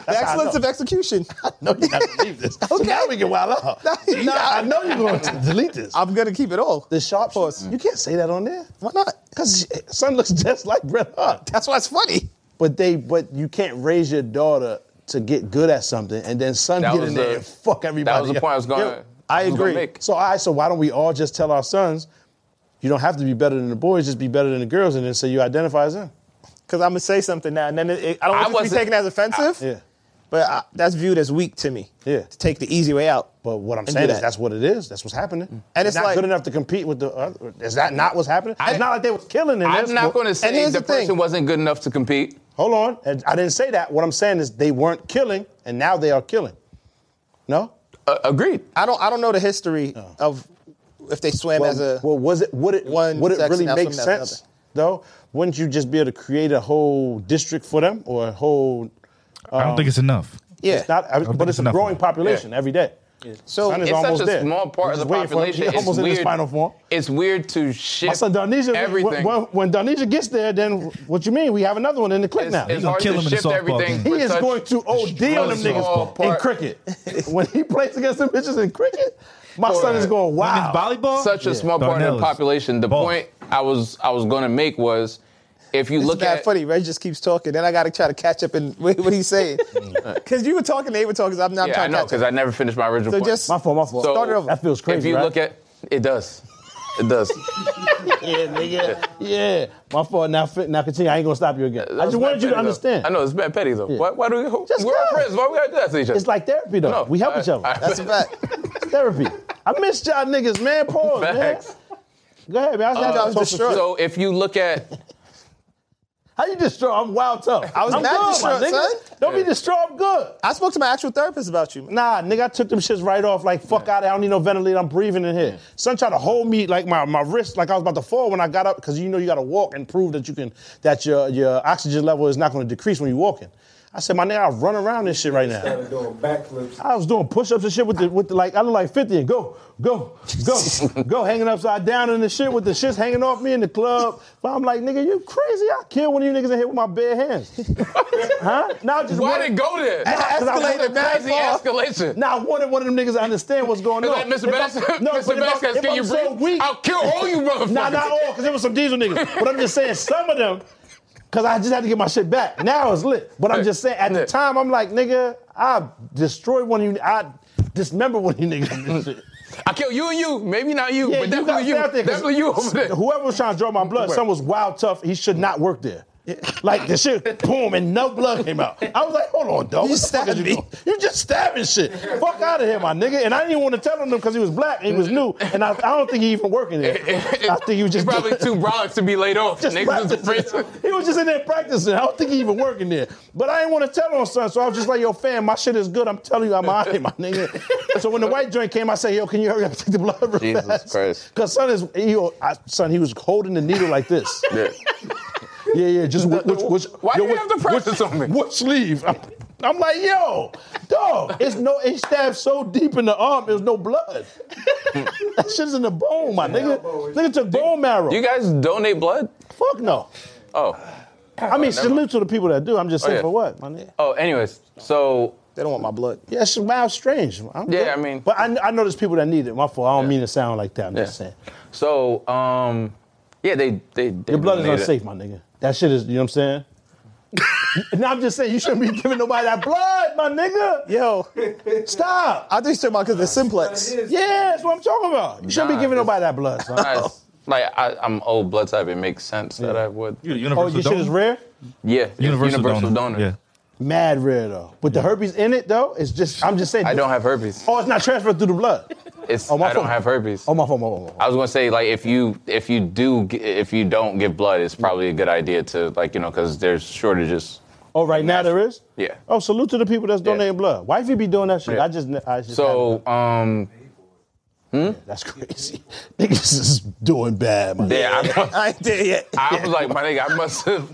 G: how I
D: excellence
G: know.
D: of (laughs) execution.
G: no, you're not gonna leave this. So now we can wild out.
D: Nah,
G: (laughs) nah, I know you're gonna t- delete this.
D: I'm gonna keep it all.
G: the sharpshooter. You can't say that on there.
D: Why not?
G: Cause son looks just like Bret Hart.
D: That's why it's funny.
G: But they, but you can't raise your daughter to get good at something, and then son
E: That
G: get
E: was
G: in
E: the-
G: there and fuck everybody.
E: That was the
G: up.
E: point I was going.
G: Yeah.
E: to
D: I agree.
E: Make.
G: So I so why don't we all just tell our sons, you don't have to be better than the boys, just be better than the girls, and then say you identify as them.
D: Because I'm gonna say something now, and then it, it- I don't
E: I
D: want it to be
E: wasn't-
D: taken as offensive.
G: Yeah.
D: But I, that's viewed as weak to me.
G: Yeah.
D: To take the easy way out.
G: But what I'm
D: And
G: saying
D: do
G: is
D: that.
G: that's what it is. That's what's happening.
D: And it's
G: Mm. not
D: like-
G: good enough to compete with the. Other. Is that not what's happening?
E: I-
G: it's not like they was killing in this.
E: I'm not going to say
D: here's
E: the,
D: the thing.
E: person wasn't good enough to compete.
G: Hold on, And I didn't say that. What I'm saying is they weren't killing, and now they are killing. No.
E: Uh, agreed.
D: I don't. I don't know the history of if they swam as a.
G: well, was it would it
D: one
G: would it
D: sex
G: really
D: now
G: make
D: something else
G: sense though? Wouldn't you just be able to create a whole district for them or a whole?
F: I don't think it's enough.
D: yeah.
G: It's not, I-
F: think
G: but
F: it's
G: it's a
F: enough.
G: growing population every day.
D: so
G: Son is
E: It's
G: almost
E: such a
G: there.
E: small part
G: He's
E: of the
G: waiting for him.
E: population.
G: He's almost
E: it's
G: in
E: weird.
G: his final form.
E: It's weird to shift
G: My son Darnisha,
E: everything.
G: when, when, when Darnisha gets there, then what you mean? We have another one in the clip
E: it's,
G: now.
E: it's
F: gonna
E: hard
F: kill him
E: to
F: in
E: shift
F: softball
E: everything.
F: game.
G: he
E: for
G: is
E: such-
G: going to OD on them
E: really small
G: niggas in
E: part.
G: cricket. when he plays against them bitches in cricket, my
E: For-
G: son is going wow.
F: volleyball?
E: such a small part of
F: Darnell
E: the
F: is
E: population. The
F: boss.
E: point I was I was going to make was, if you
D: It's
E: look
D: bad
E: at
D: funny. Ray just keeps talking. Then I got to try to catch up and (laughs) wait what he's
G: (laughs)
D: saying.
G: Mm.
D: Because you were talking, they were talking. 'cause I'm not
E: yeah, I
D: trying to
E: know
D: catch
E: because
D: up.
E: I never finished my original
D: So
E: point.
D: just
G: My fault, my fault.
D: Start it over.
G: That feels crazy.
E: If you
G: right?
E: look at it, does. It
G: (laughs)
E: does.
G: Yeah, nigga. Yeah. My fault. Now, fi- now continue. I ain't gonna stop you again. I just wanted you to understand.
E: I know it's bad petty though. Why, why do we?
G: Just
E: we're all
G: go.
E: friends. Why we gotta do that to each other?
G: It's like therapy, though.
E: No,
G: we help
E: I-
G: each other.
E: I-
G: That's
E: (laughs)
G: a fact. therapy. I miss y'all niggas, man. Pause,
E: Facts. Uh,
G: man. Go ahead, man. I was, I was distraught.
E: So if you look at
G: How you distraught? I'm wild tough.
D: I was
G: I'm
D: mad
G: good, my
D: distraught,
G: nigga.
D: son.
G: Don't be distraught. I'm good.
D: I spoke to my actual therapist about you.
G: Nah, nigga, I took them shits right off. Like, fuck out. I don't need no ventilator. I'm breathing in here. Son tried to hold me like my, my wrist, like I was about to fall when I got up, because you know you gotta walk and prove that you can that your your oxygen level is not gonna decrease when you're walking. I said, my nigga, I run around this shit right now.
I: Started doing backflips.
G: I was doing push-ups and shit with the with the, like I look like 50 and go, go,
E: (laughs)
G: go, go, hanging upside down in the shit with the shits hanging off me in the club. But I'm like, nigga, you crazy. I kill one of you niggas in here with my bare hands.
E: (laughs)
G: huh? Now I just
E: why
G: wanted-
E: did it go there?
G: Cause I wanted-
E: Escalated, crazy escalation.
G: Now I wanted one of them niggas to understand what's going on.
E: Like, Mr.
G: If I-
E: Baskets,
G: (laughs) no, but
E: Mr.
G: if I-
E: Baskets,
G: if
E: can
G: I'm
E: you
G: so
E: breathe?
G: weak-
E: I'll kill all you motherfuckers.
G: (laughs) Nah, not all, because there was some diesel niggas. But I'm just saying some of them, because I just had to get my shit back. Now it's lit. But I'm just saying, at the
E: Yeah.
G: time, I'm like, nigga, I destroyed one of you. I dismember one of you niggas. in this shit.
E: I kill you and you. Maybe not you, (laughs)
G: Yeah,
E: but definitely
G: you gotta
E: you.
G: stay out there 'cause
E: definitely you over there.
G: (laughs)
E: (laughs)
G: Whoever was trying to draw my blood,
E: Right.
G: son was wild tough. He should not work there. Like the shit, boom, and no blood came out. I was like, hold on, dog.
D: You
G: what the fuck is
D: stabbed
G: you
D: me.
G: doing? You just stabbing shit. Fuck out of here, my nigga. And I didn't even want to tell him because he was black and he was new. And I, I don't think he even working
E: (laughs)
G: there. I think he was just
E: It's
G: (laughs)
E: probably too brolic to be laid off.
G: just
E: Niggas is (laughs)
G: practicing.
E: afraid.
G: He was just in there practicing. I don't think he even working there. But I didn't want to tell on son, so I was just like, yo, fam, my shit is good. I'm telling you, I'm out here, my nigga. so
E: (laughs)
G: when the white joint came, I said, yo, can you hurry up and take the blood real
E: Jesus
G: fast?
E: Christ.
G: Because son is, he, I, son, he was holding the needle
E: (laughs)
G: like this. Yeah, yeah. Just which, which, which,
E: Why
G: yo,
E: do you
G: which-
E: have to practice on me?
G: Which sleeve? I'm, I'm like, yo, dog. It's no. It stabbed so deep in the arm. There's no blood. (laughs) that shit's in the bone, my nigga. Nigga took bone marrow.
E: You guys donate blood?
G: Fuck no.
E: Oh.
G: I mean, salute to the people that do. I'm just saying
E: yeah.
G: for what, my nigga.
E: Oh, anyways. So
D: They don't want my blood.
G: Yeah, it's wild, strange. I'm
E: Yeah,
G: good.
E: I mean-
G: but I, I know there's people that need it. My fault. I don't
E: Yeah.
G: mean to sound like that. I'm just
E: Yeah.
G: saying
E: so um yeah, they they, they
G: your blood is
E: donate it.
G: unsafe, my nigga. That shit is. You know what I'm saying? (laughs) no, I'm just saying you shouldn't be giving nobody that blood, my nigga.
D: Yo,
G: Stop.
D: I think you're talking about because the simplex.
G: Yeah, that's what I'm talking about. You shouldn't
E: Nah,
G: be giving
E: this-
G: nobody that blood, son.
E: I- like I, I'm old blood type, it makes sense that I would.
F: You're a
G: Oh,
F: universal
G: your shit is
F: donor.
G: rare?
E: Yeah,
F: Universal,
E: donor.
G: Mad rare though. With the herpes in it though, it's just I'm just saying.
E: I don't have herpes.
G: Oh, it's not transferred through the blood.
E: It's
G: Oh, my
E: I don't
G: fault.
E: have herpes.
G: Oh my fault, my fault, my fault.
E: I was gonna say like if you if you do g- if you don't give blood, it's probably a good idea to like you know because there's shortages.
G: Oh, right now there is.
E: Yeah.
G: Oh, salute to the people that's
E: Yeah.
G: donating blood. Why if you be doing that shit?
E: Yeah.
G: I just, I just.
E: So hmm? um
G: that's (laughs) crazy. Niggas is doing bad, man.
E: yeah, I,
G: (laughs)
D: I ain't there yet.
E: I was like my nigga, I must have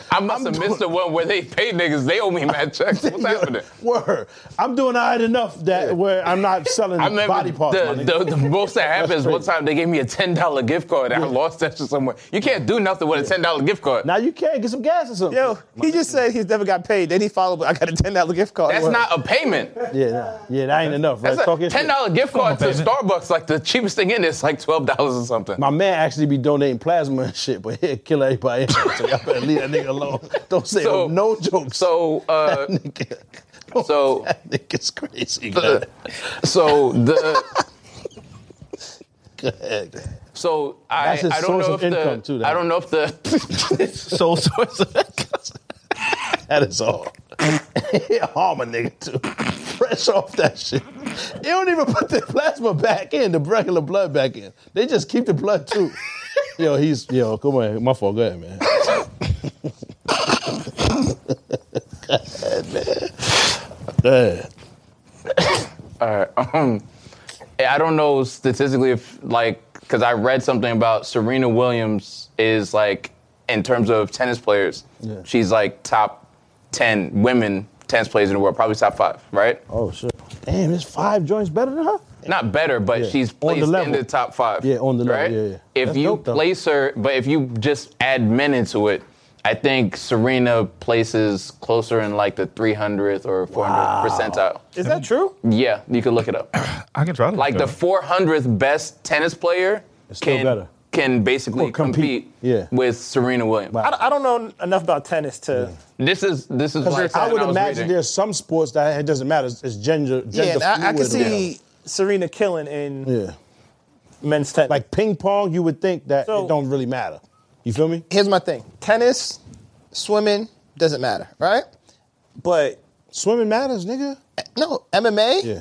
E: (laughs) I must have missed the one where they pay niggas. They owe me mad checks.
G: (laughs)
E: What's happening?
G: Word. I'm doing all right enough that where I'm not selling
E: (laughs) I remember
G: body parts. my
E: the,
G: nigga.
E: the, the most that happened is one
G: crazy.
E: time they gave me a ten dollar gift card and I lost that shit somewhere. You can't do nothing with a ten dollar gift card.
G: (laughs) now you can get some gas or something.
D: Yo, he just said he's never got paid. Then he followed, but I got a ten dollar gift card.
E: That's not a payment.
G: Yeah, nah. yeah, that ain't enough, right?
E: That's
G: Talk
E: a
G: your shit.
E: ten dollar gift card to
F: on, baby.
E: Starbucks. Like the cheapest thing in it's like twelve dollars or something.
G: My man actually be donating plasma and shit, but (laughs) he'll kill everybody. so y'all better leave that nigga alone. (laughs) Don't say
E: So-
G: no jokes.
E: So,
G: (laughs)
E: uh,
G: nigga. Don't-
E: So-
G: (laughs) that nigga's crazy.
E: the, (laughs) so the
G: Go ahead, go ahead.
E: so I,
G: That's his
E: I don't
G: source
E: know
G: of
E: if the
G: income, too, that.
E: I don't know if the
F: Sole source.
G: That is all. (laughs) He'll harm a nigga too. Fresh off that shit. They don't even put the plasma back in, the regular blood back in. They just keep the blood too. (laughs) yo, he's yo, come on, my fault. Go
D: (laughs)
G: ahead, man. Go ahead, man. Go ahead.
E: um, I don't know statistically if like because I read something about Serena Williams is like in terms of tennis players,
G: Yeah.
E: she's like top ten women tennis players in the world, probably top five, right?
G: Oh shit. Damn, there's five joints better than her?
E: Not better, but
G: Yeah.
E: she's
G: On the
E: placed in
G: level.
E: the top five.
G: Yeah, on the level,
E: right?
G: yeah, yeah.
E: If
G: That's
E: you
G: dope, though.
E: place her, but if you just add men into it, I think Serena places closer in like the 300th or 400th percentile.
D: Is that true?
E: Yeah, you can look it
G: (clears throat)
E: up.
F: (laughs) I can try to
E: Like the 400th best tennis player
G: still
E: can,
G: better.
E: can basically
G: Or compete,
E: compete,
G: yeah.
E: with Serena Williams.
G: Wow.
D: I, I don't know enough about tennis to.
E: This is this is
G: Because
E: why
G: I would
E: was
G: imagine
E: reading.
G: there's some sports that it doesn't matter. It's, it's gender,
D: Yeah,
G: gender
D: and I, I
G: fluid or
D: could see Serena killing in
G: whatever. Yeah.
D: men's tennis.
G: (laughs) Like ping pong, you would think that
D: So-
G: it don't really matter. You feel me?
D: here's my thing: tennis, swimming doesn't matter, right? But
G: Swimming matters, nigga.
D: no, MMA,
G: Yeah.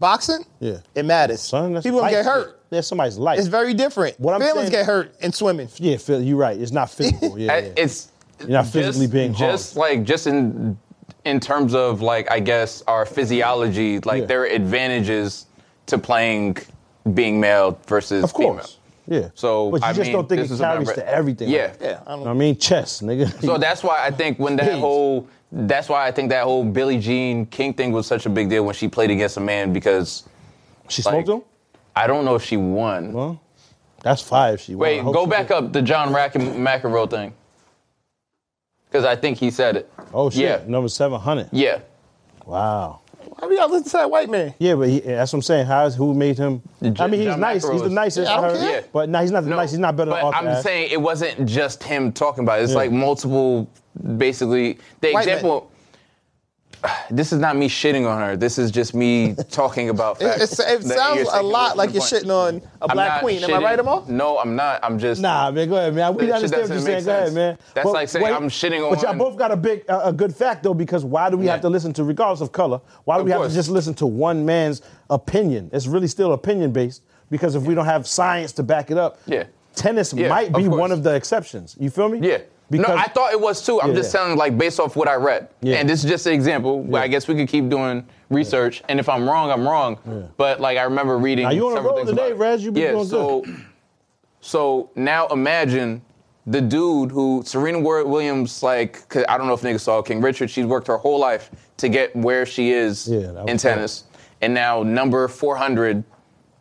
D: boxing,
G: Yeah.
D: it matters.
G: Son, that's
D: People don't
G: life.
D: get hurt.
G: There's somebody's life.
D: It's very different.
G: What I'm
D: Families
G: saying-
D: get hurt in swimming.
G: yeah, Phil, you're right. It's
D: (laughs)
G: not physical. Yeah,
E: I-
G: yeah.
E: It's
G: You're not physically
E: just,
G: being
E: just like just in in terms of like I guess our physiology, like
G: Yeah.
E: there are advantages to playing being male versus
G: Of course.
E: female.
G: Yeah.
E: So
G: but you
E: I
G: just
E: mean,
G: don't think
E: this
G: it
E: is about
G: carries
E: re-
G: to everything.
E: Yeah.
D: Yeah, I don't.
G: I mean, chess, nigga.
E: So that's why I think when that
G: Please.
E: whole that's why I think that whole Billie Jean King thing was such a big deal when she played against a man because
G: she
E: like,
G: smoked him.
E: I don't know if she won.
G: Well, that's five. She won. I
E: Wait,
G: hope
E: go
G: she
E: back
G: did.
E: up the John Rack- McEnroe thing. Because I think he said it.
G: Oh shit,
E: Yeah.
G: number seven hundred.
E: Yeah.
G: Wow.
D: Why do y'all listen to that white man?
G: Yeah, but he, that's what I'm saying. How's who made him? I mean, he's
E: John
G: nice.
E: McEnroe
G: He's the
E: is-
G: nicest.
D: Yeah, I
G: I
D: don't
G: heard.
D: care.
E: Yeah.
G: But no, he's not the
E: No,
G: nice. He's not better than
E: but
G: Arthur.
E: I'm
G: Ashe.
E: saying it wasn't just him talking about it. It's
G: Yeah.
E: like multiple, basically. The
D: White
E: example. (sighs) This is not me shitting on her. This is just
D: (laughs)
E: me talking about
D: It,
E: facts.
D: it's- it
E: that you're
D: sounds a
E: taking
D: lot
E: away
D: like
E: from
D: you're
E: the point.
D: shitting on a
E: I'm
D: black
E: not
D: queen. Am I right,
E: shitting-
D: Amal?
E: No, I'm not. I'm just.
G: Nah, man, go ahead, man. We
E: That shit
G: understand what you're
E: doesn't
G: saying.
E: make
G: Go ahead,
E: sense.
G: man.
E: That's like saying I'm shitting
G: But y'all
E: on-
G: both got a big, a, a good fact though, because why do we
E: Yeah.
G: have to listen to, regardless of color, why do
E: Of
G: we have
E: course.
G: to just listen to one man's opinion? It's really still opinion based because if we don't have science to back it up,
E: Yeah.
G: tennis
E: Yeah,
G: might
E: of
G: be
E: course.
G: one of the exceptions. You feel me?
E: Yeah.
G: Because
E: no, I thought it was too. I'm
G: Yeah,
E: just
G: yeah.
E: telling like based off what I read.
G: Yeah.
E: And this is just an example. Where
G: Yeah.
E: I guess we could keep doing research. And if I'm wrong, I'm wrong. But like I remember reading.
G: Now, you on a
E: several
G: roll
E: things
G: today,
E: about it.
G: Rez. You been
E: yeah,
G: doing
E: so,
G: good.
E: So now imagine the dude who Serena Ward Williams like 'cause I don't know if niggas saw King Richard. She's worked her whole life to get where she is
G: Yeah, that
E: in
G: was cool.
E: tennis, and now number 400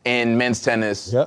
E: in men's tennis
G: Yeah.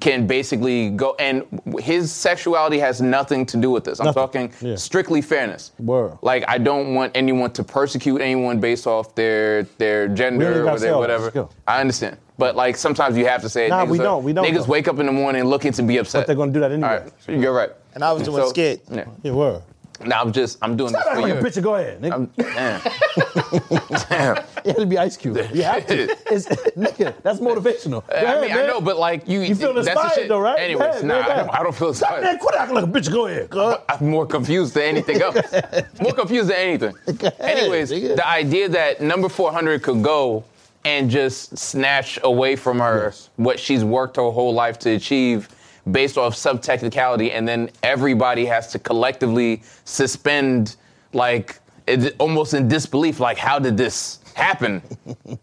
E: can basically go and his sexuality has nothing to do with this. I'm
G: Nothing.
E: talking
G: Yeah.
E: strictly fairness.
G: Word.
E: Like I don't want anyone to persecute anyone based off their their gender or
G: gotta say
E: their
G: all that. Let's
E: whatever.
G: go.
E: I understand. But like sometimes you have to say it.
G: Nah, we
E: Niggas are-
G: don't. We don't,
E: Niggas
G: though.
E: wake up in the morning looking to be upset.
G: But they're gonna do that anyway.
E: All right. So you're right.
D: And I was doing
E: So-
D: skit.
E: Yeah.
G: Yeah, word.
E: Now I'm just I'm doing
G: Stop
E: this
G: acting
E: for
G: like
E: you.
G: a bitch and go ahead. Nigga.
E: I'm,
G: (laughs)
E: damn.
G: Yeah, it'd be Ice Cube. You have to. It's, (laughs) nigga, that's motivational. Go
E: I
G: ahead,
E: mean, I
G: man.
E: know, but like you,
G: You feel
E: that's the
G: inspired
E: shit.
G: though, right?
E: Anyways,
G: Yeah,
E: nah,
G: man,
E: I, don't, I don't feel
G: Stop,
E: inspired.
G: man, quit acting like a bitch. Go ahead. cuz.
E: (laughs) I'm more confused than anything
G: (laughs)
E: else. more confused than anything. Anyways,
G: nigga.
E: the idea that number 400 could go and just snatch away from her
G: Yes.
E: what she's worked her whole life to achieve based off sub technicality, and then everybody has to collectively suspend, like, it, almost in disbelief, like, how did this
G: (laughs)
E: happen?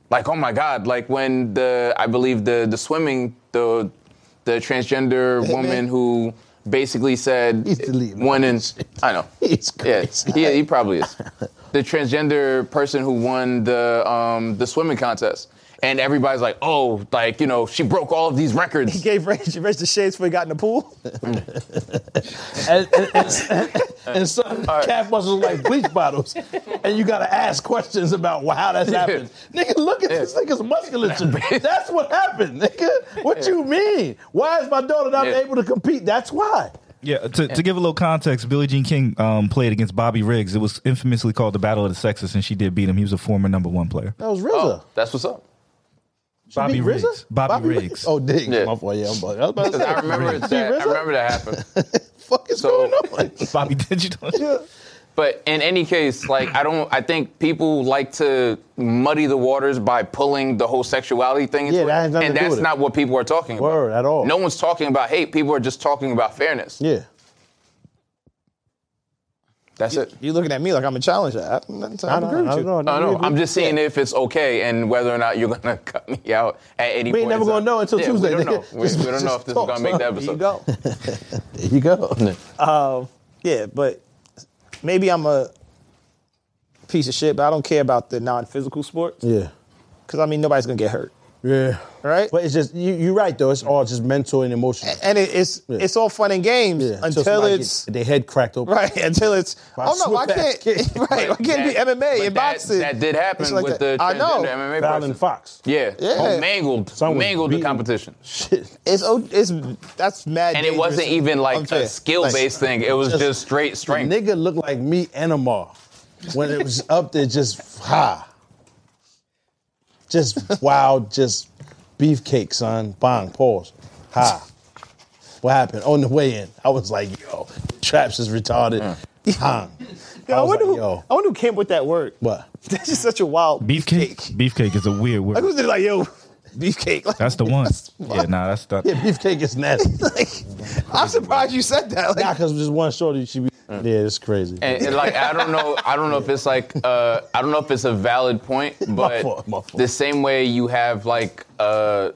E: like, oh my God, like when the, I believe the, the swimming, the, the transgender woman who basically said
G: He's deleting
E: one in I know.
G: He's crazy.
E: Yeah, he, he probably
G: (laughs)
E: is. The transgender person who won the um, the swimming contest. And everybody's like, oh, like, you know, she broke all of these records.
D: (laughs) He gave Reg, Reg the shades before he got in the pool.
G: and, and, and, and some calf muscles (laughs) like bleach bottles, and you gotta ask questions about wh- how that's happened. Nigga, look at this nigga's
E: (laughs)
G: musculature. That's what happened, nigga. What you mean? Why is my daughter not
E: Yeah.
G: able to compete? That's why.
F: Yeah, to, to give a little context, Billie Jean King um, played against Bobby Riggs. It was infamously called the Battle of the Sexes, and she did beat him. He was a former number one player.
G: That was RZA.
E: Oh, that's what's up.
G: She
F: Bobby
G: beat
F: Riggs.
G: RZA?
F: Bobby Riggs.
G: Oh, Diggs.
E: Yeah.
G: My fault. Yeah, I'm bugging. I was about to
E: 'Cause
G: say,
E: I
G: (laughs)
E: remember
G: She
E: that. I
G: RZA?
E: remember that happened.
G: (laughs) fuck is
E: So-
G: going on?
F: Bobby, did you?
E: But in any case, like I don't, I think people like to muddy the waters by pulling the whole sexuality thing. Into
G: Yeah, that
E: it,
G: has nothing
E: and
G: to do
E: that's
G: with it.
E: not what people are talking
G: Word,
E: about
G: at all.
E: No one's talking about hate. People are just talking about fairness.
G: Oh. Yeah.
E: That's it.
D: You looking at me like I'm a challenger. I, I don't
G: I don't,
D: agree with
G: I
D: you.
G: don't know.
E: No, no,
G: We-
E: I'm just seeing if it's okay and whether or not you're (laughs) gonna cut me out at any
G: We
E: point.
G: ain't never
E: in time.
G: gonna know until
E: Yeah,
G: Tuesday,
E: We don't know.
G: nigga.
E: We,
G: Just-
E: we
G: (laughs)
E: don't know
G: just
E: if this
G: talk,
E: is gonna make the
G: son.
D: There
E: episode.
D: you go.
G: There you go.
D: Um, yeah, but maybe I'm a piece of shit, but I don't care about the non-physical sports
G: Yeah.
D: because I mean nobody's gonna get hurt,
G: Yeah.
D: right?
G: But it's just you. You're right though. It's all just mental and emotional.
D: and it, it's
G: Yeah.
D: it's all fun and games
G: Yeah,
D: until
G: somebody
D: it's
G: get their head cracked
D: (laughs)
G: open.
D: right until it's
G: By
D: oh no, I
G: swift-ass
D: can't (laughs)
G: (laughs) kick.
D: right, I can't be
E: That-
D: MMA
E: but
D: and
E: that,
D: boxing.
E: That did happen
D: It's like
E: with
D: that.
E: the
D: I know.
E: transgender MMA
G: Fallon
E: person.
G: Fox. (laughs)
E: Yeah,
D: Yeah.
E: Oh, mangled,
G: Someone was
E: mangled the
G: beaten.
E: competition.
G: Shit.
D: It's oh, it's that's mad.
E: and it
D: dangerous
E: wasn't even like
D: unfair.
E: a skill based thing. It was
G: Just-
E: just, straight strength.
G: Nigga looked like me and Amar when it was up there, just high, just wild, just beefcake, son. Bang, pause. Ha. What happened? On the way in, I was like, yo, Traps is retarded.
E: Hmm.
G: Bang.
D: Yo, I,
G: was
D: wonder who,
G: like, yo.
D: I wonder who came up with that word. (laughs)
G: What?
D: That's just such a wild
F: Beefcake. Beefcake is a weird
D: Like,
F: word.
D: who's it like, yo, (laughs) beefcake? Like,
F: That's the one.
D: that's
F: Yeah, nah, that's the.
G: Yeah, beefcake is nasty.
D: like, I'm surprised you said that.
G: Nah,
D: Like,
G: because just one shorty, she be. Yeah, it's crazy.
E: Hmm. And, and, like I don't know, I don't know if it's like uh, I don't know if it's a valid point, but
G: fault, (laughs) my fault.
E: the same way you have like uh,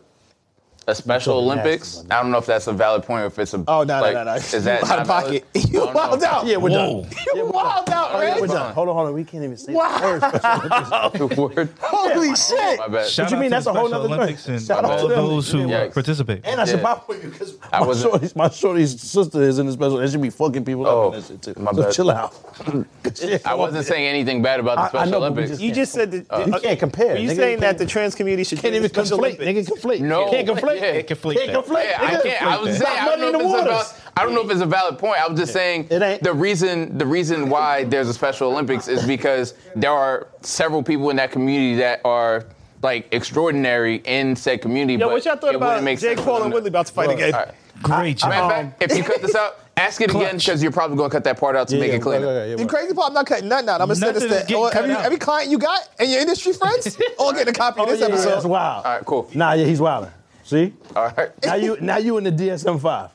E: a Special
G: talking nasty,
E: Olympics,
G: brother.
E: I don't know if that's a valid point or if it's a
D: oh, no,
E: like,
D: no, no, no.
E: Is
G: (laughs)
E: that
D: you out
E: not
D: of
E: valid?
D: pocket? You
E: I don't know.
D: wild out.
G: Yeah, we're
F: Whoa.
G: done.
D: You wild out, man.
G: We're done. Hold on, hold on. We can't even say wow.
E: The word.
D: (laughs) Holy
G: (laughs)
E: (laughs)
D: shit.
E: My bad.
F: Shout
G: you
F: out
G: mean
F: to
G: that's
F: the
G: a whole
F: Special
G: nother
F: Olympics
G: thing?
F: and
G: Shout
E: out
F: all
E: to them.
F: those who
E: Yeah.
F: participate.
G: And I
E: Yeah.
G: should buy for you because
E: I
G: my, (laughs)
E: wasn't-
G: shorty's, my shorty's sister is in the special and she be fucking people
E: Oh,
G: up and that shit too.
E: my
G: so
E: bad. (clears throat)
G: chill out.
E: I wasn't saying anything bad about the
G: I- I
E: Special
G: know, but we
E: Olympics.
G: just-
D: You just said that.
G: You can't compare,
D: Are you
G: nigga.
D: saying
G: You
D: that
G: can't-
D: the trans community should
G: Can't
D: do the
G: even
D: Special
G: conflate.
D: Olympics?
G: Nigga, conflate.
E: No.
G: Can't conflate.
E: Yeah. Can't
F: conflate
G: Can't
F: that.
G: conflate.
E: Yeah, I
G: nigga.
E: can't. I was
G: Stop
E: saying, I don't,
G: muddying
E: know
G: the
E: if it's a
G: waters.
E: val- I don't know if it's a valid point. I was just saying
G: It ain't.
E: the reason the reason why there's a Special Olympics is because there are several people in that community that are like extraordinary in said community.
D: Yo,
E: but
D: what y'all thought
E: it wouldn't
D: about
E: make
D: Jake
E: sense for
D: Paul
E: them
D: and
E: to-
D: Woodley about to fight again?
E: All right.
F: Great
E: Matter of
F: job.
E: fact, if you cut this
G: (laughs)
E: out, ask it again because you're probably gonna cut that part out to
G: Yeah,
E: make
G: yeah,
E: it clear.
G: yeah, yeah,
D: The
G: yeah.
D: crazy part, I'm not cutting nothing out. I'm gonna send this
F: Nothing is
D: to
F: getting
D: all-
F: cut
D: every,
F: out.
D: every client you got and your industry
G: (laughs)
D: friends. All get a copy of this
G: Oh, yeah,
D: episode.
G: That's wild.
E: All right, cool.
G: Nah, yeah, he's wilding. See?
E: All right.
G: Now you now you in the DSM five.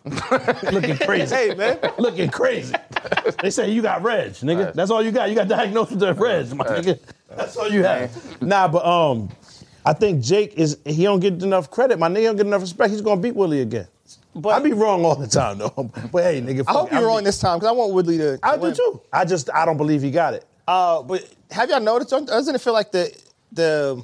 G: Looking crazy.
D: Hey man,
G: Looking crazy. They say you got reg, nigga.
E: right.
G: That's all you got. You got diagnosed with the reg, my nigga. That's all you have. Nah, but um, I think Jake is he don't get enough credit. My nigga don't get enough respect. He's gonna beat Willie again.
D: But-
G: I be wrong all the time though. (laughs) But hey, nigga,
D: I hope you're wrong
G: on
D: this time because I want Woodley to.
G: I
D: to win.
G: do too. I just I don't believe he got it.
D: Uh, but have y'all noticed? don't- Doesn't it feel like the the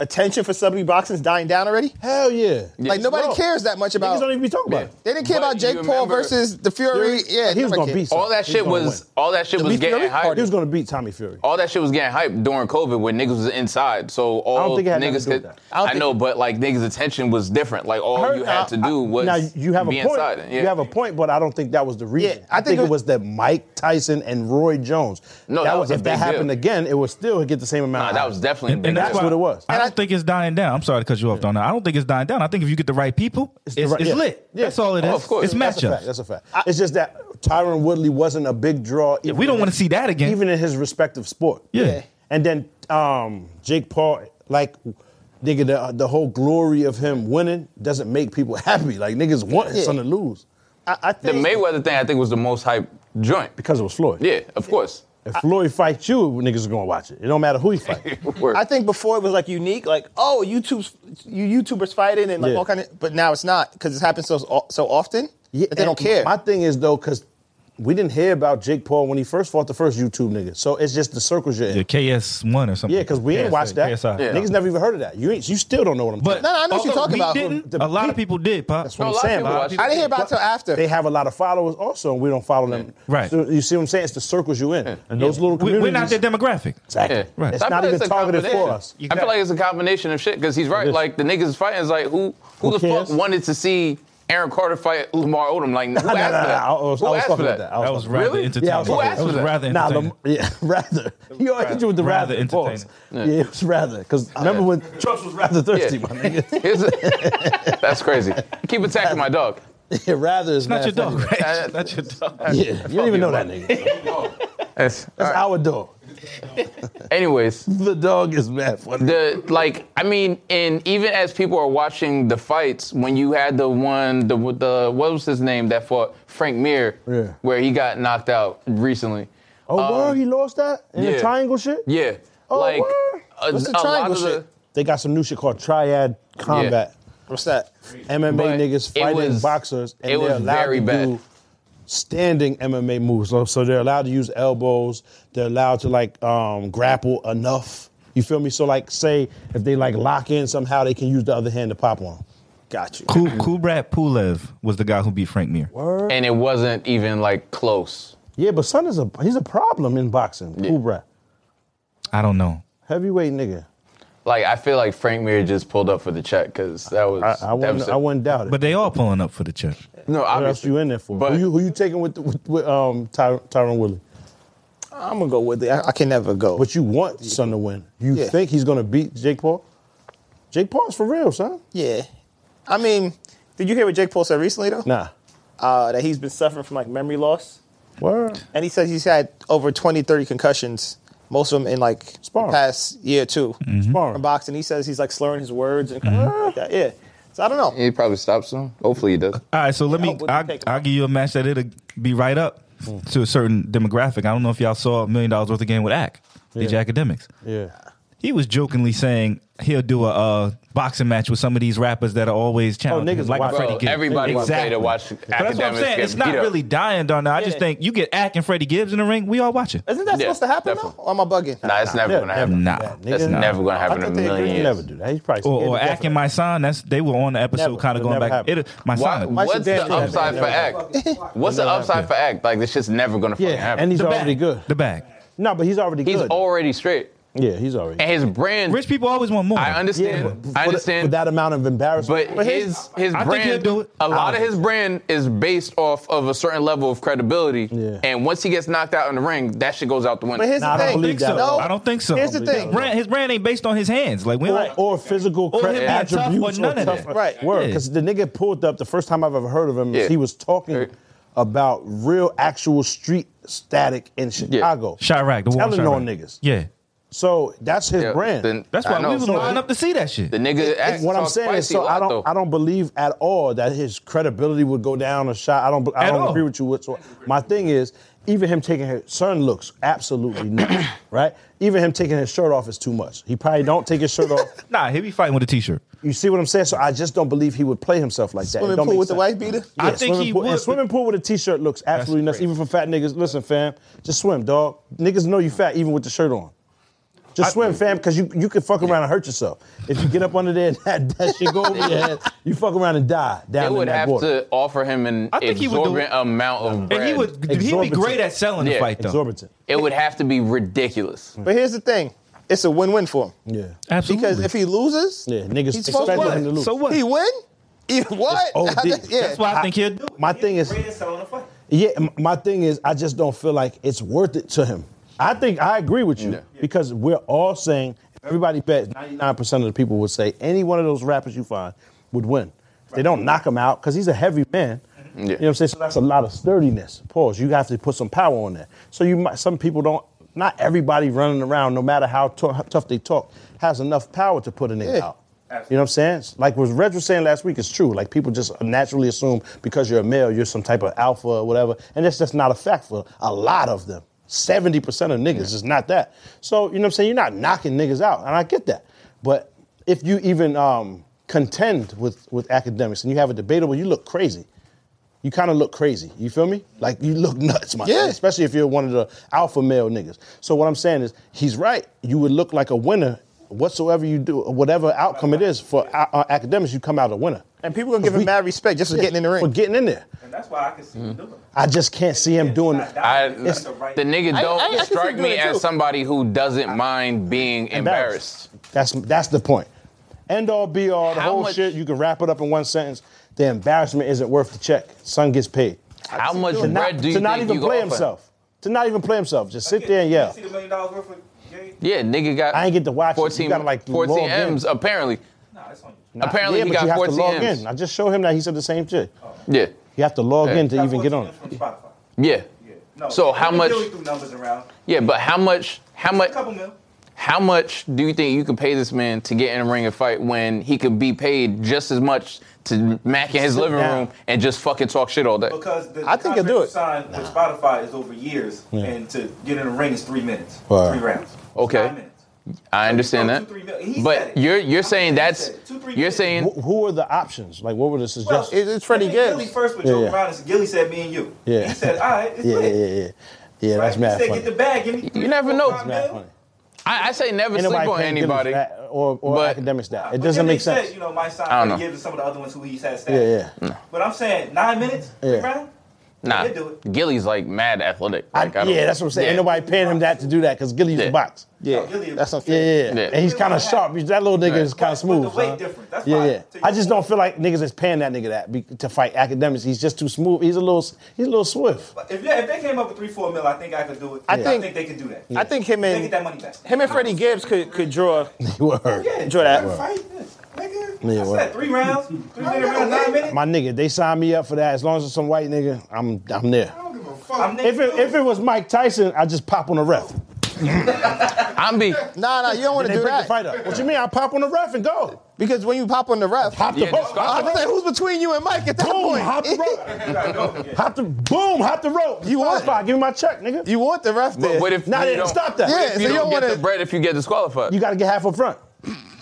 D: attention for celebrity boxing is dying down already?
G: Hell yeah.
D: Like nobody
G: No.
D: cares that much about.
G: Niggas don't even be talking about it.
D: They didn't care
E: But
D: about Jake
E: you
D: Paul
E: remember-
D: versus the Fury. Yeah,
G: he was
D: nobody
G: gonna
D: cared.
G: beat.
E: All that
G: somebody. He
E: shit
G: gonna
E: was
G: win.
E: all that shit
G: Did
E: was
G: Lee
E: getting
G: Fury? He was
E: hyped.
G: gonna beat Tommy Fury.
E: All that shit was getting hyped during COVID when niggas was inside. So all
G: think it had nothing
E: niggas
G: to do with
E: could.
G: that.
D: I don't
E: I,
D: think-
E: know, but like niggas' attention was different. Like all
G: Heard-
E: you had
G: now,
E: to do
G: I-
E: was
G: now you have a
E: be
G: point.
E: inside. Yeah.
G: You have a point, but I don't think that was the reason.
D: Yeah,
G: I, think, it was that Mike Tyson and Roy Jones.
E: No, that was a
G: if that
E: big deal.
G: happened again, it would still get the same amount.
E: Nah,
G: of
E: that
G: eyes.
E: was definitely. a big
G: that's
E: deal.
G: what it was.
F: I
G: And
F: don't
G: I-
F: think it's dying down. I'm sorry to cut you off, though. Now I don't think it's dying down. I think if you get the right people, it's,
G: the right-
F: it's
G: yeah.
F: lit.
G: Yeah.
F: That's all it is.
E: Oh, of course.
F: It's
G: That's a fact.
F: matchups.
G: That's a fact. it's just that Tyron Woodley wasn't a big draw. Even
F: we don't
G: in-
F: wanna see that again.
G: Even in his respective sport.
F: Yeah.
G: And then um, Jake Paul, like, nigga, the, the whole glory of him winning doesn't make people (laughs) happy. Like, niggas want his son to lose
D: I, I
E: The
D: think
E: Mayweather thing, I think, was the most hyped joint.
G: because it was Floyd.
E: Yeah, of course.
G: If Floyd fights you, niggas are gonna watch it. It don't matter who he fights.
E: (laughs) Word.
D: I think before it was like unique, like oh, YouTube's you YouTubers fighting and like
G: Yeah.
D: all kind of. But now it's not because it's happened so so often that they
G: and
D: don't care.
G: My thing is though, because we didn't hear about Jake Paul when he first fought the first YouTube nigga. So it's just the circles you're in.
F: Yeah, KS1 or something.
G: Yeah, because we ain't
F: KSI,
G: watched that.
F: KSI.
E: Yeah.
G: Niggas never even heard of that. You ain't, you still don't know what I'm
F: But
G: talking
D: No, no, I know what you're
F: although
D: talking
F: we
D: about.
F: Didn't,
G: The
F: a lot
G: peop-
F: of people did, Pop.
G: That's what
E: No, a
G: I'm
E: lot of
G: saying.
E: people
G: but
E: watch it.
D: I didn't hear about it
G: but
D: till after.
G: They have a lot of followers also, and we don't follow them.
F: Right.
G: So you see what I'm saying? It's the circles you in. And those little
F: we,
G: communities.
F: we're not their demographic.
G: Exactly.
E: Yeah.
F: Right.
G: It's
E: So I
G: not
E: feel
G: even
E: like it's a
G: targeted for
E: combination.
G: us.
E: I feel like it's a combination of shit because he's right.
G: is.
E: Like the niggas fighting is like who who,
G: Who
E: the
G: cares?
E: fuck wanted to see Aaron Carter fight Lamar Odom?
G: (laughs)
E: Like who asked
G: Nah, nah,
E: for
G: nah, nah.
E: that?
G: I was,
E: who
G: I was
E: asked for
G: fucking
E: that?
G: with that. I
F: That was
G: was fucking with
F: rather
E: Really?
F: entertaining.
G: Yeah, I was
E: Who asked
F: that
E: for
F: was
E: that?
F: rather
G: Nah,
F: entertaining.
G: Lam- yeah, (laughs) rather. He always hit you with the
F: Rather
G: rather. pause. Yeah.
F: entertaining.
G: it was rather. Because remember when Trump was rather thirsty,
E: Yeah.
G: my nigga?
E: (laughs) Here's a- that's crazy. Keep attacking my dog.
G: (laughs) yeah, rather is
F: Not
G: mad
F: your dog, right?
G: funny.
E: Uh,
F: (laughs) Not your dog.
G: Yeah, you don't even know that nigga.
E: That's,
G: That's our dog.
E: Anyways,
G: The dog is mad funny.
E: the like I mean, and even as people are watching the fights, when you had the one the the what was his name that fought Frank Mir,
G: Yeah.
E: where he got knocked out recently.
G: Oh,
E: Um,
G: word, he lost that in the
E: yeah.
G: triangle shit.
E: Yeah,
G: Oh,
E: like
G: word.
E: a,
D: What's the
E: a lot
D: triangle
E: of the.
D: shit?
G: They got some new shit called triad combat.
D: What's that?
G: MMA
E: But
G: niggas
E: it
G: fighting
E: was-
G: boxers, and
E: it
G: they're
E: was
G: allowed
E: very
G: to
E: bad.
G: do standing MMA moves. So- So they're allowed to use elbows. They're allowed to like um, grapple enough. You feel me? So like, say if they like lock in somehow, they can use the other hand to pop on.
D: Got you.
F: Ku- Kubrat Pulev was the guy who beat Frank Mir.
E: and it wasn't even like close.
G: Yeah, but son is a he's a problem in boxing. Kubrat,
F: I don't know.
G: heavyweight nigga.
E: Like I feel like Frank Mir just pulled up for the check because that was
G: I, I
E: that
G: wouldn't
E: was
G: I wouldn't doubt it.
F: But they all pulling up for the check.
E: no
G: what else
E: obviously
G: you in there for?
E: But
G: who, you, who you taking with, with, with um, Ty, Tyron Woodley?
D: I'm gonna go with it. I, I can never go.
G: But you want Son to win. You
D: Yeah.
G: think he's going to beat Jake Paul? Jake Paul's for real, son.
D: Yeah. I mean, did you hear what Jake Paul said recently though?
G: Nah.
D: Uh, that he's been suffering from like memory loss.
G: Word.
D: And he says he's had over 20, 30 concussions, most of them in like
G: Sparring.
D: the past year or 2
F: Mm-hmm.
G: Sparring.
D: From boxing, he says he's like slurring his words and
G: Mm-hmm.
D: like that. Yeah. So I don't know.
E: He probably stops soon. Hopefully he does.
F: All right, so let
D: Yeah, I
F: me.
D: wouldn't
F: I,
D: pick him.
F: I'll give you a match that it'll be right up to a certain demographic. I don't know if y'all saw a million dollars worth of game with Ack, DJ Academics.
G: Yeah.
F: He was jokingly saying he'll do a uh, boxing match with some of these rappers that are always challenging,
G: niggas
F: like
G: wild.
F: Freddie
E: Bro,
F: Gibbs.
E: everybody would pay to watch
F: But that's what I'm
E: academics
F: saying.
E: get
F: It's not
E: beat up.
F: really dying down there. I just
D: Yeah.
F: think you get Ack and Freddie Gibbs in the ring, we all watch it.
D: Isn't that
E: Yeah,
D: supposed to happen
E: definitely.
D: though? Or am I bugging?
E: Nah, it's never
G: Yeah,
E: gonna
G: never.
E: happen.
F: Nah.
G: That nigga-
E: That's
G: Nah.
E: never gonna
G: I
E: happen in
G: thought
E: a
G: they
E: million
G: agreed to
E: years.
G: never do that. He's probably
F: Or, or
G: scared
F: Ack
G: to
F: and
G: death.
F: my son. That's they were on the episode,
G: Never.
F: kind of going
G: Never
F: back.
G: happened.
F: It, my
E: Why,
F: son.
E: what's the
D: Daniels never
E: upside
D: did
E: for
D: that.
E: Act? What's the upside for Act? Like this shit's never gonna fucking
G: Yeah,
E: happen.
G: and he's
F: the
G: already
F: bag.
G: good.
F: The bag.
G: No, but he's already
E: he's
G: good.
E: already straight,
G: yeah, he's already.
E: and his brand.
F: Rich people always want more.
E: I understand. I understand.
G: With that amount of embarrassment,
E: But, his his
F: I think
E: brand,
F: he'll do it.
E: a lot
F: I-
E: of his brand is based off of a certain level of credibility.
G: Yeah.
E: And once he gets knocked out in the ring, that shit goes out the window.
D: But here's
G: Nah, I
D: the
G: don't
D: thing.
G: believe that.
D: No,
F: I don't think so.
D: Here's the thing.
F: Brand- his brand ain't based on his hands. Like we
G: or,
F: like,
G: or physical
F: Or him
G: credit
F: being tough or
G: attributes
F: none of that.
D: Right.
G: Word,
F: Yeah.
G: because the nigga pulled up the first time I've ever heard of him.
E: Yeah.
G: Is he was talking
E: Right.
G: about real, actual street static in Chicago.
F: Chirac, the war on
G: telling on
F: Chirac.
G: niggas.
F: Yeah,
G: So that's his
E: Yeah,
G: brand.
E: then-
F: that's
E: I
F: why
E: know.
F: we was
E: So
F: lining
E: the-
F: up to see that shit.
E: The nigga acts
G: what I'm
E: talks
G: saying is,
E: spicy a
G: so I
E: lot,
G: don't,
E: though.
G: I don't believe at all that his credibility would go down a shot. I don't, I
F: At
G: don't
F: all.
G: agree with you whatsoever. My thing is, even him taking his son looks absolutely nuts, (coughs) right? Even him taking his shirt off is too much. He probably don't take his shirt off.
F: Nah, he be fighting with a t-shirt.
G: You see what I'm saying? So I just don't believe he would play himself like that. It
D: Swimming
G: don't
D: pool
G: make
D: with the
G: sense.
D: wife beater?
F: I think
G: swimming
F: he
G: pool, and
F: would,
G: swimming pool with a t-shirt looks absolutely nuts,
F: crazy.
G: even for fat niggas. Listen, fam, just swim, dog. Niggas know you fat even with the shirt on. Just swim, fam, because you you could fuck around and hurt yourself. If you get up under there and (laughs) that, that shit go over your head, you fuck around and die
E: they
G: down in
E: would
G: that
E: have
G: water.
E: to offer him an
F: I think he would do-
E: exorbitant amount of bread.
F: And he would he'd be
G: Exorbitant.
F: great at selling the
E: Yeah.
F: fight though.
G: Exorbitant.
E: it would have to be ridiculous.
D: But here's the thing. It's a win-win for him.
G: Yeah.
F: Absolutely.
D: Because if he loses,
G: Yeah, niggas
D: he's supposed
G: expecting
D: to
G: him to
D: win.
G: lose.
F: So what?
D: He win? He- what?
G: OD.
D: How that- yeah.
F: that's why I, think he'll do. it.
G: My thing is, yeah, m- my thing is, I just don't feel like it's worth it to him. I think I agree with you
E: Yeah.
G: because we're all saying if everybody bets. Ninety-nine percent of the people would say any one of those rappers you find would win. If They don't knock him out because he's a heavy man. You know what I'm saying? So that's a lot of sturdiness. Pause. You have to put some power on that. So you might. Some people don't. Not everybody running around, no matter how, tou- how tough they talk, has enough power to put a nigga
D: Yeah.
G: out. You know what I'm saying? Like what Reg was saying last week, it's true. Like people just naturally assume because you're a male, you're some type of alpha or whatever, and that's just not a fact for a lot of them. Seventy percent of niggas is not that. So you know what I'm saying? You're not knocking niggas out, and I get that. But if you even um, contend with with academics and you have a debatable, you look crazy. You kind of look crazy. You feel me? Like you look nuts, my
D: Yeah.
G: yeah. Especially if you're one of the alpha male niggas. So what I'm saying is, he's right. You would look like a winner whatsoever you do, whatever outcome it is for uh, uh, academics. You come out a winner.
D: And people gonna give him
G: We-
D: mad respect just for getting in the ring.
G: For getting in there,
I: And that's why I can see him doing it.
G: I just can't see him doing that.
E: I,
G: It's-
E: the nigga
D: I-
E: don't
D: I- I can see
E: strike
D: him
E: me
D: doing it, too.
E: as somebody who doesn't mind being embarrassed.
G: That's that's the point. End all be all. The
E: How
G: whole
E: much-
G: shit. You can wrap it up in one sentence. The embarrassment isn't worth the check. Son gets paid.
E: How much
G: To
E: bread
G: not,
E: do you
G: to not
E: think
G: even
E: you
G: play
E: gonna offer?
G: himself. To not even play himself. Just sit there and yell.
I: See the million dollars worth of game?
E: Yeah, nigga got.
G: I ain't get to watch it. You
E: 14,
G: gotta, like, log
E: 14
G: in.
E: M's apparently.
I: Nah, it's on you.
E: Uh, Apparently
G: yeah,
E: he
G: but you
E: got
G: have to
E: 14
G: log
E: M's.
G: in. I just showed him that he said the same shit.
E: Yeah,
G: You have to log
E: Yeah.
G: in to
I: Got
G: even get on it.
I: 14 From Spotify.
E: yeah.
I: Yeah. No,
E: So how
I: we
E: much-
I: really threw numbers around.
E: Yeah, but how much? How much?
I: A couple mil.
E: How much do you think you could pay this man to get in a ring and fight when he could be paid just as much to mac in his
G: Sit
E: living
G: down.
E: room and just fucking talk shit all day?
I: Because the
G: I think he'll do
I: contract signed with Spotify is over years, and to get in the ring is three minutes,
G: Wow.
I: three rounds.
E: Okay.
I: Nine minutes. Oh,
E: I understand
I: Two,
E: that,
I: three mil- he said
E: but
I: it.
E: you're you're
I: I'm
E: saying
I: saying
E: that's
I: he said it. Two, three
E: you're
I: minutes.
E: saying
G: Who, who are the options? Like, what were the
I: Well,
G: suggestions?
D: it's Freddie
I: I think Gilly
D: Gibbs.
I: first with
G: Yeah,
I: Joe
G: yeah.
I: Brown. is Gilly said me and you.
G: Yeah.
I: He said, all right, it's
G: yeah, yeah,
I: lit.
G: yeah, yeah. Yeah, that's
I: Right?
G: mad
I: he said,
G: funny.
I: get the bag. Give me
E: You never know.
I: Five
E: It's
G: Mad
I: mil.
G: funny.
E: I, I say never
G: Ain't nobody
E: sleep on
G: paying Gilly
E: anybody.
G: for that or, or
E: but-
G: academics that. It
I: But
G: doesn't
I: then
G: make
I: they said,
G: sense.
I: you know, my son
E: I don't know.
I: Gibbs and some of the other ones who he's had stats.
G: Yeah, yeah.
I: But I'm saying nine minutes,
G: Yeah.
I: three round.
E: Nah,
I: He'll do it.
E: Gilly's like mad athletic.
G: I-
E: Like, I don't-
G: yeah, that's what I'm saying.
E: Yeah.
G: Ain't nobody paying him that to do that because Gilly used
E: Yeah.
G: to box.
D: yeah,
I: Oh, Gilly-
D: that's
G: Yeah,
D: unfair.
G: yeah,
E: Yeah.
G: yeah. And he's kind of sharp. He's- That little nigga is kind of
I: But the
G: smooth.
I: weight
G: huh?
I: different. That's
G: yeah,
I: why-
G: yeah.
I: to your
G: I just don't
I: point.
G: feel like niggas is paying that nigga that be, to fight academics. He's just too smooth. He's a little. He's a little swift.
I: But If, yeah, if they came up with three, four mil, I think I could do it.
D: I
I: I
D: think-
I: think they could do that.
D: I think him
I: They get that
D: and
I: money back.
G: (laughs)
D: him and Freddie Gibbs could could draw
G: Word.
I: Yeah,
D: Draw that.
I: fight, yeah.
G: Yeah,
B: I said three rounds, three minute rounds, nine minutes.
G: My nigga, they signed me up for that. As long as it's some white nigga, I'm I'm there.
I: I don't give a fuck.
B: I'm
G: If it, if it was Mike Tyson, I just pop on the ref.
E: I'm
G: (laughs)
E: be.
D: Nah, nah, you don't want
G: They
D: to do
G: break the
D: that.
G: fight up. What you mean? I pop on the ref and go.
D: Because when you pop on the ref,
G: Hop the
E: Yeah,
G: rope.
E: just go.
G: Hop
D: I'm
G: the
D: saying who's between you and Mike at that
G: boom.
D: point? (laughs)
G: Hop the rope. hop the boom. Hop the rope.
D: You want it.
G: Spotify, Give me my check, nigga.
D: You want the ref there.
E: But what if
G: Nah,
E: you
G: they-
E: don't-
G: stop that.
E: what
D: Yeah,
E: if
D: so
E: you
D: you
E: don't
D: don't
E: get
D: wanna-
E: the bread if you get disqualified.
G: you got to get half up front.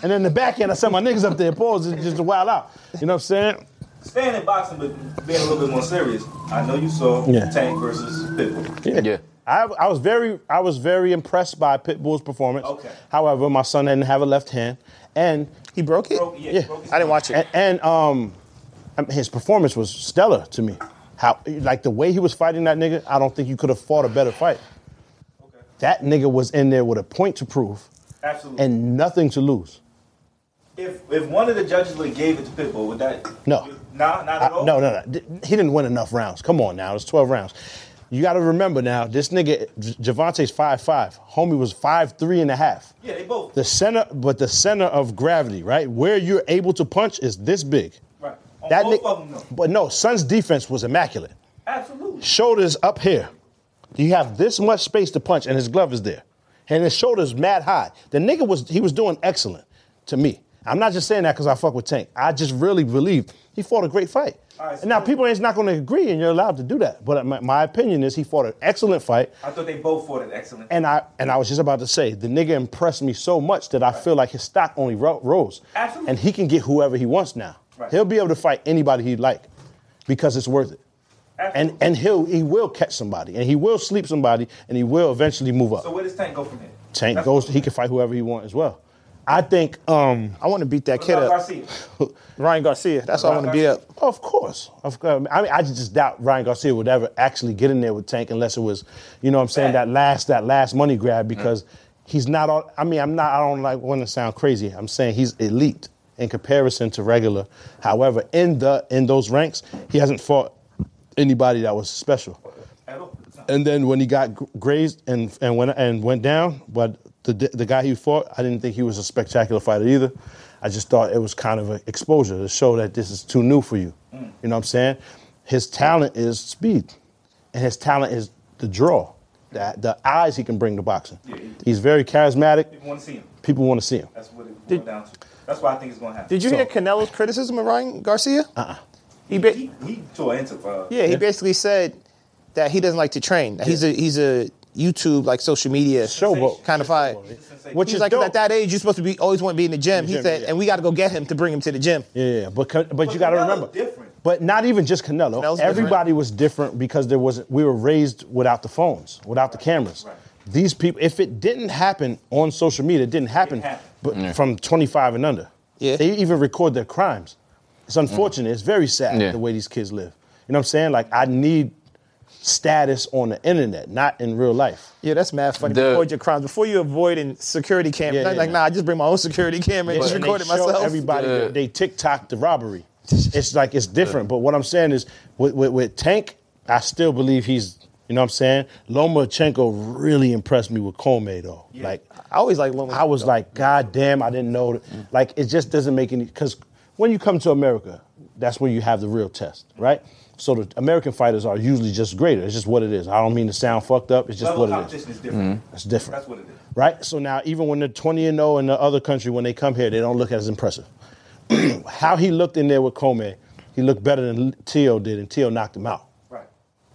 G: And then the back end, I sent my niggas up there. Pause. It's just a wild out. You know what I'm saying?
B: Staying in boxing, but being a little bit more serious. I know you saw
G: Yeah.
B: Tank versus Pitbull.
E: yeah.
G: I, I was very I was very impressed by Pitbull's performance.
B: Okay.
G: However, my son didn't have a left hand, and
D: he broke it?
B: Broke- yeah,
G: yeah,
B: broke his
D: I didn't watch it.
G: and, and um, I mean, his performance was stellar to me. How like the way he was fighting that nigga, I don't think you could have fought a better fight.
B: Okay.
G: That nigga was in there with a point to prove
B: Absolutely.
G: and nothing to lose.
B: if if one of the judges would have gave it to Pitbull, would that
G: No.
B: nah, not
G: I-
B: at all.
G: no, no, no. D- He didn't win enough rounds. Come on now, it's twelve rounds. You got to remember now, this nigga J- Javante's five five. Homie was five three and a half.
B: Yeah, they both.
G: the center, but the center of gravity, right? Where you're able to punch is this big.
B: right. On
G: That
B: both
G: ni-
B: of them, though.
G: but no, Sun's defense was immaculate.
B: Absolutely.
G: Shoulders up here. You have this much space to punch, and his glove is there, and his shoulders mad high. The nigga was he was doing excellent to me. I'm not just saying that because I fuck with Tank. I just really believe he fought a great fight.
B: All right, so-
G: and now people ain't not going to agree, and you're allowed to do that. But my, my opinion is he fought an excellent fight.
B: I thought they both fought it excellent.
G: And I and I was just about to say the nigga impressed me so much that I feel like his stock only ro- rose.
B: Absolutely.
G: And he can get whoever he wants now.
B: Right.
G: He'll be able to fight anybody he like because it's worth it.
B: Absolutely.
G: And and he'll he will catch somebody and he will sleep somebody and he will eventually move up.
B: so where does Tank go from here?
G: Tank
B: That's-
G: goes he can fight whoever he wants as well. I think um
D: I want to beat that
B: What
D: kid
B: about
D: up.
B: Garcia?
G: (laughs)
D: Ryan Garcia. That's what I want to beat up.
G: Of course, of course. I mean, I just doubt Ryan Garcia would ever actually get in there with Tank unless it was, you know, what I'm saying that last that last money grab because he's not. All, I mean, I'm not. I don't like want to sound crazy. I'm saying he's elite in comparison to regular. However, in the in those ranks, he hasn't fought anybody that was special.
B: At all. No.
G: And then when he got gr- grazed and and went and went down, but the d- the guy he fought, I didn't think he was a spectacular fighter either. I just thought it was kind of an exposure to show that this is too new for you.
B: Mm.
G: You know what I'm saying? His talent is speed, and his talent is the draw, the, the eyes he can bring to boxing.
B: Yeah, he-
G: He's very charismatic.
B: People want to see him.
G: People want to see him.
B: That's what it boiled down to. That's why I think it's going to happen.
D: Did you
G: So-
D: hear Canelo's criticism of Ryan Garcia? Uh-uh. He ba-
B: He, he tore into uh,
D: yeah, he basically said that he doesn't like to train. That He's a he's a YouTube like social media
G: Showboat.
D: kind of guy.
G: Which
D: He's
G: is
D: like 'cause
G: dope.
D: at that age you're supposed to be always want to be in the gym.
G: In the
D: he
G: gym,
D: said,
G: yeah.
D: and we got to go get him to bring him to the gym.
G: Yeah, yeah, yeah. But, Can- but you got to
B: Canelo's
G: remember,
B: different.
G: but not even just Canelo.
D: Canelo's
G: everybody was different because there wasn't. We were raised without the phones, without the cameras.
B: right.
G: These people, if it didn't happen on social media, it didn't happen.
B: happened.
G: But from 25 and under,
D: Yeah.
G: they even record their crimes. It's unfortunate. It's very sad
E: Yeah.
G: the way these kids live. You know what I'm saying? Like I need status on the internet, not in real life.
D: Yeah, that's mad funny.
E: The-
D: Avoid your crimes before you avoid in security cameras.
G: Yeah, yeah,
D: like,
G: yeah.
D: nah, I just bring my own security camera and just
G: and
D: record it
G: they show
D: myself.
G: Everybody,
E: Yeah.
G: they TikTok the robbery. It's like it's different. But what I'm saying is, with, with, with Tank, I still believe he's. You know what I'm saying? Lomachenko really impressed me with Comey though. Like
D: I always like Loma.
G: I was like, God damn, I didn't know. That. Like, it just doesn't make any. Because when you come to America, that's where you have the real test, right? So the American fighters are usually just greater. It's just what it is. I don't mean to sound fucked up. It's just
B: level of
G: what it is.
B: competition is different.
G: It's different.
B: That's what it is.
G: Right? So now, even when they're 20 and 0 in the other country, when they come here, they don't look as impressive. (clears throat) How he looked in there with Comey, he looked better than Tio did, and Tio knocked him out.
B: Right.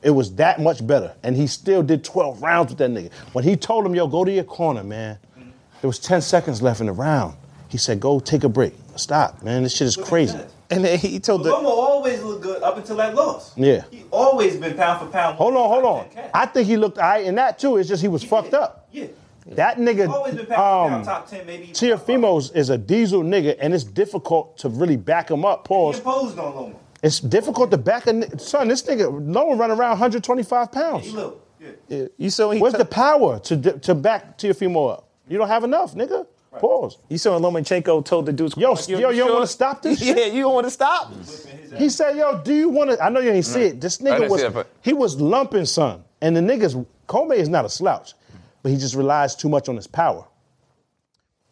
G: It was that much better. And he still did 12 rounds with that nigga. When he told him, yo, go to your corner, man,
B: Mm-hmm.
G: there was 10 seconds left in the round. He said, go take a break. Stop, man. This shit is
B: Look at
G: crazy.
B: that.
D: and then he told
B: Lomo
D: the.
B: always looked good up until that loss.
G: Yeah.
B: He always been pound for pound.
G: Hold on, hold on.
B: Cat.
G: I think he looked all right in that too. It's just he was
B: He
G: fucked
B: did.
G: up.
B: Yeah.
G: That nigga.
B: Always been pound for pound,
G: um,
B: top 10, maybe. even top five.
G: Tiafimo's is a diesel nigga, and it's difficult to really back him up.
B: He
G: Pause.
B: imposed on Loma.
G: It's difficult to back a ni- son. This nigga Lowen run around 125
B: He
G: pounds.
B: little. Yeah.
D: You saw when he
G: Where's
D: t-
G: the power to d- to back Tiafimo up? You don't have enough, nigga. Pause.
D: you saw when Lomachenko told the dudes.
G: Yo,
D: "Fuck
G: yo, you don't want to
D: (laughs)
G: stop this
D: Yeah,
G: shit?
D: you don't want to stop.
G: He said, yo, do you want to? I know you ain't see it. This nigga
E: didn't see
G: was
E: that, but-
G: he was lumping son, and the niggas Comey is not a slouch, but he just relies too much on his power.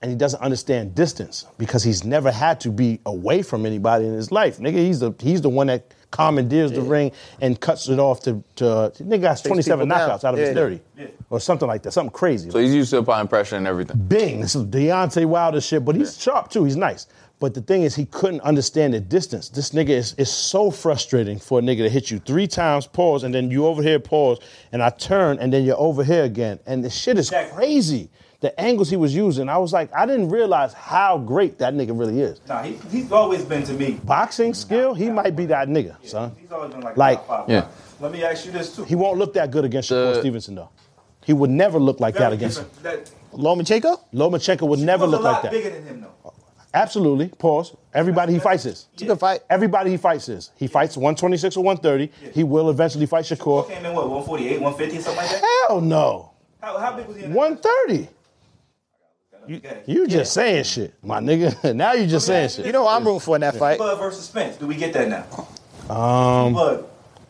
G: and he doesn't understand distance because he's never had to be away from anybody in his life. Nigga, he's the he's the one that commandeers the ring and cuts it off to to nigga got 27
D: people down.
G: knockouts out of
D: Yeah.
G: his 30 or something like that. Something crazy.
E: So he's used to applying pressure and everything.
G: Bing. This is Deontay Wilder shit, but he's sharp too. He's nice. But the thing is, he couldn't understand the distance. This nigga is it's so frustrating for a nigga to hit you three times, pause, and then you over here, pause, and I turn, and then you're over here again. And the shit is crazy. The angles he was using, I was like, I didn't realize how great that nigga really is.
B: Nah, he, he's always been to me.
G: Boxing skill, he might be that nigga, son.
B: He's always been like,
G: Like-
B: top five.
E: Yeah.
B: Let me ask you this too.
G: He won't look that good against Shakur
E: The-
G: Stevenson, though. He would never look like that
B: Very
G: against him.
B: different. That,
D: Lomachenko?
G: Lomachenko would never
B: was
G: look
B: a lot
G: like that.
B: bigger than him though.
G: Absolutely. Pause. Everybody he fights is.
D: It's a good fight.
G: Everybody he fights is. He fights 126 or 130. He will eventually fight Shakur.
B: Came in what 148, 150, something like that.
G: Hell no.
B: How, how big was he? In
G: 130.
B: okay.
G: You just saying shit, my nigga. (laughs) now you just saying
D: You
G: shit.
D: know what I'm rooting for in that fight.
B: Bud versus Spence. Do we get that now? Um, Bud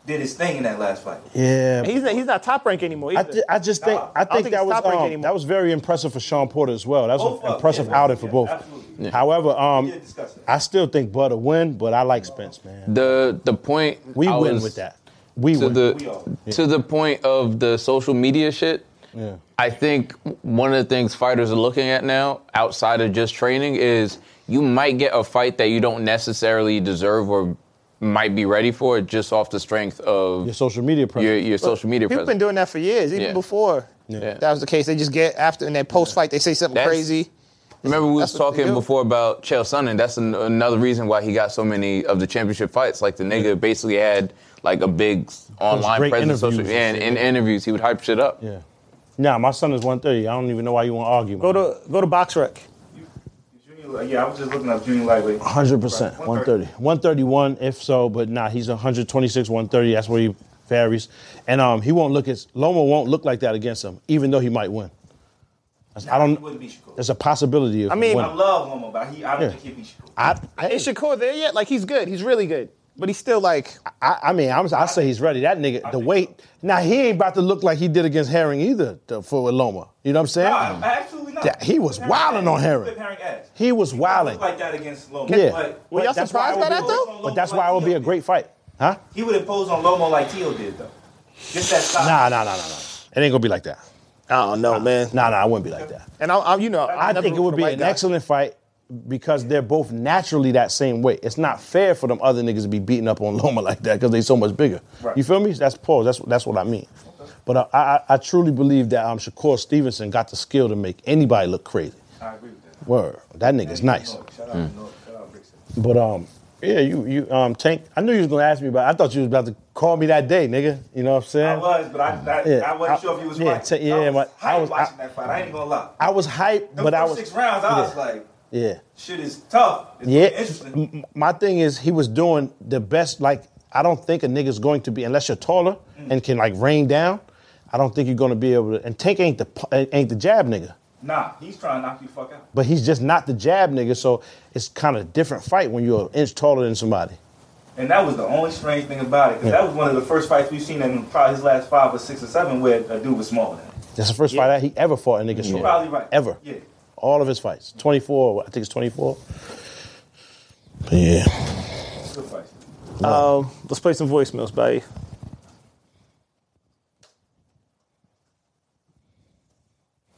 B: did his thing in that last fight.
G: Yeah.
J: He's not, he's not top rank anymore.
G: I,
J: Either.
G: thi- I just think I think,
J: think
G: that
J: he's
G: was
J: top rank
G: um,
J: anymore.
G: that was very impressive for Sean Porter as well. That was
B: Both
G: an
B: up,
G: impressive
B: yeah,
G: outing for
B: yeah,
G: both.
B: absolutely.
G: However, um,
B: did discuss that.
G: I still think Bud will win, but I like Spence, man.
E: The the point
G: We
E: I
G: win
E: was-
G: with that. We
E: to
G: win.
E: the to the point of the social media shit.
G: Yeah.
E: I think one of the things fighters are looking at now, outside of just training, is you might get a fight that you don't necessarily deserve or might be ready for just off the strength of
G: your social media presence.
E: your, e- your social media
D: People been
E: presence.
D: doing that for years, even
E: Yeah.
D: before
E: Yeah.
D: that was the case. They just get after in that post fight, they say something
E: That's-
D: crazy.
E: Remember, we was
D: That's what they
E: talking
D: do.
E: before about Chael Sonnen. That's an, another reason why he got so many of the championship fights. Like the nigga basically had like a big online
G: great
E: presence, social,
G: interviews
E: and in
G: and
E: interviews he would hype shit up.
G: Yeah. Nah, my son is 130. I don't even know why you want to argue.
D: Go to go to box rec.
B: Junior, uh, yeah, I was just looking up junior lightweight.
G: 100%. 130. 131, if so, but nah, he's 126, 130. That's where he varies. And um, he won't look as, Loma won't look like that against him, even though he might win. That's- I
B: He
G: don't,
B: wouldn't beat Shakur.
G: there's a possibility of
D: I mean,
G: him
B: I
G: winning.
B: love Lomo, but he, I don't
G: Yeah.
B: think he beat Shakur.
G: I, I,
J: Is Shakur there yet? Like he's good. He's really good.
D: But he's still like
G: I, I mean, I'm, I say he's ready. That nigga, the weight. Now, he ain't about to look like he did against Herring either to, for Loma. You know what I'm saying?
B: Nah, absolutely not.
G: Yeah, he was
B: Herring
G: wilding
B: ass.
G: on Herring.
B: He, whipped ass.
G: He was wilding.
B: He looked like that against Lomo.
G: Yeah.
B: But,
D: Were y'all
G: That's why
D: surprised by
G: it would
D: that
G: be-
D: though?
G: But that's why it would be a great fight. Huh?
B: he would impose on Lomo like Teo did, though. Just that size.
G: Nah, nah, nah, nah, nah. It ain't gonna be like that.
D: I don't know, man.
G: Nah, nah, it wouldn't be like that.
D: And I, I you know,
G: I think it would be an excellent fight because they're both naturally that same weight. It's not fair for them other niggas to be beating up on (laughs) Loma like that because they so much bigger.
B: Right.
G: You feel me? That's pause. That's that's what I mean. But uh, I, I I truly believe that um Shakur Stevenson got the skill to make anybody look crazy.
B: I agree with that.
G: Word, that nigga's nice.
B: Shout out to North. Shout out to Brixton.
G: But um, yeah, you you um Tank. I knew you was gonna ask me about. I thought you was about to call me that day, nigga. You know what I'm
B: I
G: saying?
B: was, but I, I,
G: Mm. Yeah.
B: I wasn't
G: I-
B: sure if he was
G: yeah,
B: right.
G: ta- yeah,
B: I was,
G: but I
B: hyped
G: was-
B: watching
G: I-
B: that fight. I ain't gonna lie.
G: I was hyped,
B: Them
G: but
B: first
G: I was
B: six rounds. I
G: yeah.
B: was like,
G: yeah.
B: shit is tough. It's
G: Yeah.
B: interesting.
G: M- My thing is, he was doing the best. Like, I don't think a nigga's going to be unless you're taller
B: Mm.
G: and can like rain down. I don't think you're going to be able to. And Tank ain't the pu- ain't the jab nigga,
B: Nah, he's trying to knock you fuck out.
G: but he's just not the jab nigga. So it's kind of a different fight when you're an inch taller than somebody.
B: And that was the only strange thing about it, because that was one of the first fights we've seen in probably his last five or six or seven where a dude was smaller than him.
G: That's the first fight that he ever fought a nigga short.
B: Probably right.
G: Ever.
B: Yeah.
G: All of his fights. 24, I think it's 24. But yeah.
B: Good fights.
J: Um, let's play some voicemails, buddy.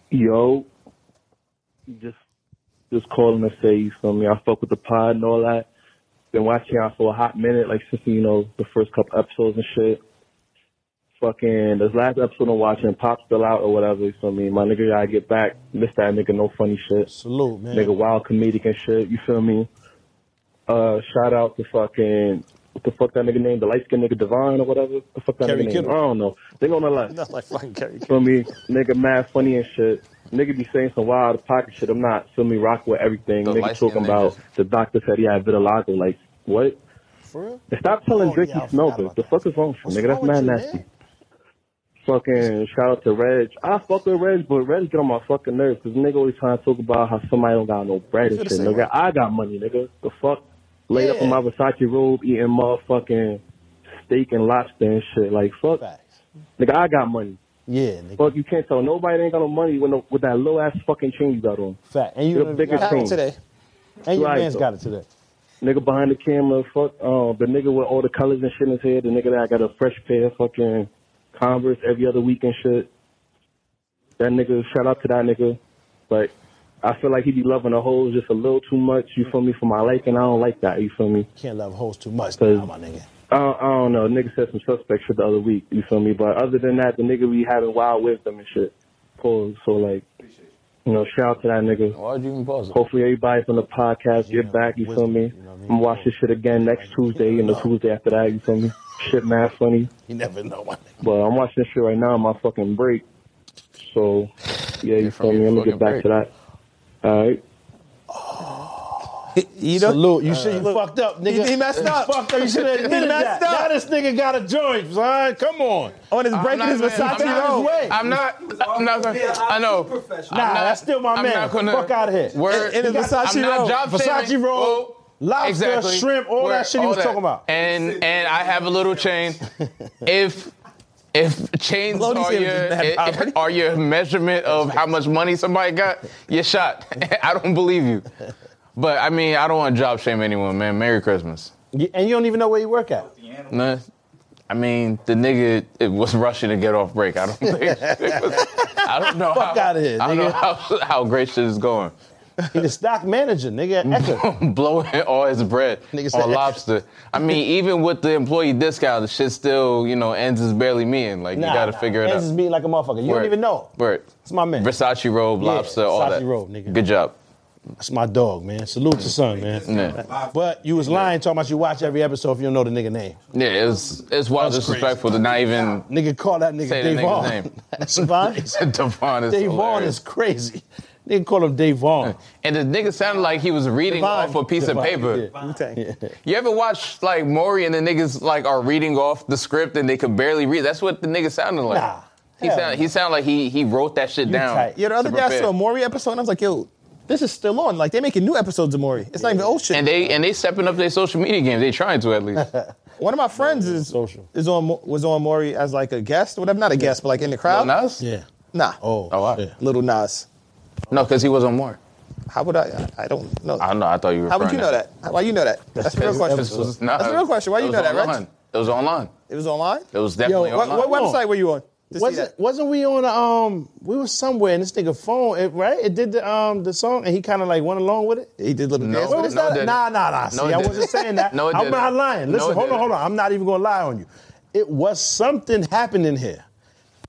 K: Yo, just just calling to say you feel me. I fuck with the pod and all that. Been watching y'all for a hot minute, like since you know the first couple episodes and shit. Fucking this last episode I'm watching, pop still out or whatever. You feel me? My nigga, gotta get back. Miss that nigga, no funny shit.
G: Salute, man.
K: Nigga, wild comedic and shit. You feel me? Uh, shout out to fucking what the fuck that nigga named the light skinned nigga Devon or whatever. The fuck that
G: Kerry
K: nigga named.
G: Kittle.
K: I don't know. They gonna
G: (laughs)
K: lie.
J: Not like fucking Kerry.
K: Feel me? Nigga mad funny and shit. Nigga be saying some wild pocket shit. I'm not. Feel me? Rock with everything.
E: The
K: nigga
E: light
K: talking
E: skin
K: about
E: niggas.
K: the doctor said he had vitiligo. Like, what?
G: For real?
K: And stop telling
G: Oh,
K: Drake
G: yeah, I
K: he smelled
G: forgot
K: it.
G: about
K: The
G: that.
K: fuck is wrong with
G: What's
K: you, nigga? That's
G: wrong with
K: mad
G: you,
K: nasty.
G: man?
K: Fucking shout out to Reg. I fuck with Reg, but Reg get on my fucking nerves because nigga always trying to talk about how somebody don't got no bread and shit. Nigga, I got money, nigga. The fuck? Laid up in my Versace robe eating motherfucking steak and lobster and shit. Like, fuck.
G: Facts.
K: Nigga, I got money.
G: Yeah, nigga.
K: Fuck, you can't tell nobody they ain't got no money with, no, with that low ass fucking chain you got on.
G: Fat. And you
K: You're
G: done
K: the biggest
G: got it
K: thing.
G: today. And your
K: Right,
G: man's
K: though.
G: got it today.
K: Nigga behind the camera, fuck uh, the nigga with all the colors and shit in his head. The nigga that got a fresh pair of fucking Converse every other week and shit. That nigga, shout out to that nigga. But I feel like he be loving the hoes just a little too much. You feel me? For my liking, I don't like that. You feel me?
G: Can't love hoes too much,
K: Cause-
G: now, my nigga.
K: I don't, I don't know. Nigga said some suspect shit the other week. You feel me? But other than that, the nigga be having wild wisdom and shit. Pause. So like, you know, shout out to that nigga.
E: Why'd you even pause it?
K: Hopefully everybody from the podcast get back. You feel me? I'm gonna watch this shit again next Tuesday and the Tuesday after that. You feel me? Shit, mad funny.
G: You never know, my
K: But I'm watching this shit right now on my fucking break. So yeah, you feel me? I'm gonna get back
G: break.
K: to that. All right.
D: You
G: know, uh, Salute. You should you fucked up, nigga.
D: He- he messed
G: You
D: up.
G: fucked up. You should have
D: He
G: admitted
D: messed
G: that.
D: up.
G: Now this nigga got a joint, son. Come on.
D: On his
E: I'm
D: break
E: not-
D: in his
E: man,
D: Versace
E: I'm not-
D: robe.
E: I'm not. I'm not gonna. I know.
G: Nah,
E: I'm not-
G: that's still my
E: I'm
G: man.
E: not gonna-
G: Fuck out of here.
E: Word.
G: In, in his Versace
E: I'm not
G: robe.
E: job shaming.
G: Versace robe.
E: Whoa.
G: Lobster,
E: Exactly.
G: shrimp, all
E: Word.
G: that shit he
E: All
G: was
E: that.
G: talking about.
E: And and I have a little chain. if if chains
D: Lodi
E: are
D: said
E: your
D: it didn't have
E: i-
D: poverty.
E: are your measurement of how much money somebody got, you're shot. (laughs) I don't believe you. But I mean, I don't want to job shame anyone, man. Merry Christmas.
G: You- And you don't even know where you work at.
E: Nah, I mean, the nigga it was rushing to get off break. I don't think. I don't know.
G: Fuck
E: how,
G: outta here,
E: I don't know
G: nigga.
E: how, how great shit is going. (laughs)
G: He's the stock manager, nigga. At Echo.
E: blowing all his bread
G: Nigga said-
E: on lobster. I mean, even with the employee discount, the shit still, you know, ends is barely meeting. Like you gotta figure it
G: Ends
E: out.
G: is beating like a motherfucker. You
E: Word.
G: don't even know.
E: Word.
G: It's my man.
E: Versace robe,
G: Yeah,
E: lobster, all
G: Versace
E: that.
G: robe, nigga.
E: Good job.
G: That's my dog, man. Salute to son, man.
E: Yeah.
G: But you was lying talking about you watch every episode if you don't know the nigga name.
E: Yeah, it's it's wild
G: That's crazy.
E: disrespectful to not even
G: Nigga call that nigga
E: Say the
G: Dave
E: nigga's
G: Vaughn.
E: name.
G: (laughs) That's Vaughn.
E: Devon is
G: Dave Vaughn
E: hilarious.
G: is crazy. Nigga call him Dave Vaughn.
E: And the nigga sounded like he was reading
G: Devon.
E: off a piece
G: Devon,
E: of paper.
G: yeah.
E: You ever watch like Maury and the niggas like are reading off the script and they could barely read? That's what the nigga sounded like.
D: Nah.
E: He
D: Hell
E: sound, he sounded like he he wrote that shit down.
D: Yeah, the
E: to
D: other day I
E: prepare.
D: saw a Maury episode and I was like, yo, this is still on. Like, they're making new episodes of Maury. It's not even old shit.
E: And they and they stepping up their social media game. They trying to at
D: (laughs)
E: least.
D: One of my friends is social. is on Mo- was on Maury as like a guest, or whatever. Not a guest, but like in the crowd.
E: Lil Nas?
G: Yeah.
D: Nah.
G: Oh.
E: Oh, wow.
G: shit.
D: Little Nas.
E: No, because he was on more.
D: How would I? I I don't know.
E: I don't know. I thought you were.
D: How would you
E: referring
D: know
E: to-
D: that? Why you know that? That's the real
E: This-
D: question.
E: this was- nah,
D: That's the real question. Why
E: it
D: you
E: was
D: know that,
E: online.
D: right?
E: It was online.
D: It was online.
E: It was definitely
G: Yo,
D: What,
E: online.
D: what website were you on? to see
G: Wasn't
D: that?
G: wasn't we on a, um we was somewhere and this nigga phone it, right? It did the um the song and he kind of like went along with it.
D: He did little
E: No.
D: dance
G: What
D: with
G: was
D: it?
E: no, it
G: that?
E: didn't.
G: Nah, nah, nah. See,
E: No, it
G: I
E: didn't.
G: wasn't saying
E: (laughs)
G: that.
E: No, it
G: I'm
E: didn't.
G: not lying.
E: No,
G: Listen,
E: it
G: hold on,
E: didn't.
G: hold on. I'm not even gonna lie on you. It was something happening here.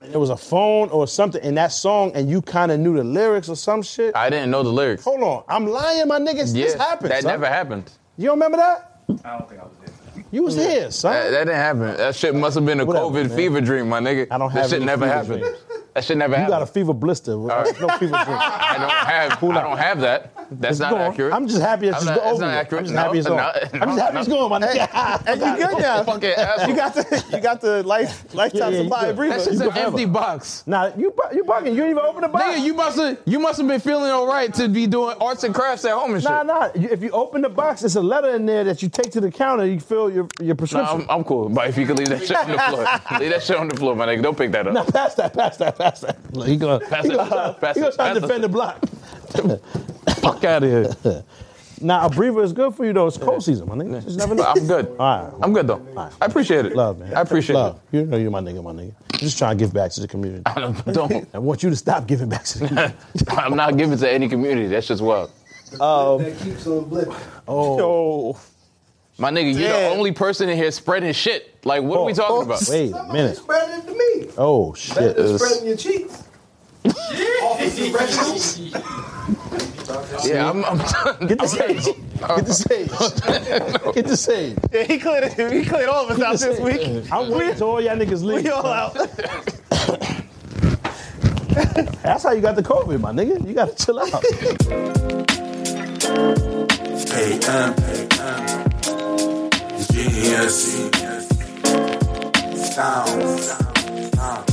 G: It was a phone or something in that song, and you kind of knew the lyrics or some shit.
E: I didn't know the lyrics.
G: hold on, I'm lying, my niggas.
E: Yeah,
G: this happened.
E: That
G: son.
E: never happened.
G: You don't remember that?
I: I don't think I was there.
G: You was here, son.
E: That, that didn't happen. That shit must have been a
G: Whatever,
E: COVID
G: man.
E: fever dream, my nigga.
G: I don't
E: That
G: have
E: shit
G: any
E: never
G: fever
E: happened.
G: dreams.
E: That shit never
G: you got a
E: happened.
G: fever blister. There's no
E: (laughs)
G: fever drink.
E: I don't have. I don't have that. That's
G: It's
E: not
G: gone.
E: accurate.
G: I'm just happy it's
E: I'm not-
G: just go
E: it's
G: over.
E: not
G: with.
E: accurate.
G: I'm just
E: No,
G: happy it's
E: no,
G: gone.
E: no,
G: I'm just happy it's
E: no.
G: gone, my nigga. (laughs)
D: And you good now?
E: Fucking asshole.
D: You got the you got the
E: (laughs)
D: life
G: Yeah,
D: lifetime
G: yeah, you
D: supply
G: good.
D: of Breva.
E: That's
D: You
E: just an
D: good.
E: empty box.
G: Nah, you bu- you bugging. You didn't even open the box.
E: Nigga, you must have you must have been feeling all right to be doing arts and crafts at home and shit.
G: Nah, nah. You, if you open the box, it's a letter in there that you take to the counter. You fill your, your
E: Nah,
G: prescription.
E: I'm, I'm cool. But if you could leave that shit on the
G: (laughs)
E: floor, leave that shit on the floor, my nigga. Don't pick that up.
G: Nah, pass that, pass that, pass that. Look, he gonna,
E: Pass
G: he
E: it,
G: gonna try,
E: pass
G: he gonna
E: it,
G: try
E: pass
G: to
E: it.
G: defend the block.
E: (laughs) Fuck out of here.
G: (laughs) Nah, a breather is good for you though. It's cold season, my nigga. Just never know.
E: I'm good.
G: All right.
E: I'm good though. I appreciate it.
G: Love, man.
E: I appreciate
G: Love. You know you're my nigga, my nigga. I'm just trying to give back to the community.
E: it. I don't.
G: (laughs) I want you to stop giving back to the community.
E: (laughs) I'm not giving to any community. That's just wild.
I: that keeps on blipping.
D: Yo,
E: My nigga, you're
D: Yeah.
E: the only person in here spreading shit. Like, what are we talking about?
G: Oh, Wait a
I: Somebody
G: minute.
I: spreading it to me.
G: Oh
I: Better
G: shit.
I: than spreading your cheeks. Off with the rectals.
E: Yeah, I'm. I'm
G: Get the sage. Get
E: (laughs)
G: the sage. Get the sage.
D: yeah, (laughs) he cleared it. He cleared all of us out this week.
G: I'm waiting till all y'all niggas leave.
D: We all out.
G: That's how you got the COVID, my nigga. You gotta
D: (laughs)
G: chill out.
A: AM. Genius. Sound. Sound.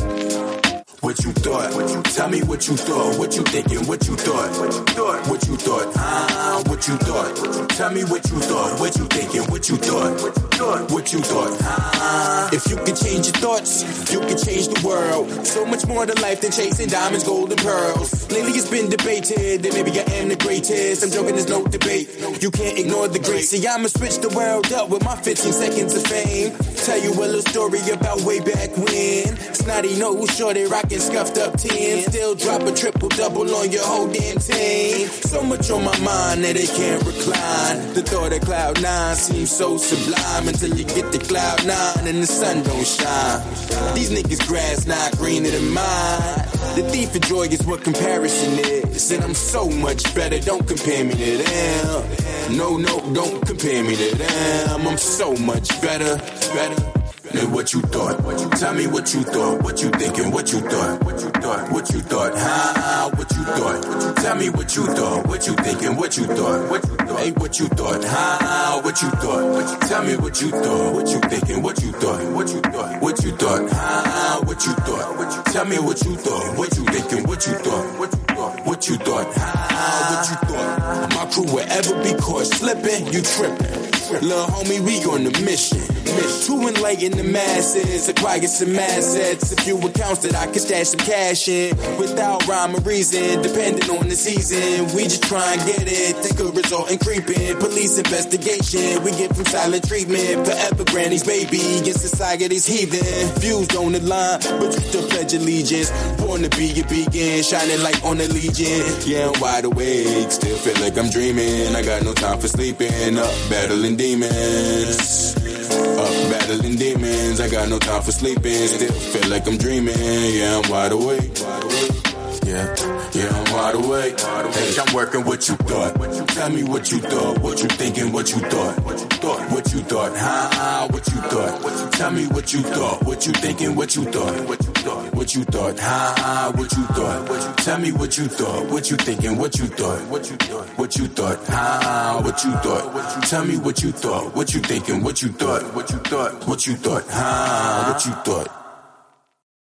A: What what you thought. What you tell me what you thought. What you thinking? What you thought? What you thought? What you thought? Ah, what you thought? Tell me what you thought. What you thinking? What you thought? What you thought? What you thought? Ah, if you could change your thoughts, you could change the world. So much more to life than chasing diamonds, gold, and pearls. Lately it's been debated that maybe I am the greatest. I'm joking, there's no debate. You can't ignore the great. See, I'ma switch the world up with my 15 seconds of fame. Tell you a little story about way back when. Snotty nose, shorty rockin' scuffed up 10. Still drop a triple double on your whole damn team. So much on my mind that it can't recline. The thought of cloud nine seems so sublime until you get to cloud nine and the sun don't shine. These niggas grass not greener than mine. The thief of joy is what comparison is. And I'm so much better, don't compare me to them. No, no, don't compare me to them. I'm so much better, better. Than what you thought. What you tell me what you thought. What you thinking? What you thought? What you thought? What you thought? Huh? What you thought? What you tell me what you thought. What you thinking? What you thought? What you thought? Hey, what you thought? Huh? What you thought? What you tell me what you thought? What you thinking? What you thought? What you thought? What you thought? Huh? What you thought? What you tell me what you thought? What you thinking? What you thought? What you thought? What you thought? Huh? What you thought? My crew will ever be caught slipping. You tripping. Lil' homie, we on the mission. To enlighten the masses, acquire some assets. A few accounts that I can stash some cash in. Without rhyme or reason, depending on the season. We just try and get it. That could result in creeping. Police investigation, we get from silent treatment. Forever granny's baby, and society's heathen. Views on the line, but you still pledge allegiance. Born to be a beacon, shining light on the legion. Yeah, I'm wide awake, still feel like I'm dreaming. I got no time for sleeping. Up battling demons. Up battling demons. I got no time for sleeping. Still feel like I'm dreaming. Yeah, I'm wide awake. Yeah, yeah, I'm wide awake. Hey, I'm working what you thought. Tell me what you thought. What you thinking? What you thought? What you thought? What you thought? Huh? What you thought? Tell me what you thought. What you thinking? What you thought? What you thought? What you thought? Huh? What you thought? What you tell me what you thought? What you thinking? What you thought? What you thought? What you thought? Huh? What you thought? What you tell me what you thought? What you thinking? What you thought? What you thought? What you thought? Huh? What you thought?